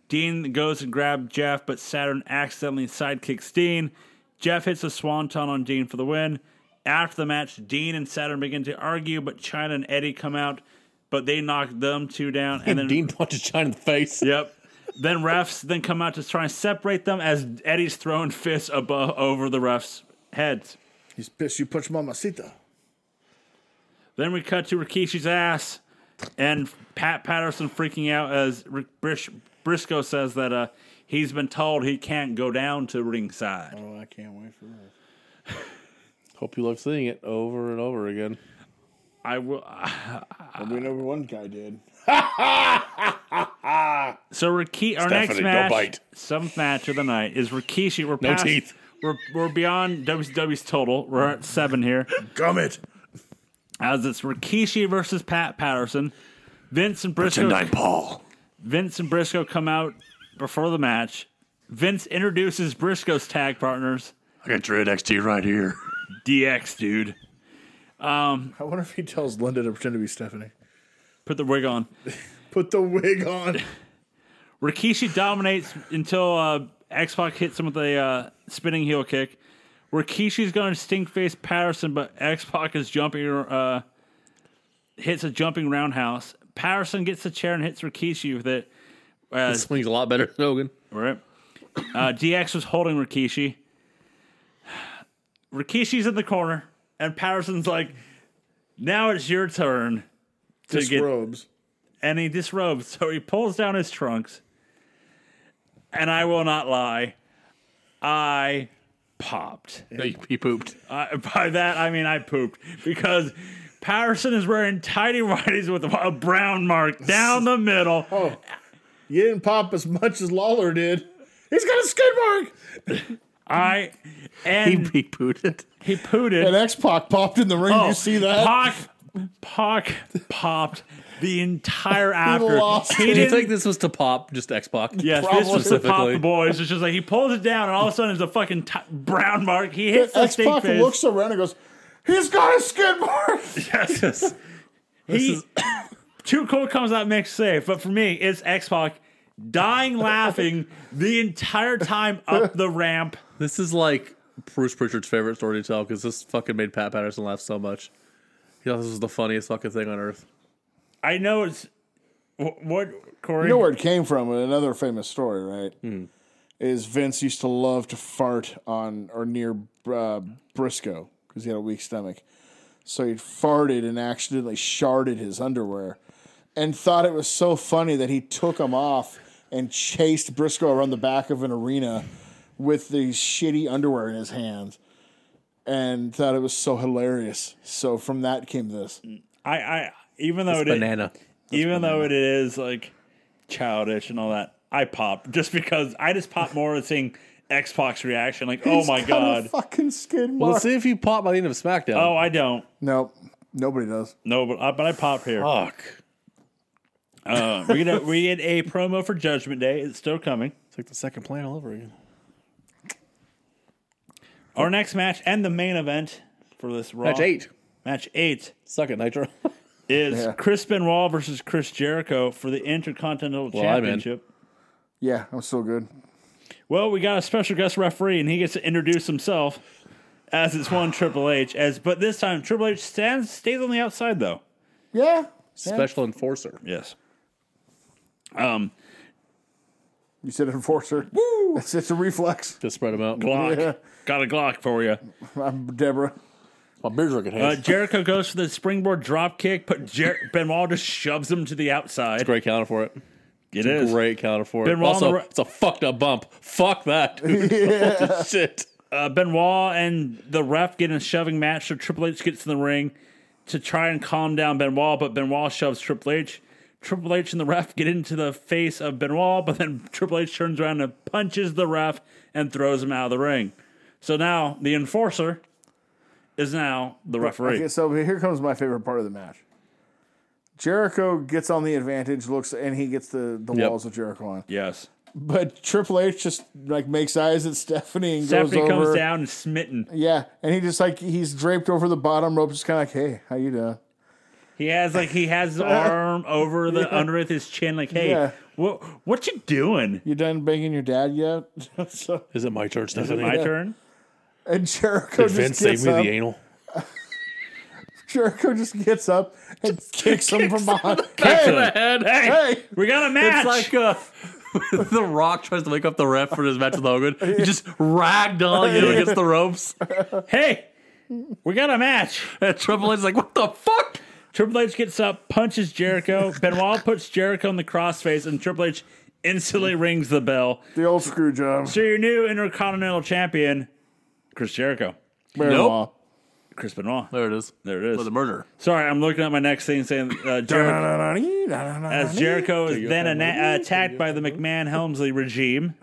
[SPEAKER 1] Dean goes and grabs Jeff, but Saturn accidentally sidekicks Dean. Jeff hits a swanton on Dean for the win. After the match, Dean and Saturn begin to argue, but China and Eddie come out, but they knock them two down,
[SPEAKER 2] <laughs>
[SPEAKER 1] and then
[SPEAKER 3] Dean punches China in the face.
[SPEAKER 1] Yep. Then refs then come out to try and separate them as Eddie's throwing fists above over the refs' heads.
[SPEAKER 4] He's pissed. You punch Mamacita.
[SPEAKER 1] Then we cut to Rikishi's ass and Pat Patterson freaking out as R- Brish- Briscoe says that uh, he's been told he can't go down to ringside.
[SPEAKER 4] Oh, I can't wait for that.
[SPEAKER 3] Hope you love seeing it over and over again.
[SPEAKER 1] I will. uh,
[SPEAKER 4] we
[SPEAKER 3] Uh,
[SPEAKER 4] know one guy did.
[SPEAKER 1] So Rikishi, our next
[SPEAKER 3] Stephanie, don't
[SPEAKER 1] match,
[SPEAKER 3] bite.
[SPEAKER 1] seventh match of the night is Rikishi. We're
[SPEAKER 3] No
[SPEAKER 1] past-
[SPEAKER 3] teeth.
[SPEAKER 1] We're, we're beyond WCW's total. We're at seven here.
[SPEAKER 4] Gum it.
[SPEAKER 1] as it's Rikishi versus Pat Patterson. Vince and Briscoe.
[SPEAKER 2] Paul.
[SPEAKER 1] Vince and Briscoe come out before the match. Vince introduces Briscoe's tag partners.
[SPEAKER 2] I got Dread XT right here.
[SPEAKER 1] DX, dude,
[SPEAKER 4] I wonder if he tells Linda to pretend to be Stephanie.
[SPEAKER 1] put the wig on.
[SPEAKER 4] Put the wig
[SPEAKER 1] <laughs>
[SPEAKER 4] on.
[SPEAKER 1] Rikishi dominates until uh, X Pac hits him with a uh, spinning heel kick. Rikishi's going to stink face Patterson, but X Pac is jumping. Uh, hits a jumping roundhouse. Patterson gets the chair and hits Rikishi with it.
[SPEAKER 3] It <laughs> swings a lot better than Hogan.
[SPEAKER 1] Right. Uh, DX was holding Rikishi. Rikishi's in the corner, and Patterson's like, "Now it's your turn."
[SPEAKER 4] Disrobes.
[SPEAKER 1] <laughs> And he disrobes, so he pulls down his trunks, and I will not lie, I popped.
[SPEAKER 2] He, he pooped.
[SPEAKER 1] I, <laughs> by that, I mean I pooped because Patterson is wearing tidy whities with a brown mark down the middle.
[SPEAKER 4] You didn't pop as much as Lawler did. He's got a skid mark.
[SPEAKER 1] I
[SPEAKER 2] He,
[SPEAKER 1] and
[SPEAKER 2] he
[SPEAKER 3] <laughs>
[SPEAKER 2] pooted.
[SPEAKER 1] he pooted.
[SPEAKER 4] And X Pac popped in the ring.
[SPEAKER 1] Oh,
[SPEAKER 4] you see that?
[SPEAKER 1] Pac, Pac popped the
[SPEAKER 4] <laughs>
[SPEAKER 1] entire after. He
[SPEAKER 4] lost it.
[SPEAKER 3] Do you
[SPEAKER 1] didn't-
[SPEAKER 3] think this was to pop just X Pac?
[SPEAKER 1] Yes, this was the pop the boys. It's just like he pulls it down, and all of a sudden, there's a fucking t- brown mark. He hits the
[SPEAKER 4] X
[SPEAKER 1] stink
[SPEAKER 4] Pac
[SPEAKER 1] face.
[SPEAKER 4] looks around and goes, "He's got a skid mark."
[SPEAKER 1] yes, yes. He <coughs> too cool comes out makes safe, but for me, it's X Pac dying laughing the entire time up the ramp.
[SPEAKER 3] This is like Bruce Pritchard's favorite story to tell because this fucking made Pat Patterson laugh so much. He thought this was the funniest fucking thing on earth.
[SPEAKER 1] I know it's wh- what Corey.
[SPEAKER 4] You know where it came from? Another famous story, right?
[SPEAKER 1] Hmm.
[SPEAKER 4] Is Vince used to love to fart on or near uh, Briscoe because he had a weak stomach. So he farted and accidentally sharded his underwear and thought it was so funny that he took him off and chased Briscoe around the back of an arena with the shitty underwear in his hands and thought it was so hilarious. So from that came this.
[SPEAKER 1] I, I even though it is-
[SPEAKER 3] Banana.
[SPEAKER 1] even though it is like childish and all that, I pop just because I just pop more at seeing X Pac's reaction. Like, oh
[SPEAKER 4] He's
[SPEAKER 1] my
[SPEAKER 4] got a
[SPEAKER 1] god!
[SPEAKER 4] fucking skin
[SPEAKER 3] Well,
[SPEAKER 4] mark.
[SPEAKER 3] let's see if you pop by the end of SmackDown.
[SPEAKER 1] oh, I don't.
[SPEAKER 4] nope, nobody does.
[SPEAKER 1] No, but I, but I pop here.
[SPEAKER 4] Oh.
[SPEAKER 3] fuck.
[SPEAKER 1] Uh, we get a, we get a promo for Judgment Day. It's still coming.
[SPEAKER 3] It's like the second plan all over again.
[SPEAKER 1] Our next match and the main event for this Raw
[SPEAKER 3] Match eight.
[SPEAKER 1] Match eight
[SPEAKER 3] Suck
[SPEAKER 1] <laughs>
[SPEAKER 3] it, Nitro.
[SPEAKER 1] is
[SPEAKER 4] Yeah.
[SPEAKER 1] Chris Benoit versus Chris Jericho for the Intercontinental
[SPEAKER 3] I'm in.
[SPEAKER 1] Championship.
[SPEAKER 4] Yeah, I'm so good.
[SPEAKER 1] Well, we got a special guest referee, and he gets to introduce himself as it's one Triple H. As but this time Triple H stands stays on the outside though.
[SPEAKER 4] Yeah.
[SPEAKER 3] Special enforcer.
[SPEAKER 1] Yes. Um,
[SPEAKER 4] You said enforcer. Woo! It's, it's a reflex.
[SPEAKER 3] Just spread them out.
[SPEAKER 1] Glock. Got a Glock for you.
[SPEAKER 4] I'm Deborah.
[SPEAKER 3] My beard's looking
[SPEAKER 1] Uh,
[SPEAKER 3] hands.
[SPEAKER 1] Jericho goes for the springboard drop kick, but Jer- Benoit just shoves him to the outside.
[SPEAKER 3] Great counter for it.
[SPEAKER 1] It is.
[SPEAKER 3] Great counter for it.
[SPEAKER 1] Benoit on
[SPEAKER 3] Also,
[SPEAKER 1] the ri-
[SPEAKER 3] it's a fucked up bump. Fuck that. <laughs> dude. Holy shit.
[SPEAKER 1] Uh, Benoit and the ref get in a shoving match, so Triple H gets in the ring to try and calm down Benoit, but Benoit shoves Triple H. Triple H and the ref get into the face of Benoit, but then <laughs> Triple H turns around and punches the ref and throws him out of the ring. So now the enforcer is now the referee.
[SPEAKER 4] Okay, so here comes my favorite part of the match. Jericho gets on the advantage, looks, and he gets the, the
[SPEAKER 3] Yep.
[SPEAKER 4] walls of Jericho on.
[SPEAKER 1] Yes.
[SPEAKER 4] But Triple H just like makes eyes at Stephanie and
[SPEAKER 1] Stephanie
[SPEAKER 4] goes over.
[SPEAKER 1] comes down and smitten.
[SPEAKER 4] Yeah, and he just like he's draped over the bottom rope, just kind of like, "Hey, how you doing?"
[SPEAKER 1] He has like he has his arm over the underneath his chin, like, hey,
[SPEAKER 4] Yeah.
[SPEAKER 1] what what you doing?
[SPEAKER 4] You done banging your dad yet? <laughs> so,
[SPEAKER 3] Is it my turn, Stephanie?
[SPEAKER 1] My turn.
[SPEAKER 4] and Jericho just
[SPEAKER 3] Vince
[SPEAKER 4] gets
[SPEAKER 3] saved me
[SPEAKER 4] up.
[SPEAKER 3] the anal.
[SPEAKER 4] Jericho just gets up and kicks, him from behind.
[SPEAKER 1] the
[SPEAKER 3] head.
[SPEAKER 1] Hey,
[SPEAKER 4] hey,
[SPEAKER 1] we got a match.
[SPEAKER 3] It's like uh, <laughs> The Rock tries to wake up the ref for his match with Hogan. He just ragdoll you against the <laughs> ropes.
[SPEAKER 1] hey, we got a match.
[SPEAKER 3] And Triple H is like, what the fuck?
[SPEAKER 1] Triple H gets up, punches Jericho. Benoit puts Jericho in the crossface, and Triple H instantly rings the bell.
[SPEAKER 4] the old screw job.
[SPEAKER 1] So your new Intercontinental Champion, Chris Jericho,
[SPEAKER 4] Nope.
[SPEAKER 1] Chris Benoit.
[SPEAKER 3] There it is.
[SPEAKER 1] There it
[SPEAKER 3] With the
[SPEAKER 1] is.
[SPEAKER 3] murder.
[SPEAKER 1] Sorry, I'm looking at my next thing saying uh, Jericho. As Jericho is then ana- attacked by the McMahon Helmsley regime,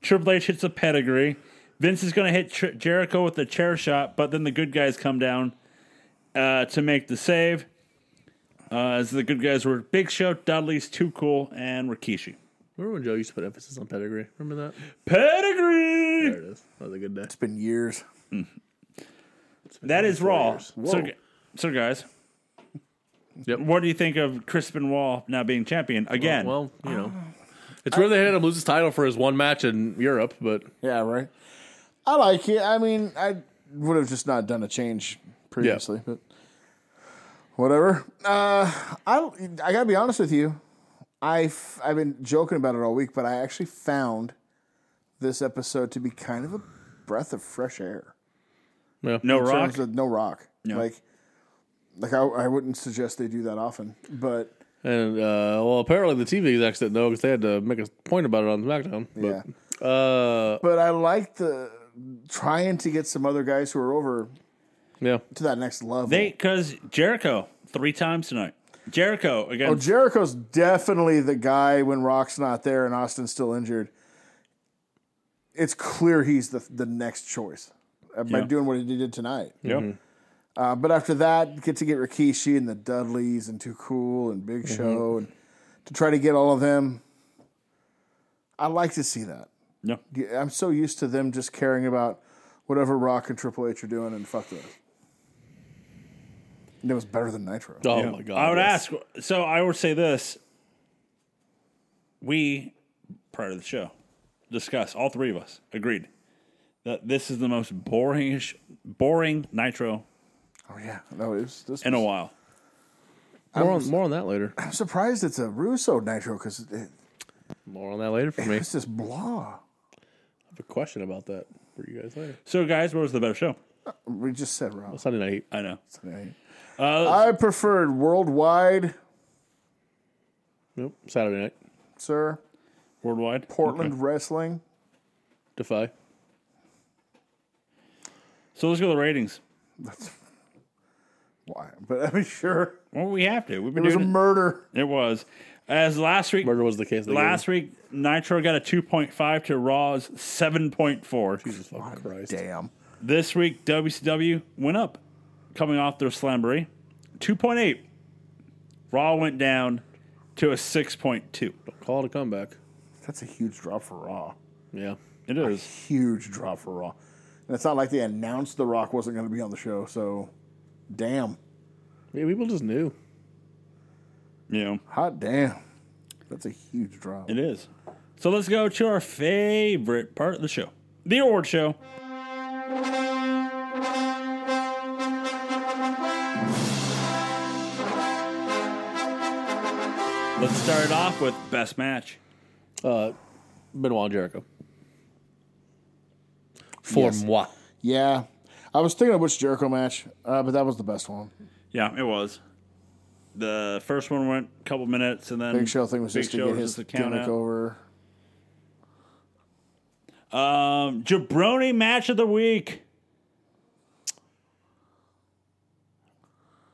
[SPEAKER 1] Triple H hits a pedigree. Vince is going to hit Tr- Jericho with the chair shot, but then the good guys come down uh, to make the save. Uh, as the good guys were Big Show, Dudley's Too Cool, and Rikishi.
[SPEAKER 3] Remember when Joe used to put emphasis on pedigree? Remember that?
[SPEAKER 1] Pedigree!
[SPEAKER 3] There it is. That was a good day.
[SPEAKER 4] It's been years.
[SPEAKER 1] That is Raw.
[SPEAKER 3] years.
[SPEAKER 1] So, gu- so, guys,
[SPEAKER 3] Yep.
[SPEAKER 1] what do you think of Crispin Wall now being champion again?
[SPEAKER 3] Well, you know. Oh. It's weird they had him lose his title for his one match in Europe, but
[SPEAKER 4] Yeah, right. I like it. I mean, I would have just not done a change previously, but whatever. Uh, I I gotta be honest with you. I've I've been joking about it all week, but I actually found this episode to be kind of a breath of fresh air.
[SPEAKER 1] no
[SPEAKER 4] in
[SPEAKER 1] Rock?
[SPEAKER 4] terms of no rock. Like, like I, I wouldn't suggest they do that often, but
[SPEAKER 2] And uh, well, apparently the TV execs didn't know because they had to make a point about it on SmackDown.
[SPEAKER 4] Yeah.
[SPEAKER 2] But, Uh,
[SPEAKER 4] But I like the trying to get some other guys who are over
[SPEAKER 2] yeah.
[SPEAKER 4] to that next level.
[SPEAKER 1] They because Jericho three times tonight. Jericho
[SPEAKER 4] oh,
[SPEAKER 1] against
[SPEAKER 4] Jericho's definitely the guy when Rock's not there and Austin's still injured. It's clear he's the the next choice by
[SPEAKER 1] Yeah.
[SPEAKER 4] doing what he did tonight.
[SPEAKER 2] Oh,
[SPEAKER 1] Yep.
[SPEAKER 4] Uh, but after that, get to get Rikishi and the Dudleys and Too Cool and Big Show and to try to get all of them. I like to see that.
[SPEAKER 1] No.
[SPEAKER 4] Yeah, I'm so used to them just caring about whatever Rock and Triple H are doing and fuck this. And it was better than Nitro.
[SPEAKER 2] Oh my god.
[SPEAKER 1] I would
[SPEAKER 2] yes.
[SPEAKER 1] ask. So I would say this. We, prior to the show, discussed, all three of us agreed that this is the most boring, boring Nitro
[SPEAKER 4] Oh yeah, no, it was. This
[SPEAKER 1] in a
[SPEAKER 4] was-
[SPEAKER 1] while.
[SPEAKER 2] More on, more on that later.
[SPEAKER 4] I'm surprised it's a Russo Nitro because it, it,
[SPEAKER 2] More on that later <laughs> for me. I
[SPEAKER 4] it's just blah.
[SPEAKER 2] have a question about that for you guys later.
[SPEAKER 1] So, guys, what was the better show?
[SPEAKER 4] We just said Rob.
[SPEAKER 2] Sunday night.
[SPEAKER 1] I know.
[SPEAKER 4] tonight.
[SPEAKER 1] Uh,
[SPEAKER 4] I preferred worldwide,
[SPEAKER 2] Nope. Saturday night.
[SPEAKER 4] sir.
[SPEAKER 1] Worldwide?
[SPEAKER 4] Portland wrestling.
[SPEAKER 2] Defy.
[SPEAKER 1] So let's go to the ratings.
[SPEAKER 4] That's why, but I mean, sure,
[SPEAKER 1] Well, we have to. We've
[SPEAKER 4] it
[SPEAKER 1] been
[SPEAKER 4] was a
[SPEAKER 1] doing
[SPEAKER 4] murder.
[SPEAKER 1] it. It was. As last week,
[SPEAKER 2] Murder was the case. They
[SPEAKER 1] last week, Nitro got a 2.5 to Raw's 7.4.
[SPEAKER 2] gave. Jesus fucking Christ.
[SPEAKER 4] Damn.
[SPEAKER 1] This week, WCW went up, coming off their slambery, 2.8. Raw went down to a 6.2.
[SPEAKER 2] Call it a comeback.
[SPEAKER 4] That's a huge drop for Raw.
[SPEAKER 2] Yeah.
[SPEAKER 1] It is.
[SPEAKER 4] Huge drop for Raw. And it's not like they announced The Rock wasn't going to be on the show, so damn.
[SPEAKER 2] Yeah, people just knew.
[SPEAKER 1] You know,
[SPEAKER 4] Hot damn. That's a huge drop.
[SPEAKER 1] it is. So let's go to our favorite part of the show the award show. Let's start it off with best match.
[SPEAKER 2] Benoit and Jericho. For moi.
[SPEAKER 4] Yeah. I was thinking of which Jericho match, uh, but that was the best one.
[SPEAKER 1] Yeah, it was. The first one went a couple minutes, and then
[SPEAKER 4] Big Show thing was
[SPEAKER 1] Mm-hmm. Big
[SPEAKER 4] just to
[SPEAKER 1] Show
[SPEAKER 4] get
[SPEAKER 1] was
[SPEAKER 4] his
[SPEAKER 1] just the count
[SPEAKER 4] gimmick
[SPEAKER 1] out.
[SPEAKER 4] over.
[SPEAKER 1] Um, jabroni match of the week.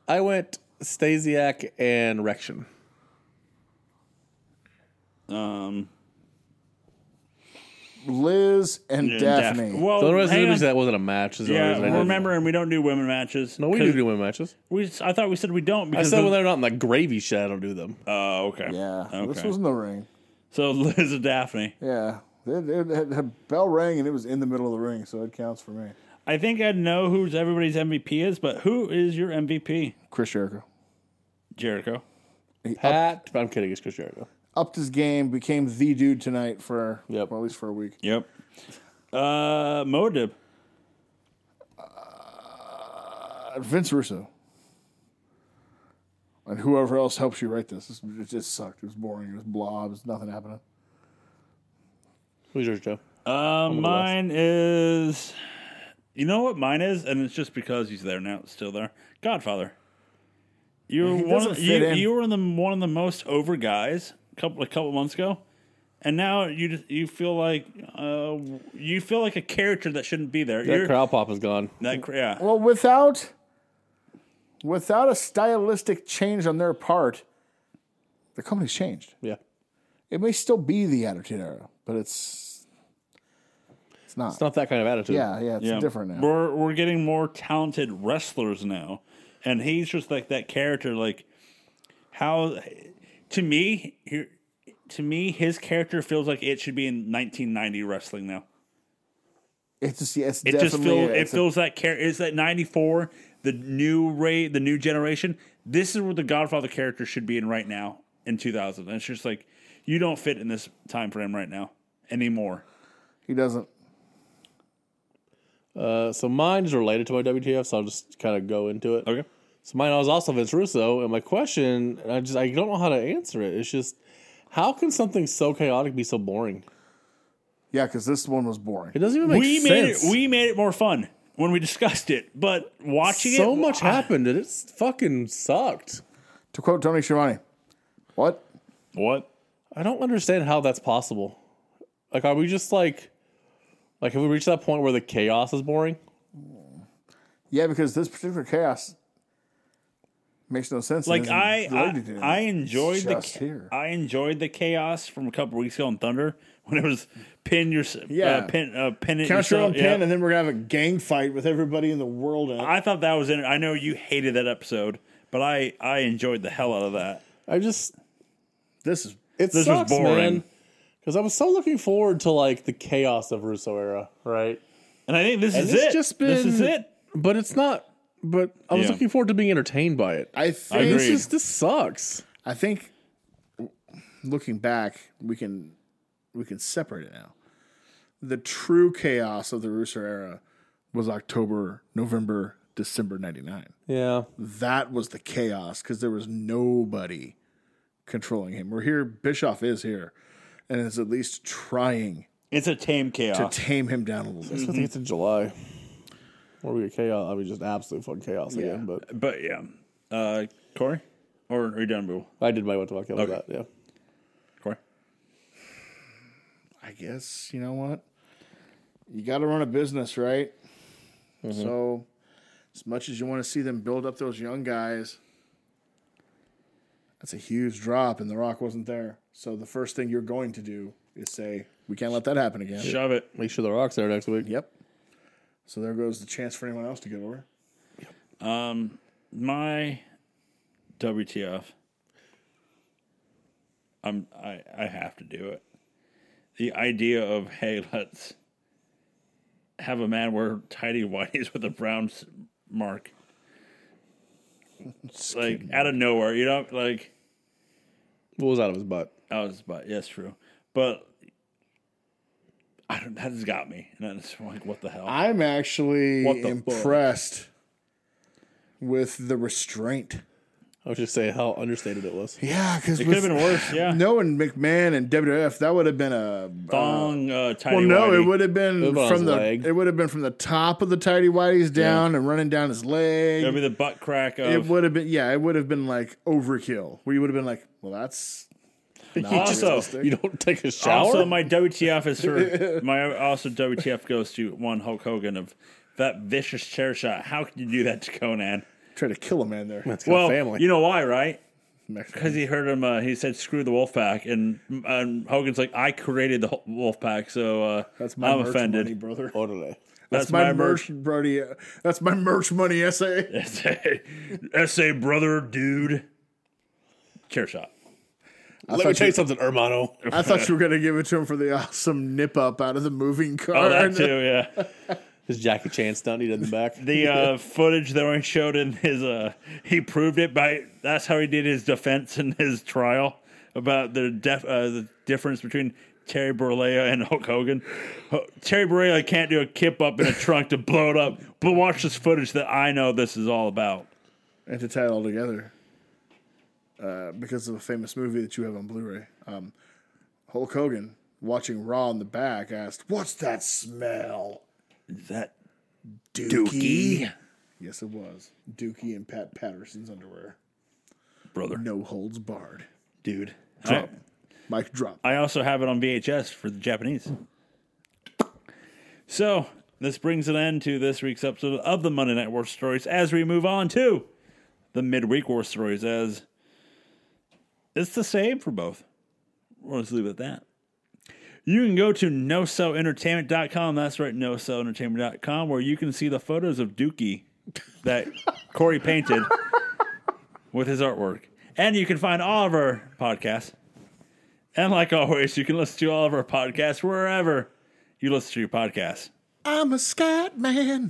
[SPEAKER 2] I went Stasiak and Rection.
[SPEAKER 1] Um,
[SPEAKER 4] Liz and
[SPEAKER 1] and
[SPEAKER 4] Daphne.
[SPEAKER 1] Daph- Well,
[SPEAKER 2] So the rest of
[SPEAKER 1] hang
[SPEAKER 2] the
[SPEAKER 1] on.
[SPEAKER 2] reason that wasn't a match. Is the
[SPEAKER 1] Oh,
[SPEAKER 2] only
[SPEAKER 1] yeah,
[SPEAKER 2] reason I
[SPEAKER 1] remember,
[SPEAKER 2] didn't-
[SPEAKER 1] remembering we don't do women matches.
[SPEAKER 2] No, we
[SPEAKER 1] 'Cause
[SPEAKER 2] do do women matches.
[SPEAKER 1] we s- I thought we said we don't
[SPEAKER 2] I
[SPEAKER 1] because.
[SPEAKER 2] said
[SPEAKER 1] of-
[SPEAKER 2] when they're not in the gravy shit, I don't do them.
[SPEAKER 1] oh, okay.
[SPEAKER 4] Yeah. This
[SPEAKER 1] Okay.
[SPEAKER 4] was in the ring.
[SPEAKER 1] so <laughs> Liz and Daphne.
[SPEAKER 4] Yeah. It, it, it, the bell rang and it was in the middle of the ring, so it counts for me.
[SPEAKER 1] I think I know who's everybody's MVP is, but who is your MVP?
[SPEAKER 4] Chris Jericho.
[SPEAKER 1] Jericho.
[SPEAKER 2] Pat, I'm kidding. It's Chris Jericho.
[SPEAKER 4] Upped his game, became the dude tonight for,
[SPEAKER 2] Yep.
[SPEAKER 4] well, at least for a week.
[SPEAKER 1] Yep. Uh, Modib.
[SPEAKER 4] Uh, Vince Russo. And whoever else helps you write this. This- It just sucked. It was boring. It was blah. It was nothing happening.
[SPEAKER 2] Who's yours, Joe?
[SPEAKER 1] Uh, mine is. You know what mine is, and it's just because he's there now, still there. Godfather. You
[SPEAKER 4] He
[SPEAKER 1] were one.
[SPEAKER 4] doesn't
[SPEAKER 1] Of,
[SPEAKER 4] fit
[SPEAKER 1] you,
[SPEAKER 4] in.
[SPEAKER 1] you were the one of the most over guys a couple a couple months ago, and now you just, you feel like uh, you feel like a character that shouldn't be there.
[SPEAKER 2] That
[SPEAKER 1] You're,
[SPEAKER 2] crowd pop is gone.
[SPEAKER 1] that cr- yeah.
[SPEAKER 4] Well, without without a stylistic change on their part, the company's changed.
[SPEAKER 2] Yeah.
[SPEAKER 4] It may still be the Attitude Era, but it's it's not.
[SPEAKER 2] It's not that kind of attitude.
[SPEAKER 4] yeah, yeah, it's
[SPEAKER 1] Yeah.
[SPEAKER 4] different now.
[SPEAKER 1] We're we're getting more talented wrestlers now, and he's just like that character. Like how, to me, he, to me, his character feels like it should be in 1990 wrestling now.
[SPEAKER 4] It's just yeah, it's
[SPEAKER 1] It
[SPEAKER 4] definitely
[SPEAKER 1] just feels it
[SPEAKER 4] it's a-
[SPEAKER 1] feels that character is that 94 the new rate the new generation. This is where the Godfather character should be in right now in 2000. And it's just like you don't fit in this time frame right now anymore.
[SPEAKER 4] he doesn't.
[SPEAKER 2] Uh, so mine is related to my WTF, so I'll just kind of go into it.
[SPEAKER 1] Okay.
[SPEAKER 2] So mine was also Vince Russo, and my question, and I just I don't know how to answer it. It's just how can something so chaotic be so boring?
[SPEAKER 4] Yeah, because this one was boring.
[SPEAKER 2] It doesn't even make
[SPEAKER 1] we made it
[SPEAKER 2] sense.
[SPEAKER 1] we made it more fun when we discussed it, but watching it
[SPEAKER 2] so much happened, and it's fucking sucked.
[SPEAKER 4] To quote Tony Schiavone, What?
[SPEAKER 1] What?
[SPEAKER 3] I don't understand how that's possible. Like, are we just like, like, have we reached that point where the chaos is boring?
[SPEAKER 4] Yeah, because this particular chaos makes no sense.
[SPEAKER 1] Like
[SPEAKER 4] It isn't
[SPEAKER 1] I,
[SPEAKER 4] related to
[SPEAKER 1] I,
[SPEAKER 4] anything.
[SPEAKER 1] I enjoyed the
[SPEAKER 4] just
[SPEAKER 1] cha-
[SPEAKER 4] here.
[SPEAKER 1] I enjoyed the chaos from a couple weeks ago on Thunder when it was pin your yeah
[SPEAKER 4] Yeah.
[SPEAKER 1] uh, pin uh, pin it
[SPEAKER 4] Count your
[SPEAKER 1] yourself.
[SPEAKER 4] own pin,
[SPEAKER 1] yeah.
[SPEAKER 4] and then we're gonna have a gang fight with everybody in the world. At.
[SPEAKER 1] I thought that was in. I know you hated that episode, but I I enjoyed the hell out of that.
[SPEAKER 3] I just,
[SPEAKER 4] This is
[SPEAKER 3] it
[SPEAKER 1] was
[SPEAKER 3] sucks,
[SPEAKER 1] boring.
[SPEAKER 3] man. Because I was so looking forward to like the chaos of Russo era, right?
[SPEAKER 1] And I think this is
[SPEAKER 3] it's
[SPEAKER 1] it.
[SPEAKER 3] just
[SPEAKER 1] this
[SPEAKER 3] been-
[SPEAKER 1] is it.
[SPEAKER 3] But it's not. But I was
[SPEAKER 1] Yeah.
[SPEAKER 3] looking forward to being entertained by it.
[SPEAKER 4] I think
[SPEAKER 1] agree.
[SPEAKER 3] This is this sucks.
[SPEAKER 4] I think looking back, we can we can separate it now. The true chaos of the Rooster era was October, November, December '99.
[SPEAKER 3] Yeah,
[SPEAKER 4] That was the chaos because there was nobody controlling him. We're here. Bischoff is here, and is at least trying
[SPEAKER 1] It's a tame
[SPEAKER 4] to
[SPEAKER 1] chaos.
[SPEAKER 4] tame him down a little bit.
[SPEAKER 3] I think it's in July. Or we get chaos. I mean, just absolute fucking chaos again. But
[SPEAKER 1] but yeah, uh, Corey, or are you done, Boo?
[SPEAKER 3] I did my what the fuck about that. Yeah.
[SPEAKER 1] Corey.
[SPEAKER 4] I guess you know what? You got to run a business, right?
[SPEAKER 1] Mm-hmm.
[SPEAKER 4] So, as much as you want to see them build up those young guys, that's a huge drop, and The Rock wasn't there. So, the first thing you're going to do is say, "We can't let that happen again."
[SPEAKER 1] Shove it.
[SPEAKER 3] Make sure the rocks there next week.
[SPEAKER 4] Yep. So there goes the chance for anyone else to get over.
[SPEAKER 1] My WTF. I'm I I have to do it. The idea of hey, let's have a man wear tidy whities <laughs> with a brown s- mark. It's like out of nowhere, you know, like
[SPEAKER 3] What was out of his butt?
[SPEAKER 1] I was about yes, true, but I don't. That has got me, and I'm just like, what the hell?
[SPEAKER 4] I'm actually
[SPEAKER 1] What the
[SPEAKER 4] impressed with the restraint.
[SPEAKER 3] I was just saying how understated it was.
[SPEAKER 4] Yeah, because
[SPEAKER 1] it could have been <laughs>
[SPEAKER 4] <laughs>
[SPEAKER 1] worse. Yeah,
[SPEAKER 4] knowing McMahon and WWF, that would have been a
[SPEAKER 1] thong uh, tidy.
[SPEAKER 4] Well, no,
[SPEAKER 1] whitey.
[SPEAKER 4] it would have been
[SPEAKER 3] It was on
[SPEAKER 4] from
[SPEAKER 3] his
[SPEAKER 4] the
[SPEAKER 3] leg.
[SPEAKER 4] it would have been from the top of the tidy whities down and running down his leg.
[SPEAKER 1] That'd be the butt crack
[SPEAKER 4] it
[SPEAKER 1] of.
[SPEAKER 4] would have been yeah, it would have been like overkill. Where you would have been like, well,
[SPEAKER 1] <laughs>
[SPEAKER 4] that's not
[SPEAKER 1] Also-
[SPEAKER 4] realistic.
[SPEAKER 3] You don't take a shower.
[SPEAKER 1] Also, my WTF
[SPEAKER 4] <laughs>
[SPEAKER 1] is for my also WTF goes to one Hulk Hogan of that vicious chair shot. How can you do that to Conan?
[SPEAKER 4] try to kill a man there.
[SPEAKER 3] It's got
[SPEAKER 1] Well,
[SPEAKER 3] family.
[SPEAKER 1] you know why, right?
[SPEAKER 4] Mexican.
[SPEAKER 1] Because he heard him. Uh, he said, "Screw the wolf pack," and, and Hogan's like, "I created the wolf pack, so uh,
[SPEAKER 4] that's my
[SPEAKER 1] I'm
[SPEAKER 4] merch
[SPEAKER 1] offended."
[SPEAKER 4] money, brother.
[SPEAKER 3] Totally.
[SPEAKER 1] That's,
[SPEAKER 4] That's my, merch, Brody. uh, That's my merch money
[SPEAKER 1] <laughs>
[SPEAKER 4] essay.
[SPEAKER 1] Essay, essay, brother, dude. Chair shot.
[SPEAKER 3] Let me
[SPEAKER 4] thought
[SPEAKER 3] tell
[SPEAKER 4] you-
[SPEAKER 3] you something, Hermano.
[SPEAKER 4] I thought you were gonna give it to him for the awesome nip up out of the moving car. <laughs>
[SPEAKER 1] Oh, that too. Yeah.
[SPEAKER 3] His Jackie Chan stunt he did in the <laughs> back.
[SPEAKER 4] <laughs>
[SPEAKER 1] The uh, footage that I showed in his, uh, he proved it by. That's how he did his defense in his trial about the def, uh, the difference between Terry Borlea and Hulk Hogan. Ho- Terry Borlea can't do a kip up in a trunk to blow it up, but watch this footage that I know this is all about.
[SPEAKER 4] and to tie it all together, uh, because of a famous movie that you have on Blu-ray, um, Hulk Hogan watching Raw in the back asked, "What's that smell?"
[SPEAKER 1] Is that
[SPEAKER 4] Dookie. Yes, it was Dookie and Pat Patterson's underwear.
[SPEAKER 1] brother,
[SPEAKER 4] No holds barred.
[SPEAKER 1] dude?
[SPEAKER 4] Drop. Mike drop.
[SPEAKER 1] I also have it on VHS for the Japanese. So this brings an end to this week's episode of the Monday Night War Stories as we move on to the midweek war stories as it's the same for both. We'll just leave it at that. You can go to nocellentertainment.com. That's right, nocellentertainment.com, where you can see the photos of Dookie that Corey painted with his artwork. And you can find all of our podcasts and like always, you can listen to all of our podcasts wherever you listen to your podcasts.
[SPEAKER 4] I'm a scat man.